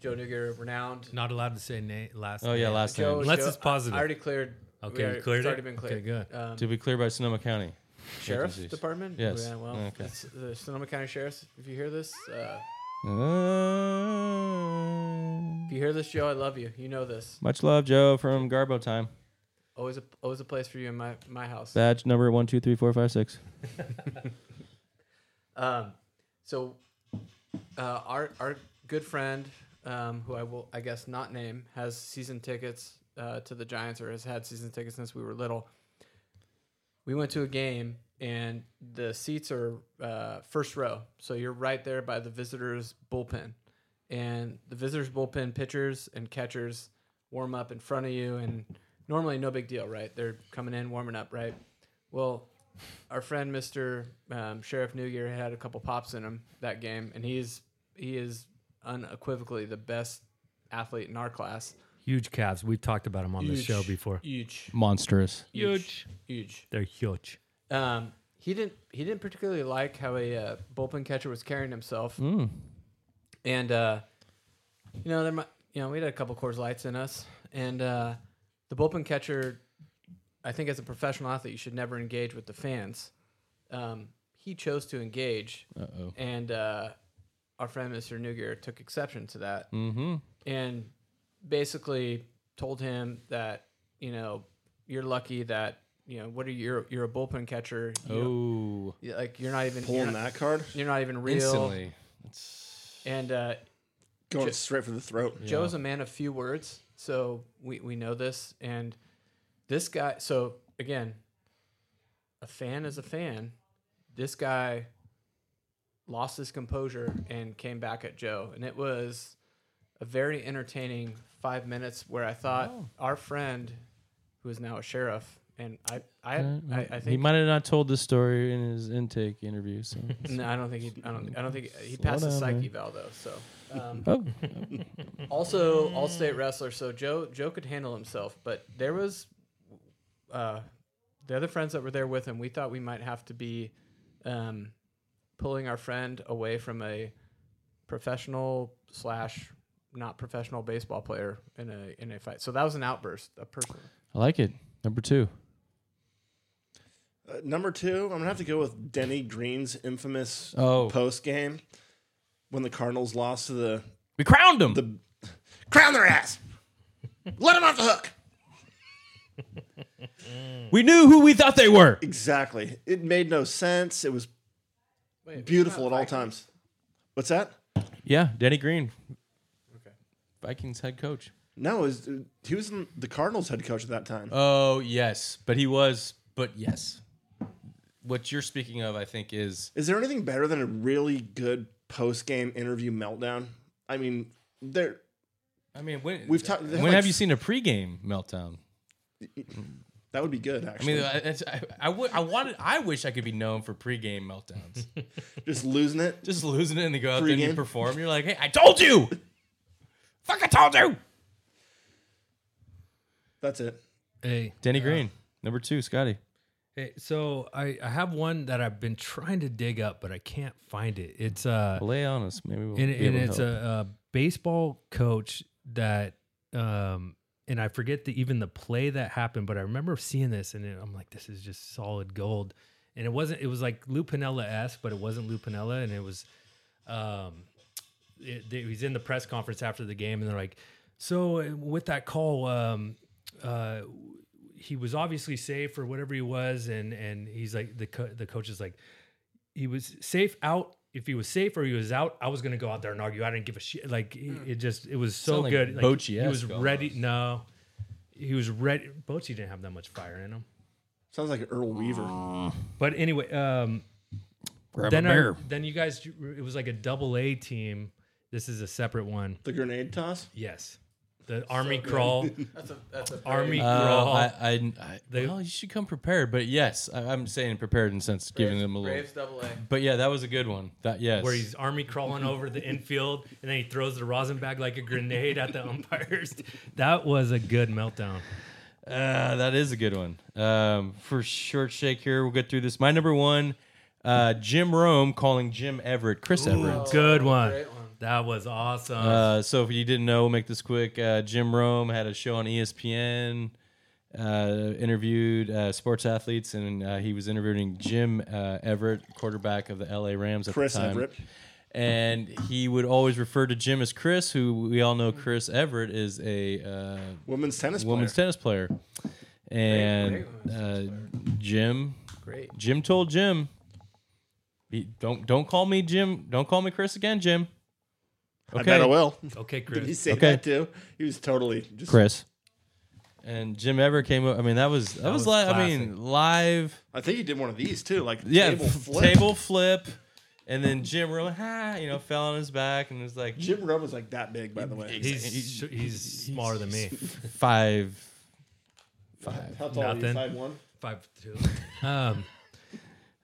Speaker 6: Joe Newgear, renowned.
Speaker 4: Not allowed to say na- last.
Speaker 5: Oh yeah,
Speaker 4: name.
Speaker 5: last
Speaker 6: Joe,
Speaker 5: name.
Speaker 4: Unless
Speaker 6: Joe-
Speaker 4: it's positive.
Speaker 6: I, I already cleared.
Speaker 4: Okay,
Speaker 6: we
Speaker 4: you
Speaker 6: already-
Speaker 4: cleared
Speaker 6: it's already
Speaker 4: it?
Speaker 6: been cleared.
Speaker 4: Okay, good.
Speaker 6: Um,
Speaker 5: To be clear, by Sonoma County.
Speaker 6: Sheriff's
Speaker 5: Agencies.
Speaker 6: Department.
Speaker 5: Yes.
Speaker 6: Yeah, well,
Speaker 5: Okay.
Speaker 6: it's the Sonoma County Sheriff's. If you hear this, uh,
Speaker 5: Uh,
Speaker 6: if you hear this, Joe, I love you. You know this.
Speaker 5: much love, Joe, from Garbo time.
Speaker 6: Always a always a place for you in my my house.
Speaker 5: Badge number one, two, three, four, five, six.
Speaker 6: Um, so, uh, our our good friend, um, who I will I guess not name, has season tickets uh, to the Giants or has had season tickets since we were little. We went to a game and the seats are uh, first row, so you're right there by the visitors bullpen, and the visitors bullpen pitchers and catchers warm up in front of you, and normally no big deal, right? They're coming in warming up, right? Well, our friend Mr. Um, Sheriff Newgear had a couple pops in him that game, and he's he is unequivocally the best athlete in our class.
Speaker 4: Huge calves. We've talked about them on the show before.
Speaker 6: Huge,
Speaker 5: Monstrous.
Speaker 4: Huge.
Speaker 6: huge.
Speaker 4: They're huge.
Speaker 6: Um, he didn't he didn't particularly like how a uh, bullpen catcher was carrying himself,
Speaker 4: Mm.
Speaker 6: and uh, you know there might, you know we had a couple Coors Lights in us, and uh, the bullpen catcher, I think as a professional athlete you should never engage with the fans. Um, he chose to engage,
Speaker 5: Uh-oh.
Speaker 6: and uh, our friend Mr. Newgear took exception to that
Speaker 5: Mm-hmm.
Speaker 6: and basically told him that you know you're lucky that you know what are you you're, you're a bullpen catcher you know,
Speaker 5: Oh.
Speaker 6: you- like you're not even you're
Speaker 7: Pulling
Speaker 6: not,
Speaker 7: that card,
Speaker 6: you're not even real
Speaker 5: Instantly.
Speaker 6: and uh,
Speaker 7: going
Speaker 6: Ju-
Speaker 7: straight for the throat.
Speaker 6: Joe's a man of few words so we we know this and this guy so again a fan is a fan this guy lost his composure and came back at Joe and it was a very entertaining five minutes where I thought
Speaker 5: Oh.
Speaker 6: our friend, who is now a sheriff, and I, I, I, I
Speaker 5: Uh, he
Speaker 6: think
Speaker 5: might have not told this story in his intake interview. So.
Speaker 6: no, I don't think he, I don't, I don't think he
Speaker 5: Slow
Speaker 6: passed the
Speaker 5: down,
Speaker 6: psyche
Speaker 5: man.
Speaker 6: valve though. So, um,
Speaker 5: oh.
Speaker 6: also all state wrestler. So Joe, Joe could handle himself, but there was, uh, the other friends that were there with him. We thought we might have to be, um, pulling our friend away from a professional slash not professional baseball player in a in a fight. So that was an outburst, a personal.
Speaker 5: I like it. Number two.
Speaker 7: Uh, number two, I'm gonna have to go with Denny Green's infamous
Speaker 5: Oh.
Speaker 7: post game when the Cardinals lost to the
Speaker 5: We crowned him.
Speaker 7: the crown their ass. Let them off the hook.
Speaker 5: we knew who we thought they were.
Speaker 7: Exactly. It made no sense. It was
Speaker 6: Wait, was
Speaker 7: beautiful
Speaker 6: that
Speaker 7: at all
Speaker 6: Vikings?
Speaker 7: times. What's that?
Speaker 5: Yeah, Denny Green. Vikings head coach.
Speaker 7: No, it was, he was in- the Cardinals head coach at that time.
Speaker 5: Oh yes, but he was. But yes, what you're speaking of, I think, is
Speaker 7: Is there anything better than a really good post game interview meltdown? I mean, there
Speaker 5: I mean when
Speaker 7: We've talked-
Speaker 5: When
Speaker 7: like-
Speaker 5: have you seen a pregame meltdown?
Speaker 7: that would be good
Speaker 5: I mean,
Speaker 7: actually.
Speaker 5: uh, I, it's- I, I would, I wanted, I wish I could be known for pregame meltdowns.
Speaker 7: Just losing it.
Speaker 5: Just losing it and they go out there and you
Speaker 7: Pregame?
Speaker 5: perform. You're like, hey, I told you. Fuck, I told you.
Speaker 7: That's it.
Speaker 4: Hey,
Speaker 5: Denny Green, number two, Scotty.
Speaker 4: Hey, so I, I have one that I've been trying to dig up, but I can't find it. It's uh,
Speaker 5: Lay on us, maybe we'll
Speaker 4: and,
Speaker 5: be
Speaker 4: and
Speaker 5: able to
Speaker 4: it's a,
Speaker 5: help.
Speaker 4: a baseball coach that, um, and I forget the even the play that happened, but I remember seeing this, and it, I'm like, this is just solid gold. And it wasn't. It was like Lou Pinella esque, but it wasn't Lou Pinella, and it was, um, it, they, he's in the press conference after the game, and they're like, so uh, with that call, um, uh, he was obviously safe or whatever he was, and and he's like the co- the coach is like he was safe out. If he was safe or he was out, I was gonna go out there and argue. I didn't give a shit. Like it,
Speaker 6: Hmm.
Speaker 4: it just it was so
Speaker 5: Sound like
Speaker 4: good. Like, he was
Speaker 5: Bochy-esque
Speaker 4: ready.
Speaker 5: almost.
Speaker 4: No, he was ready. Bochy didn't have that much fire in him.
Speaker 7: Sounds like Earl Weaver.
Speaker 4: But anyway, um,
Speaker 5: Grab
Speaker 4: then
Speaker 5: a
Speaker 4: I-
Speaker 5: beer.
Speaker 4: then you guys it was like a double A team. This is a separate one.
Speaker 7: The grenade toss.
Speaker 4: Yes, the army crawl,
Speaker 6: That's a that's a
Speaker 4: army
Speaker 5: Uh,
Speaker 4: crawl.
Speaker 5: I, I, I,
Speaker 4: They-
Speaker 5: well, you should come prepared. But yes, I, I'm saying prepared in the sense of giving them a little.
Speaker 6: Braves double A.
Speaker 5: But yeah, that was a good one. That yes,
Speaker 4: where he's army crawling over the infield and then he throws the rosin bag like a grenade at the umpires. That was a good meltdown.
Speaker 5: Uh, that is a good one. Um, for short shake here, we'll get through this. My number one, uh, Jim Rome calling Jim Everett, Chris Everett.
Speaker 4: good one.
Speaker 6: Oh, great one.
Speaker 4: That was awesome.
Speaker 5: Uh, so if you didn't know, we'll make this quick. Uh, Jim Rome had a show on E ESPN, uh, interviewed uh, sports athletes, and uh, he was interviewing Jim uh, Everett, quarterback of the LA Rams at
Speaker 7: Chris
Speaker 5: the time.
Speaker 7: Everett.
Speaker 5: And he would always refer to Jim as Chris, who we all know Chris Everett is a uh,
Speaker 7: Women's tennis
Speaker 5: women's
Speaker 7: player.
Speaker 5: tennis player. And
Speaker 6: great women's
Speaker 5: uh, Jim,
Speaker 6: Great.
Speaker 5: Jim told Jim, "Be- "Don't don't call me Jim. Don't call me Chris again, Jim."
Speaker 7: I bet I will.
Speaker 4: okay,
Speaker 7: Did he
Speaker 4: Chris.
Speaker 7: say
Speaker 5: Okay.
Speaker 7: that too? He was totally just
Speaker 5: Chris. And Jim Ever came up. I mean, that was that,
Speaker 4: was
Speaker 5: was, live. I mean, live.
Speaker 7: I think he did one of these too, like
Speaker 5: Yeah,
Speaker 7: table flip.
Speaker 5: table flip. And then Jim Rome, ha, you know, fell on his back and was like
Speaker 7: Jim Rome was like that big, by the way.
Speaker 4: He's, he's smaller than me.
Speaker 5: five.
Speaker 7: How tall are you?
Speaker 4: Nothing.
Speaker 7: Five one.
Speaker 4: Five two. Um,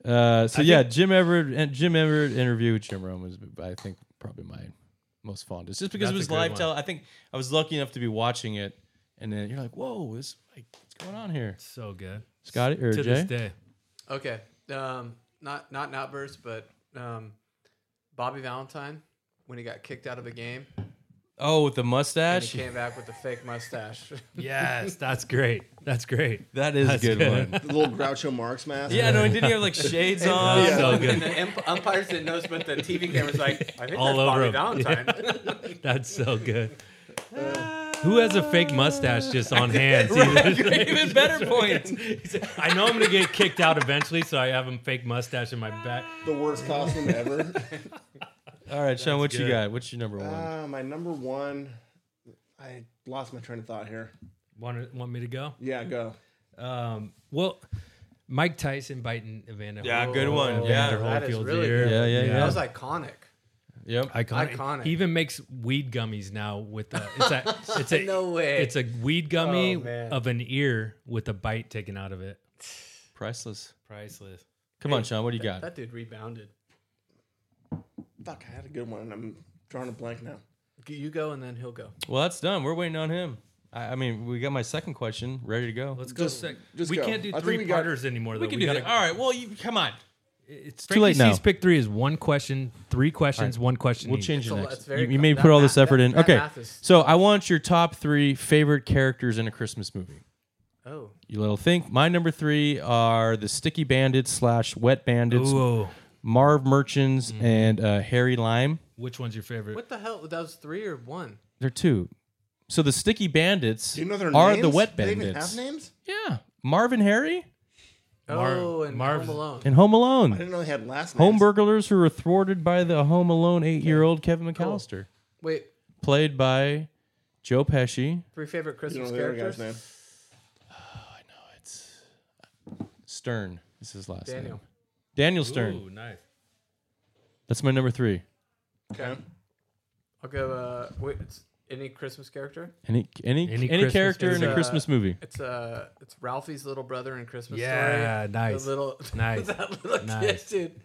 Speaker 5: Uh, so yeah, Jim Everett and Jim Everett interview with Jim Rome was I think probably my most fondest, just because
Speaker 4: That's
Speaker 5: it
Speaker 4: a
Speaker 5: was
Speaker 4: good
Speaker 5: live.
Speaker 4: one.
Speaker 5: Tell I think I was lucky enough to be watching it, and then you're like, whoa, this like what's going on here,
Speaker 4: so good.
Speaker 5: Scotty or
Speaker 4: To
Speaker 5: Jay?
Speaker 4: this day.
Speaker 6: Okay. Um, not not an outburst, but um, Bobby Valentine when he got kicked out of a game
Speaker 5: Oh, with the
Speaker 6: and
Speaker 5: mustache,
Speaker 6: he came back with a fake mustache.
Speaker 4: Yes, that's great. That's great.
Speaker 5: that is a
Speaker 4: That's
Speaker 5: good,
Speaker 4: good.
Speaker 5: one.
Speaker 7: The little Groucho Marx mask.
Speaker 5: Yeah, no, and didn't he have like shades on?
Speaker 4: That's so
Speaker 6: and
Speaker 4: good.
Speaker 6: the imp- umpires didn't notice, but the TV camera's like, I think
Speaker 4: All
Speaker 6: that's
Speaker 4: over
Speaker 6: Bobby
Speaker 4: him.
Speaker 6: Valentine.
Speaker 4: That's so good. Who has a fake mustache just on hand? See,
Speaker 5: Even better point.
Speaker 4: I know I'm gonna get kicked out eventually, so I have a fake mustache in my back.
Speaker 7: The worst costume ever.
Speaker 5: All right, Sean, what you
Speaker 4: good.
Speaker 5: got? What's your number one?
Speaker 7: uh, my number one. I lost my train of thought here.
Speaker 4: Want want me to go?
Speaker 7: Yeah, go.
Speaker 4: Um, well, Mike Tyson biting Evander.
Speaker 5: Yeah,
Speaker 4: Holyfield.
Speaker 5: good one.
Speaker 4: Evander
Speaker 5: Yeah.
Speaker 6: That is
Speaker 4: Holyfield's
Speaker 6: really
Speaker 4: ear.
Speaker 6: good.
Speaker 5: Yeah, yeah, yeah.
Speaker 6: That was iconic.
Speaker 5: yep.
Speaker 4: Iconic.
Speaker 6: Iconic.
Speaker 4: He even makes weed gummies now with a it's a it's a
Speaker 6: No way.
Speaker 4: it's a weed gummy
Speaker 6: Oh, man.
Speaker 4: of an ear with a bite taken out of it.
Speaker 5: Priceless.
Speaker 4: Priceless.
Speaker 5: Come on, Sean, what do you got?
Speaker 6: That dude rebounded.
Speaker 7: Fuck, I had a good one. and I'm drawing a blank now.
Speaker 6: You go and then he'll go.
Speaker 5: Well, that's done. We're waiting on him. I, I mean, we got my second question ready to go.
Speaker 4: Let's go.
Speaker 7: Just-
Speaker 4: sec-
Speaker 7: just
Speaker 4: we
Speaker 7: go.
Speaker 4: can't do
Speaker 7: I think
Speaker 4: three
Speaker 7: we got-
Speaker 4: parters anymore. Though.
Speaker 5: we can do
Speaker 4: gotta-
Speaker 5: that. All right. Well, you come on.
Speaker 4: It's
Speaker 5: too late
Speaker 4: Frankie C's
Speaker 5: now.
Speaker 4: pick three is one question, three questions, one question.
Speaker 5: We'll
Speaker 4: each.
Speaker 5: change it
Speaker 6: So
Speaker 5: next.
Speaker 6: that's very
Speaker 5: you, you
Speaker 6: co-
Speaker 5: may
Speaker 6: that
Speaker 5: put all
Speaker 6: math-
Speaker 5: this effort
Speaker 6: that-
Speaker 5: in.
Speaker 6: that
Speaker 5: Okay.
Speaker 6: math is-
Speaker 5: So I want your top three favorite characters in a Christmas movie.
Speaker 6: Oh,
Speaker 5: You little think. My number three are the Sticky Bandits slash Wet Bandits,
Speaker 4: Ooh,
Speaker 5: Marv Merchants, and uh, Harry Lime.
Speaker 4: which one's your favorite?
Speaker 6: what the hell? That was three or one?
Speaker 5: They're two. So the Sticky Bandits
Speaker 7: Do you know their
Speaker 5: are
Speaker 7: names?
Speaker 5: the Wet
Speaker 7: Do they
Speaker 5: Bandits.
Speaker 7: even have names?
Speaker 5: Yeah, Marv and Harry
Speaker 4: Marv-
Speaker 6: oh, and
Speaker 4: Marv's-
Speaker 6: Home Alone.
Speaker 5: and Home
Speaker 7: I
Speaker 5: Alone.
Speaker 7: didn't know they had last names.
Speaker 5: Home burglars who were thwarted by the Home Alone eight-year-old Kevin McAllister,
Speaker 6: Wait,
Speaker 5: played by Joe Pesci,
Speaker 6: Three favorite
Speaker 7: You
Speaker 6: Christmas
Speaker 7: know the other guy's
Speaker 6: characters.
Speaker 7: name.
Speaker 5: uh, Stern is his last
Speaker 6: Daniel.
Speaker 5: name. Daniel Stern.
Speaker 4: Ooh, nice.
Speaker 5: That's my number three.
Speaker 7: Okay.
Speaker 6: I'll go. Uh, wait, it's any Christmas character?
Speaker 5: Any any
Speaker 4: Any
Speaker 5: any,
Speaker 4: Christmas
Speaker 5: character in
Speaker 6: movie.
Speaker 5: a Christmas movie.
Speaker 6: It's uh, it's Ralphie's little brother in Christmas Story.
Speaker 4: Yeah, nice.
Speaker 6: The little,
Speaker 4: Nice.
Speaker 6: that little
Speaker 4: Nice.
Speaker 6: kid,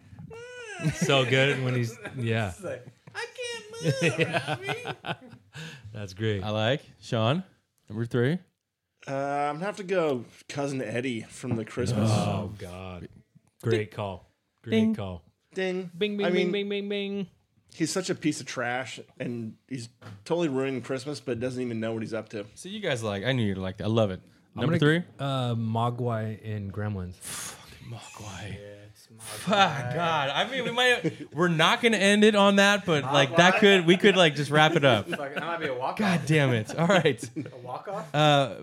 Speaker 6: dude.
Speaker 4: so good when he's yeah.
Speaker 6: It's like, I can't move.
Speaker 4: That's great.
Speaker 5: I like Sean. Number three.
Speaker 7: Uh, I'm gonna have to go cousin Eddie from the Christmas.
Speaker 4: Oh God. Great call. Great call.
Speaker 7: Ding.
Speaker 4: Bing bing
Speaker 7: I
Speaker 4: bing
Speaker 7: mean,
Speaker 4: bing bing bing.
Speaker 7: he's such a piece of trash, and he's totally ruining Christmas, but doesn't even know what he's up to.
Speaker 5: So you guys like. I knew you'd like that. I love it. Number
Speaker 4: gonna-
Speaker 5: three.
Speaker 4: Uh Mogwai in Gremlins.
Speaker 5: Mogwai. Fuck God. I mean, we might. We're not gonna end it on that, but like that could we could like just wrap it up.
Speaker 6: Fucking, that might be a walk
Speaker 5: God
Speaker 6: off.
Speaker 5: damn it. All right.
Speaker 6: A walk off.
Speaker 5: Uh,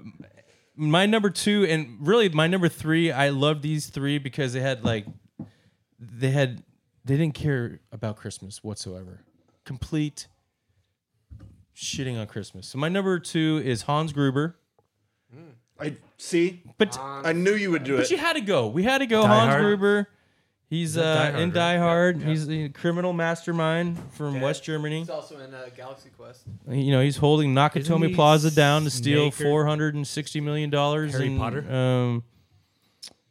Speaker 5: my number two and really my number three. I love these three because they had like they had they didn't care about Christmas whatsoever. Complete shitting on Christmas. So my number two is Hans Gruber.
Speaker 7: I see.
Speaker 5: But
Speaker 7: I knew you would do it.
Speaker 5: But you had to go. We had to go.
Speaker 4: Die
Speaker 5: Hans
Speaker 4: Hard?
Speaker 5: Gruber. He's
Speaker 4: that Die Hard,
Speaker 5: uh, in
Speaker 4: right?
Speaker 5: Die Hard. He's a criminal mastermind from West Germany.
Speaker 6: He's also in uh, Galaxy Quest.
Speaker 5: You know, he's holding
Speaker 4: Isn't he
Speaker 5: Nakatomi Plaza down to steal
Speaker 4: Snake or-
Speaker 5: four hundred and sixty million dollars.
Speaker 4: Harry
Speaker 5: in,
Speaker 4: Potter?
Speaker 5: Um,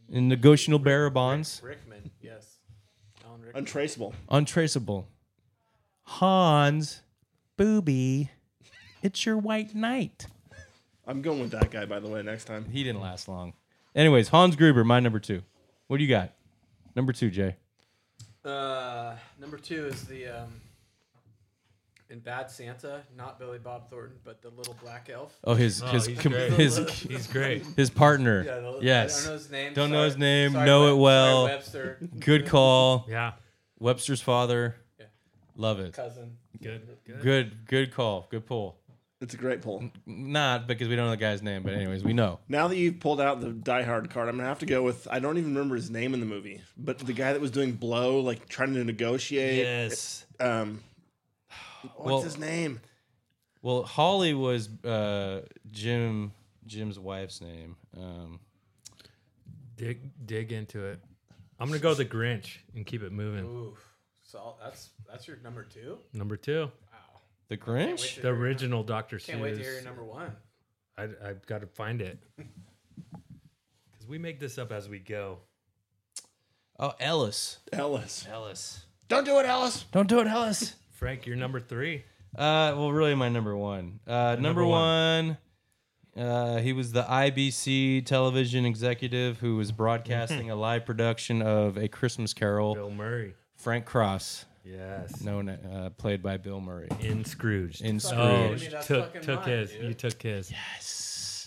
Speaker 5: in negotiable bearer bonds,
Speaker 6: Rickman, yes. Alan Rickman.
Speaker 7: Untraceable.
Speaker 5: untraceable. Hans, booby, it's your white knight.
Speaker 7: I'm going with that guy, by the way, next time.
Speaker 5: He didn't last long. Anyways, Hans Gruber, my number two. What do you got? Number two, Jay.
Speaker 6: Uh, number two is the um, in Bad Santa, not Billy Bob Thornton, but the little black elf.
Speaker 5: Oh, his his
Speaker 4: he's
Speaker 5: com-
Speaker 4: great.
Speaker 5: his
Speaker 4: He's great.
Speaker 5: his partner.
Speaker 6: Yeah, the-
Speaker 5: yes.
Speaker 6: I don't know his name.
Speaker 5: Don't know
Speaker 6: sorry.
Speaker 5: his name,
Speaker 6: Sorry,
Speaker 5: know
Speaker 6: Web-
Speaker 5: it well.
Speaker 6: Sorry, Webster,
Speaker 5: Good call.
Speaker 4: Yeah.
Speaker 5: Webster's father.
Speaker 6: Yeah.
Speaker 5: Love it.
Speaker 6: cousin.
Speaker 4: Good. Good.
Speaker 5: Good good call. Good pull.
Speaker 7: It's a great pull.
Speaker 5: Not because we don't know the guy's name, but anyways, we know.
Speaker 7: Now that you've pulled out the Die Hard card, I'm gonna have to go with. I don't even remember his name in the movie, but the guy that was doing blow, like trying to negotiate.
Speaker 4: Yes.
Speaker 7: Um, what's
Speaker 5: Well-
Speaker 7: his name?
Speaker 5: Well, Holly was uh, Jim Jim's wife's name. Um,
Speaker 4: Dig dig into it. I'm gonna go with the Grinch and keep it moving.
Speaker 6: Oof. So that's that's your number two.
Speaker 4: Number two,
Speaker 5: the Grinch.
Speaker 4: the original Doctor
Speaker 6: Can't wait to hear your
Speaker 4: Seuss.
Speaker 6: number one.
Speaker 4: I I've got to find it because we make this up as we go.
Speaker 5: Oh, Ellis.
Speaker 7: Ellis.
Speaker 5: Ellis.
Speaker 7: Don't do it, Ellis.
Speaker 5: Don't do it, Ellis.
Speaker 4: Frank, you're number three.
Speaker 5: Uh, well, really, my number one. Uh, number,
Speaker 4: number
Speaker 5: one. Uh, he was the IBC television executive who was broadcasting a live production of A Christmas Carol.
Speaker 4: Bill Murray.
Speaker 5: Frank Cross,
Speaker 4: Yes.
Speaker 5: known uh, played by Bill Murray.
Speaker 4: In Scrooge.
Speaker 5: In
Speaker 4: Oh,
Speaker 5: Scrooge.
Speaker 6: Dude, that's
Speaker 4: took
Speaker 6: fucking
Speaker 4: took
Speaker 6: mine,
Speaker 4: his.
Speaker 6: dude.
Speaker 4: You took his. Yes.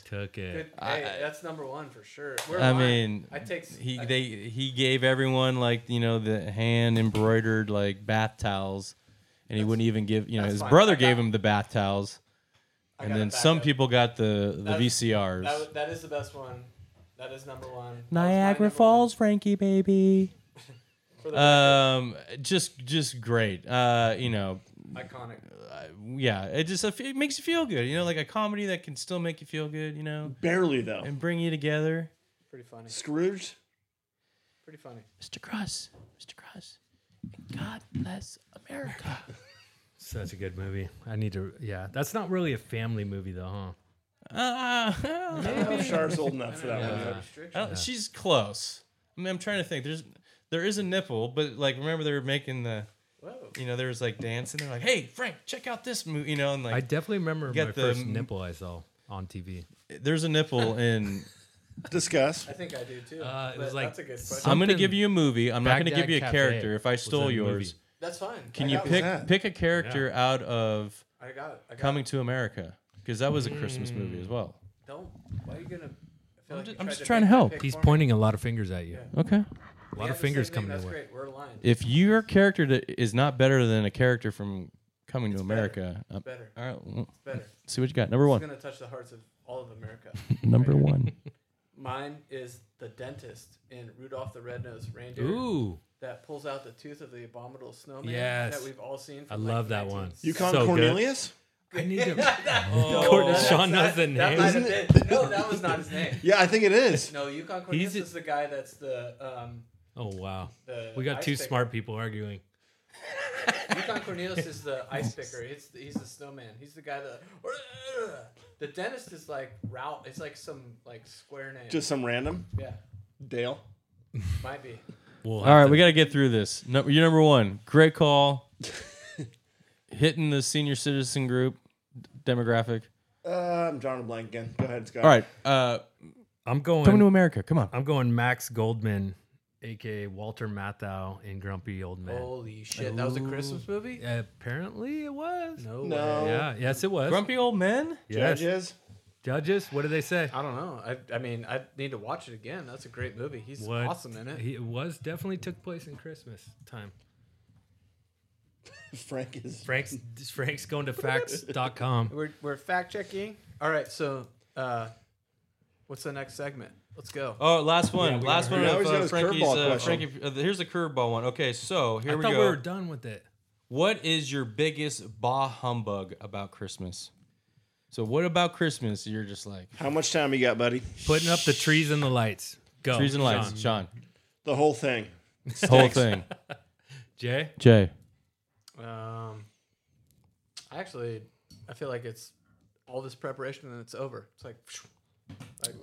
Speaker 4: Took
Speaker 6: Good.
Speaker 4: it.
Speaker 6: hey, that's number one for sure. We're
Speaker 5: I
Speaker 6: lying.
Speaker 5: mean,
Speaker 6: I take s-
Speaker 5: he
Speaker 6: I-
Speaker 5: they he gave everyone like you know the hand embroidered like bath towels, and he wouldn't even give you know
Speaker 6: that's
Speaker 5: his
Speaker 6: fine. I
Speaker 5: brother
Speaker 6: got-
Speaker 5: gave him the bath towels, and
Speaker 6: got
Speaker 5: then
Speaker 6: it back
Speaker 5: some
Speaker 6: up.
Speaker 5: people got the the
Speaker 6: That's-
Speaker 5: VCRs.
Speaker 6: That, wa- that is the best one. That is number one. That was my
Speaker 5: Niagara
Speaker 6: number one.
Speaker 5: Falls, Frankie baby.
Speaker 6: For the
Speaker 5: Um, just just great. Uh, you know, uh,
Speaker 6: iconic.
Speaker 5: yeah, it just it makes you feel good. You know, like a comedy that can still make you feel good. You know,
Speaker 7: Barely though.
Speaker 5: and bring you together.
Speaker 6: Pretty funny.
Speaker 7: Scrooge.
Speaker 6: Pretty funny.
Speaker 5: Mr. Cross, Mr. Cross, God bless America.
Speaker 4: Such a good movie. I need to. Yeah, that's not really a family movie though, huh?
Speaker 5: Uh,
Speaker 7: Oh, Char's old enough for that one.
Speaker 5: I don't- she's close. I mean, I'm trying to think. There's there is a nipple, but like remember they were making the
Speaker 6: Whoa.
Speaker 5: you know there was like dancing. They're like, hey Frank, check out this movie, you know, and
Speaker 4: I
Speaker 5: like
Speaker 4: definitely remember
Speaker 5: Get
Speaker 4: my
Speaker 5: the-
Speaker 4: first nipple I saw on TV.
Speaker 5: there's a nipple in.
Speaker 7: Discuss.
Speaker 6: I think I do too.
Speaker 4: Uh, it
Speaker 6: But
Speaker 4: was like
Speaker 6: that's a good question.
Speaker 4: some-
Speaker 5: I'm gonna
Speaker 4: Something-
Speaker 5: give you a movie. I'm not gonna
Speaker 4: Baghdad
Speaker 5: give you a
Speaker 4: Cafe
Speaker 5: character. If I
Speaker 4: was
Speaker 5: stole
Speaker 4: in the
Speaker 5: yours,
Speaker 4: movie.
Speaker 6: that's fine.
Speaker 5: can
Speaker 6: I
Speaker 5: you
Speaker 6: got
Speaker 5: pick
Speaker 7: that?
Speaker 5: pick a character out of
Speaker 6: I got it. I got
Speaker 5: Coming to America? Because that was a Christmas movie as well.
Speaker 6: It. Don't. Why are you gonna? I feel like
Speaker 5: ju-
Speaker 6: you
Speaker 5: I'm
Speaker 6: tried
Speaker 5: just trying to
Speaker 6: make my
Speaker 5: help.
Speaker 6: pick
Speaker 4: He's
Speaker 6: for me.
Speaker 4: pointing a lot of fingers at you.
Speaker 5: Okay.
Speaker 4: A lot
Speaker 6: We have
Speaker 4: of
Speaker 6: the
Speaker 4: fingers
Speaker 6: same
Speaker 4: coming
Speaker 6: name,
Speaker 4: your
Speaker 6: That's
Speaker 4: way.
Speaker 6: great. We're aligned.
Speaker 5: If your character that is not better than a character from Coming to America, uh,
Speaker 6: better.
Speaker 5: all right, well,
Speaker 6: Better.
Speaker 5: see what you got. Number
Speaker 6: It's
Speaker 5: one.
Speaker 6: gonna touch the hearts of all of America.
Speaker 5: Number one.
Speaker 6: Mine is the dentist in Rudolph the Red-Nosed Reindeer
Speaker 4: Ooh,
Speaker 6: that pulls out the tooth of the abominable snowman
Speaker 4: Yes.
Speaker 6: that we've all seen.
Speaker 4: I
Speaker 6: From like
Speaker 4: love
Speaker 6: the
Speaker 4: that one.
Speaker 6: 19th.
Speaker 7: You call
Speaker 4: So
Speaker 7: him
Speaker 4: good.
Speaker 7: Cornelius?
Speaker 4: I need to. Courtney Sean knows the
Speaker 6: Oh, That
Speaker 4: name.
Speaker 6: might have been, no, that was not his name.
Speaker 7: Yeah, I think it is.
Speaker 6: No, Yukon Cornelius
Speaker 4: He's a-
Speaker 6: is the guy that's the um,
Speaker 4: Oh wow,
Speaker 6: the
Speaker 4: we got
Speaker 6: ice
Speaker 4: two
Speaker 6: picker.
Speaker 4: smart people arguing.
Speaker 6: Yukon Cornelius is the ice picker. He's the, he's the snowman. He's the guy that the dentist is like Ralph. It's like some like square name.
Speaker 7: Just some random
Speaker 6: yeah,
Speaker 7: Dale.
Speaker 6: might be.
Speaker 4: We'll
Speaker 5: All right, we got to get through this. No, you're number one. Great call. Hitting the senior citizen group demographic.
Speaker 7: Uh, I'm drawing a blank again. Go ahead, Scott.
Speaker 5: All right, uh,
Speaker 4: I'm going.
Speaker 5: coming to America. Come on.
Speaker 4: I'm going Max Goldman, aka Walter Matthau in Grumpy Old Man.
Speaker 6: Holy shit, that was a Christmas movie.
Speaker 4: Apparently, it was.
Speaker 6: No, way.
Speaker 7: No.
Speaker 4: Yeah. Yes, it was.
Speaker 5: Grumpy old men.
Speaker 4: yes.
Speaker 7: Judges.
Speaker 4: Judges. What do they say?
Speaker 6: I don't know. I, I mean, I need to watch it again. That's a great movie. He's
Speaker 4: What?
Speaker 6: awesome in it.
Speaker 4: He it was definitely took place in Christmas time.
Speaker 7: Frank is.
Speaker 4: Frank's Frank's going to facts.com.
Speaker 6: We're, we're fact checking. All right, so uh, what's the next segment? Let's go.
Speaker 5: Oh, last one.
Speaker 4: we
Speaker 5: last
Speaker 4: gotta
Speaker 5: one.
Speaker 7: hurry.
Speaker 5: Of,
Speaker 7: We always
Speaker 5: uh,
Speaker 7: have this
Speaker 5: Frankie's.
Speaker 7: curveball
Speaker 5: Uh,
Speaker 7: question.
Speaker 5: Frankie, uh, here's the curveball one. Okay, so here
Speaker 4: I
Speaker 5: we
Speaker 4: thought
Speaker 5: go.
Speaker 4: we were done with it.
Speaker 5: What is your biggest bah humbug about Christmas? So what about Christmas? You're just like
Speaker 7: How much time you got, buddy?
Speaker 4: Putting up the trees and the lights. Go.
Speaker 5: trees and lights,
Speaker 4: Sean.
Speaker 5: Sean.
Speaker 7: The whole thing.
Speaker 5: Whole thing.
Speaker 4: Jay.
Speaker 5: Jay.
Speaker 6: Um, I actually, I feel like it's all this preparation and it's over. It's like, phew.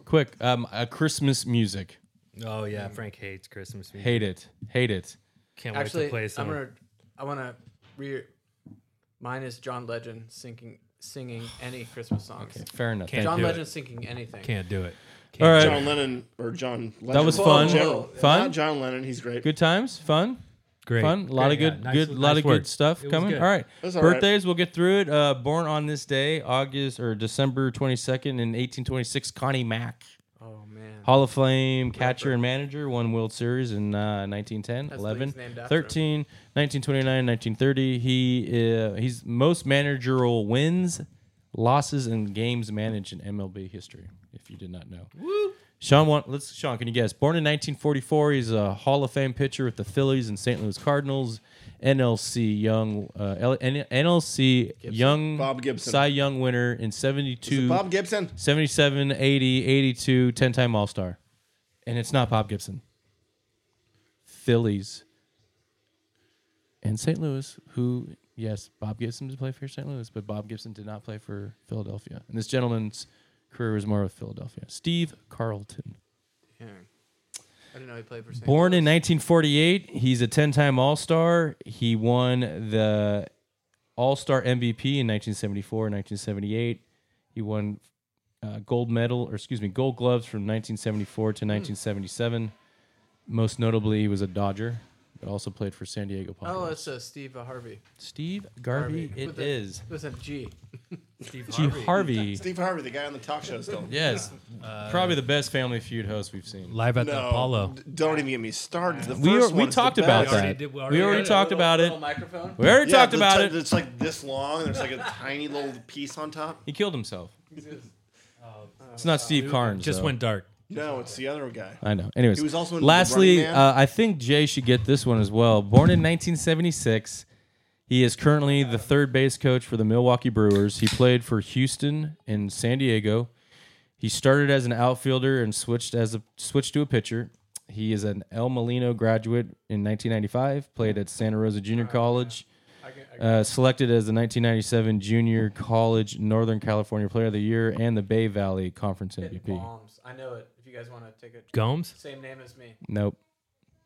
Speaker 5: Quick, um, uh, Christmas music.
Speaker 4: Oh yeah, Frank hates Christmas music.
Speaker 5: Hate it. Hate it.
Speaker 4: Can't wait
Speaker 6: actually,
Speaker 4: to play
Speaker 6: I'm
Speaker 4: some.
Speaker 6: gonna, I want to re. Mine is John Legend singing singing any Christmas songs.
Speaker 5: Fair enough.
Speaker 4: Can't
Speaker 5: Thank-
Speaker 6: John
Speaker 4: do it.
Speaker 6: Legend singing anything.
Speaker 4: Can't do it.
Speaker 5: All right.
Speaker 7: John Lennon or John. Legend.
Speaker 5: was
Speaker 7: Well,
Speaker 5: fun.
Speaker 7: in General.
Speaker 5: Fun?
Speaker 7: Not John Lennon. He's great.
Speaker 5: Good times. Fun.
Speaker 4: Great.
Speaker 5: Fun. A lot
Speaker 4: Great,
Speaker 5: of good,
Speaker 4: yeah. Nice-
Speaker 5: good,
Speaker 4: nice
Speaker 5: lot of
Speaker 4: work.
Speaker 5: good stuff
Speaker 4: It was
Speaker 5: coming.
Speaker 4: good.
Speaker 5: All right.
Speaker 7: That's all right.
Speaker 5: Birthdays. We'll get through it. Uh, born on this day, August or December 22nd in 1826. Connie Mack.
Speaker 6: Oh man.
Speaker 5: Hall of Fame catcher and manager, won World Series in uh, 1910,
Speaker 6: That's the
Speaker 5: 11,
Speaker 6: league's named after
Speaker 5: 13, 1929, 1930. He uh, he's most managerial wins, losses, and games managed in MLB history. If you did not know, Sean, want, let's Sean. Can you guess? Born in 1944, he's a Hall of Fame pitcher with the Phillies and St. Louis Cardinals. NLC Young, uh, L- N- NLC Young,
Speaker 7: Bob Gibson.
Speaker 5: Cy Young winner in 72.
Speaker 7: Bob Gibson.
Speaker 5: 77, 80, 82, 10 time All Star. And it's not Bob Gibson. Phillies. And St. Louis, who, yes, Bob Gibson did play for St. Louis, but Bob Gibson did not play for Philadelphia. And this gentleman's career was more with Philadelphia. Steve Carlton.
Speaker 6: Yeah. I didn't know he played for. St.
Speaker 5: Born
Speaker 6: Louis.
Speaker 5: in 1948, he's a 10 time All Star. He won the All Star MVP in 1974 and 1978. He won uh, gold medal, or excuse me, gold gloves from 1974 to
Speaker 6: Hmm.
Speaker 5: 1977. Most notably, he was a Dodger, but also played for San Diego
Speaker 6: Oh,
Speaker 5: Padres.
Speaker 6: it's uh, Steve Harvey.
Speaker 5: Steve Garvey,
Speaker 6: Harvey.
Speaker 5: it
Speaker 6: With a-
Speaker 5: is.
Speaker 6: With a G.
Speaker 5: G. Harvey.
Speaker 7: Steve Harvey, the guy on the talk show still.
Speaker 5: Yes. Probably the best Family Feud host we've seen.
Speaker 4: Live at the
Speaker 7: No,
Speaker 4: Apollo.
Speaker 7: d- don't even get me started. The
Speaker 5: uh, We, are,
Speaker 7: first
Speaker 5: we
Speaker 7: one's the
Speaker 5: talked about
Speaker 7: best.
Speaker 5: that.
Speaker 4: did- we
Speaker 5: We
Speaker 4: already
Speaker 5: already
Speaker 4: did.
Speaker 5: talked about it.
Speaker 6: Little microphone.
Speaker 5: We already
Speaker 7: Yeah,
Speaker 5: talked
Speaker 7: the
Speaker 5: about
Speaker 7: ti-
Speaker 5: it.
Speaker 7: It's like this long. and There's like a tiny little piece on top.
Speaker 5: He killed himself. It's not Steve Carnes.
Speaker 4: Just
Speaker 5: though.
Speaker 4: went dark.
Speaker 7: No, it's the other guy.
Speaker 5: I know. Anyways,
Speaker 7: He was also in The
Speaker 5: lastly,
Speaker 7: Running Man.
Speaker 5: uh, I think Jay should get this one as well. Born in 1976, he is currently the third base coach for the Milwaukee Brewers. He played for Houston and San Diego. He started as an outfielder and switched as a switched to a pitcher. He is an El Molino graduate in 1995. Played at Santa Rosa Junior College. Uh, selected as the 1997 Junior College Northern California Player of the Year and the Bay Valley Conference MVP.
Speaker 6: Bombs. I know it. If you guys want to take a
Speaker 4: Gomes.
Speaker 6: same name as me.
Speaker 5: Nope,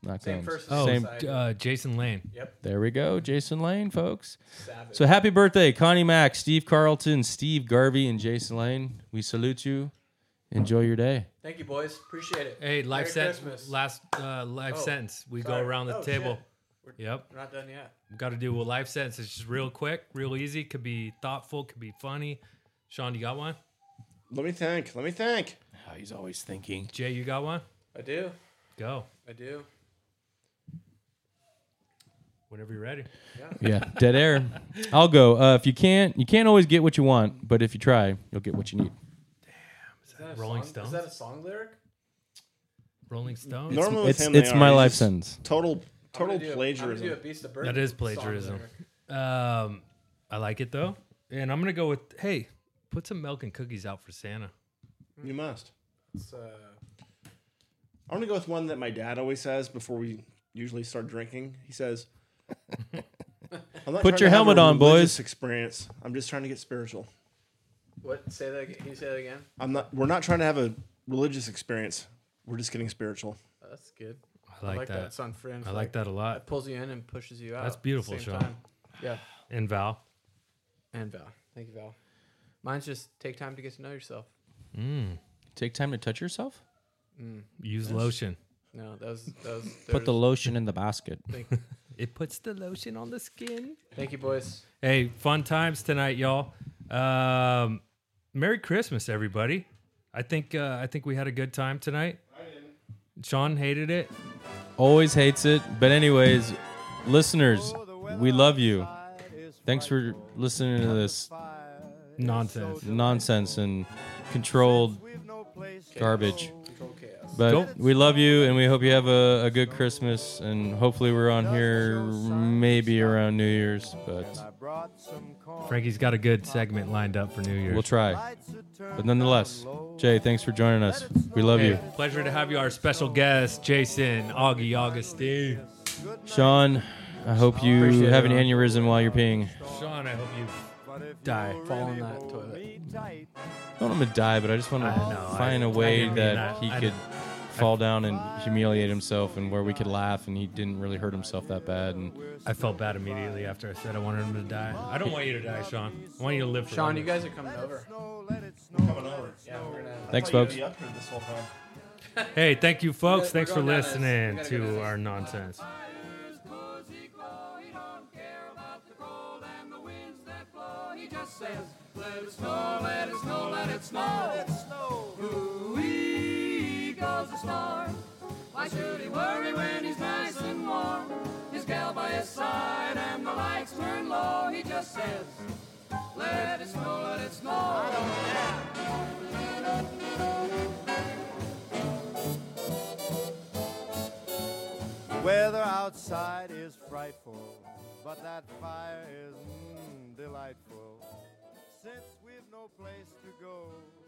Speaker 5: not
Speaker 6: Same
Speaker 5: Gomes.
Speaker 6: first
Speaker 4: Oh,
Speaker 5: Same-
Speaker 6: Society.
Speaker 4: uh, Jason Lane.
Speaker 5: There we go, Jason Lane, folks.
Speaker 6: Savage.
Speaker 5: So happy birthday, Connie Mack, Steve Carlton, Steve Garvey, and Jason Lane. We salute you. Enjoy your day.
Speaker 6: Thank you, boys. Appreciate it.
Speaker 4: Hey, life
Speaker 6: Merry
Speaker 4: sentence.
Speaker 6: Christmas.
Speaker 4: Last uh, life
Speaker 6: Oh,
Speaker 4: sentence. We
Speaker 6: sorry.
Speaker 4: go around the
Speaker 6: Oh,
Speaker 4: table.
Speaker 6: shit.
Speaker 4: Yep.
Speaker 6: We're not done yet.
Speaker 4: Got to do a life sentence. It's just real quick, real easy. Could be thoughtful. Could be funny. Sean, you got one?
Speaker 7: Let me think. Let me think.
Speaker 5: Oh, he's always thinking.
Speaker 4: Jay, you got one?
Speaker 6: I do.
Speaker 4: Go.
Speaker 6: I do.
Speaker 4: Whenever you're ready.
Speaker 5: Yeah, dead air. I'll go. Uh, if you can't, you can't always get what you want, but if you try, you'll get what you need.
Speaker 6: Is that a
Speaker 4: Rolling
Speaker 6: song?
Speaker 4: Stones?
Speaker 6: Is that a song lyric?
Speaker 4: Rolling Stones.
Speaker 7: Normally with
Speaker 5: It's
Speaker 7: him,
Speaker 5: it's
Speaker 7: they
Speaker 5: my
Speaker 7: are. He's
Speaker 5: life
Speaker 7: just
Speaker 5: sentence.
Speaker 7: Total
Speaker 6: I'm
Speaker 7: total
Speaker 6: gonna do- I'm gonna do
Speaker 7: plagiarism.
Speaker 6: a Beast of Burden
Speaker 4: That is
Speaker 6: song
Speaker 4: plagiarism.
Speaker 6: lyric.
Speaker 4: Um, I like it though. And I'm gonna go with hey, put some milk and cookies out for Santa.
Speaker 7: You must.
Speaker 6: It's, uh,
Speaker 7: I'm gonna go with one that my dad always says before we usually start drinking. He says, I'm not
Speaker 5: Put
Speaker 7: trying
Speaker 5: your
Speaker 7: to have a
Speaker 5: helmet on,
Speaker 7: religious
Speaker 5: boys.
Speaker 7: Experience. I'm just trying to get spiritual.
Speaker 6: What? Say that. ag- Can you say that again?
Speaker 7: I'm not. We're not trying to have a religious experience. We're just getting spiritual.
Speaker 6: Oh, that's good.
Speaker 4: I like, that.
Speaker 6: It's on Fringe.
Speaker 4: I like that a
Speaker 6: That
Speaker 4: lot.
Speaker 6: pulls you in and pushes you out.
Speaker 4: That's
Speaker 6: at the
Speaker 4: beautiful,
Speaker 6: same
Speaker 4: Sean.
Speaker 6: time. Yeah.
Speaker 4: And Val,
Speaker 6: And Val. Thank you, Val. Mine's just take time to get to know yourself.
Speaker 5: Take time to touch yourself.
Speaker 4: use lotion.
Speaker 6: No, that was that was.
Speaker 5: Put the lotion in the basket.
Speaker 6: Thank,
Speaker 4: It puts the lotion on the skin.
Speaker 6: thank you, boys.
Speaker 4: Hey, fun times tonight, y'all. Um, Merry Christmas, everybody. I think uh, I think we had a good time tonight. Sean hated it.
Speaker 5: Always hates it, but anyways, listeners,
Speaker 7: Oh,
Speaker 5: we love you. Thanks for listening to this
Speaker 4: Nonsense.
Speaker 5: nonsense and controlled garbage. But
Speaker 4: Go.
Speaker 5: we love you, and we hope you have a, a good Christmas. And hopefully, we're on here maybe around New Year's, but
Speaker 4: Frankie's got a good segment lined up for New Year's.
Speaker 5: we'll try. But nonetheless, Jay, thanks for joining us. We love you.
Speaker 4: Hey, pleasure to have you, our special guest, Jason Augie Augustine.
Speaker 5: Sean, I hope you
Speaker 6: Appreciate it,
Speaker 5: have an
Speaker 6: man.
Speaker 5: aneurysm while you're peeing.
Speaker 4: Sean, I hope you die.
Speaker 6: Fall in that toilet.
Speaker 5: I don't want him to die, but I just want to
Speaker 4: I know, I-
Speaker 5: find a
Speaker 4: I
Speaker 5: way
Speaker 4: didn't mean
Speaker 5: that
Speaker 4: that.
Speaker 5: he
Speaker 4: I
Speaker 5: could fall down and humiliate himself and where we could laugh and he didn't really hurt himself that bad. And
Speaker 4: I felt bad immediately after I said I wanted him to die. I don't want you to die, Sean. I want you to live.
Speaker 6: Sean,
Speaker 4: forever.
Speaker 6: you guys are coming over.
Speaker 7: Coming over.
Speaker 6: Yeah, we're gonna.
Speaker 5: Thanks, folks.
Speaker 7: Up here this whole time.
Speaker 4: Hey, thank you, folks.
Speaker 6: We're
Speaker 4: Thanks for
Speaker 6: going down this.
Speaker 4: listening
Speaker 6: We gotta go down
Speaker 4: to
Speaker 6: this.
Speaker 4: our nonsense.
Speaker 9: Weather outside is frightful, but that fire is mm, delightful. Since we've no place to go.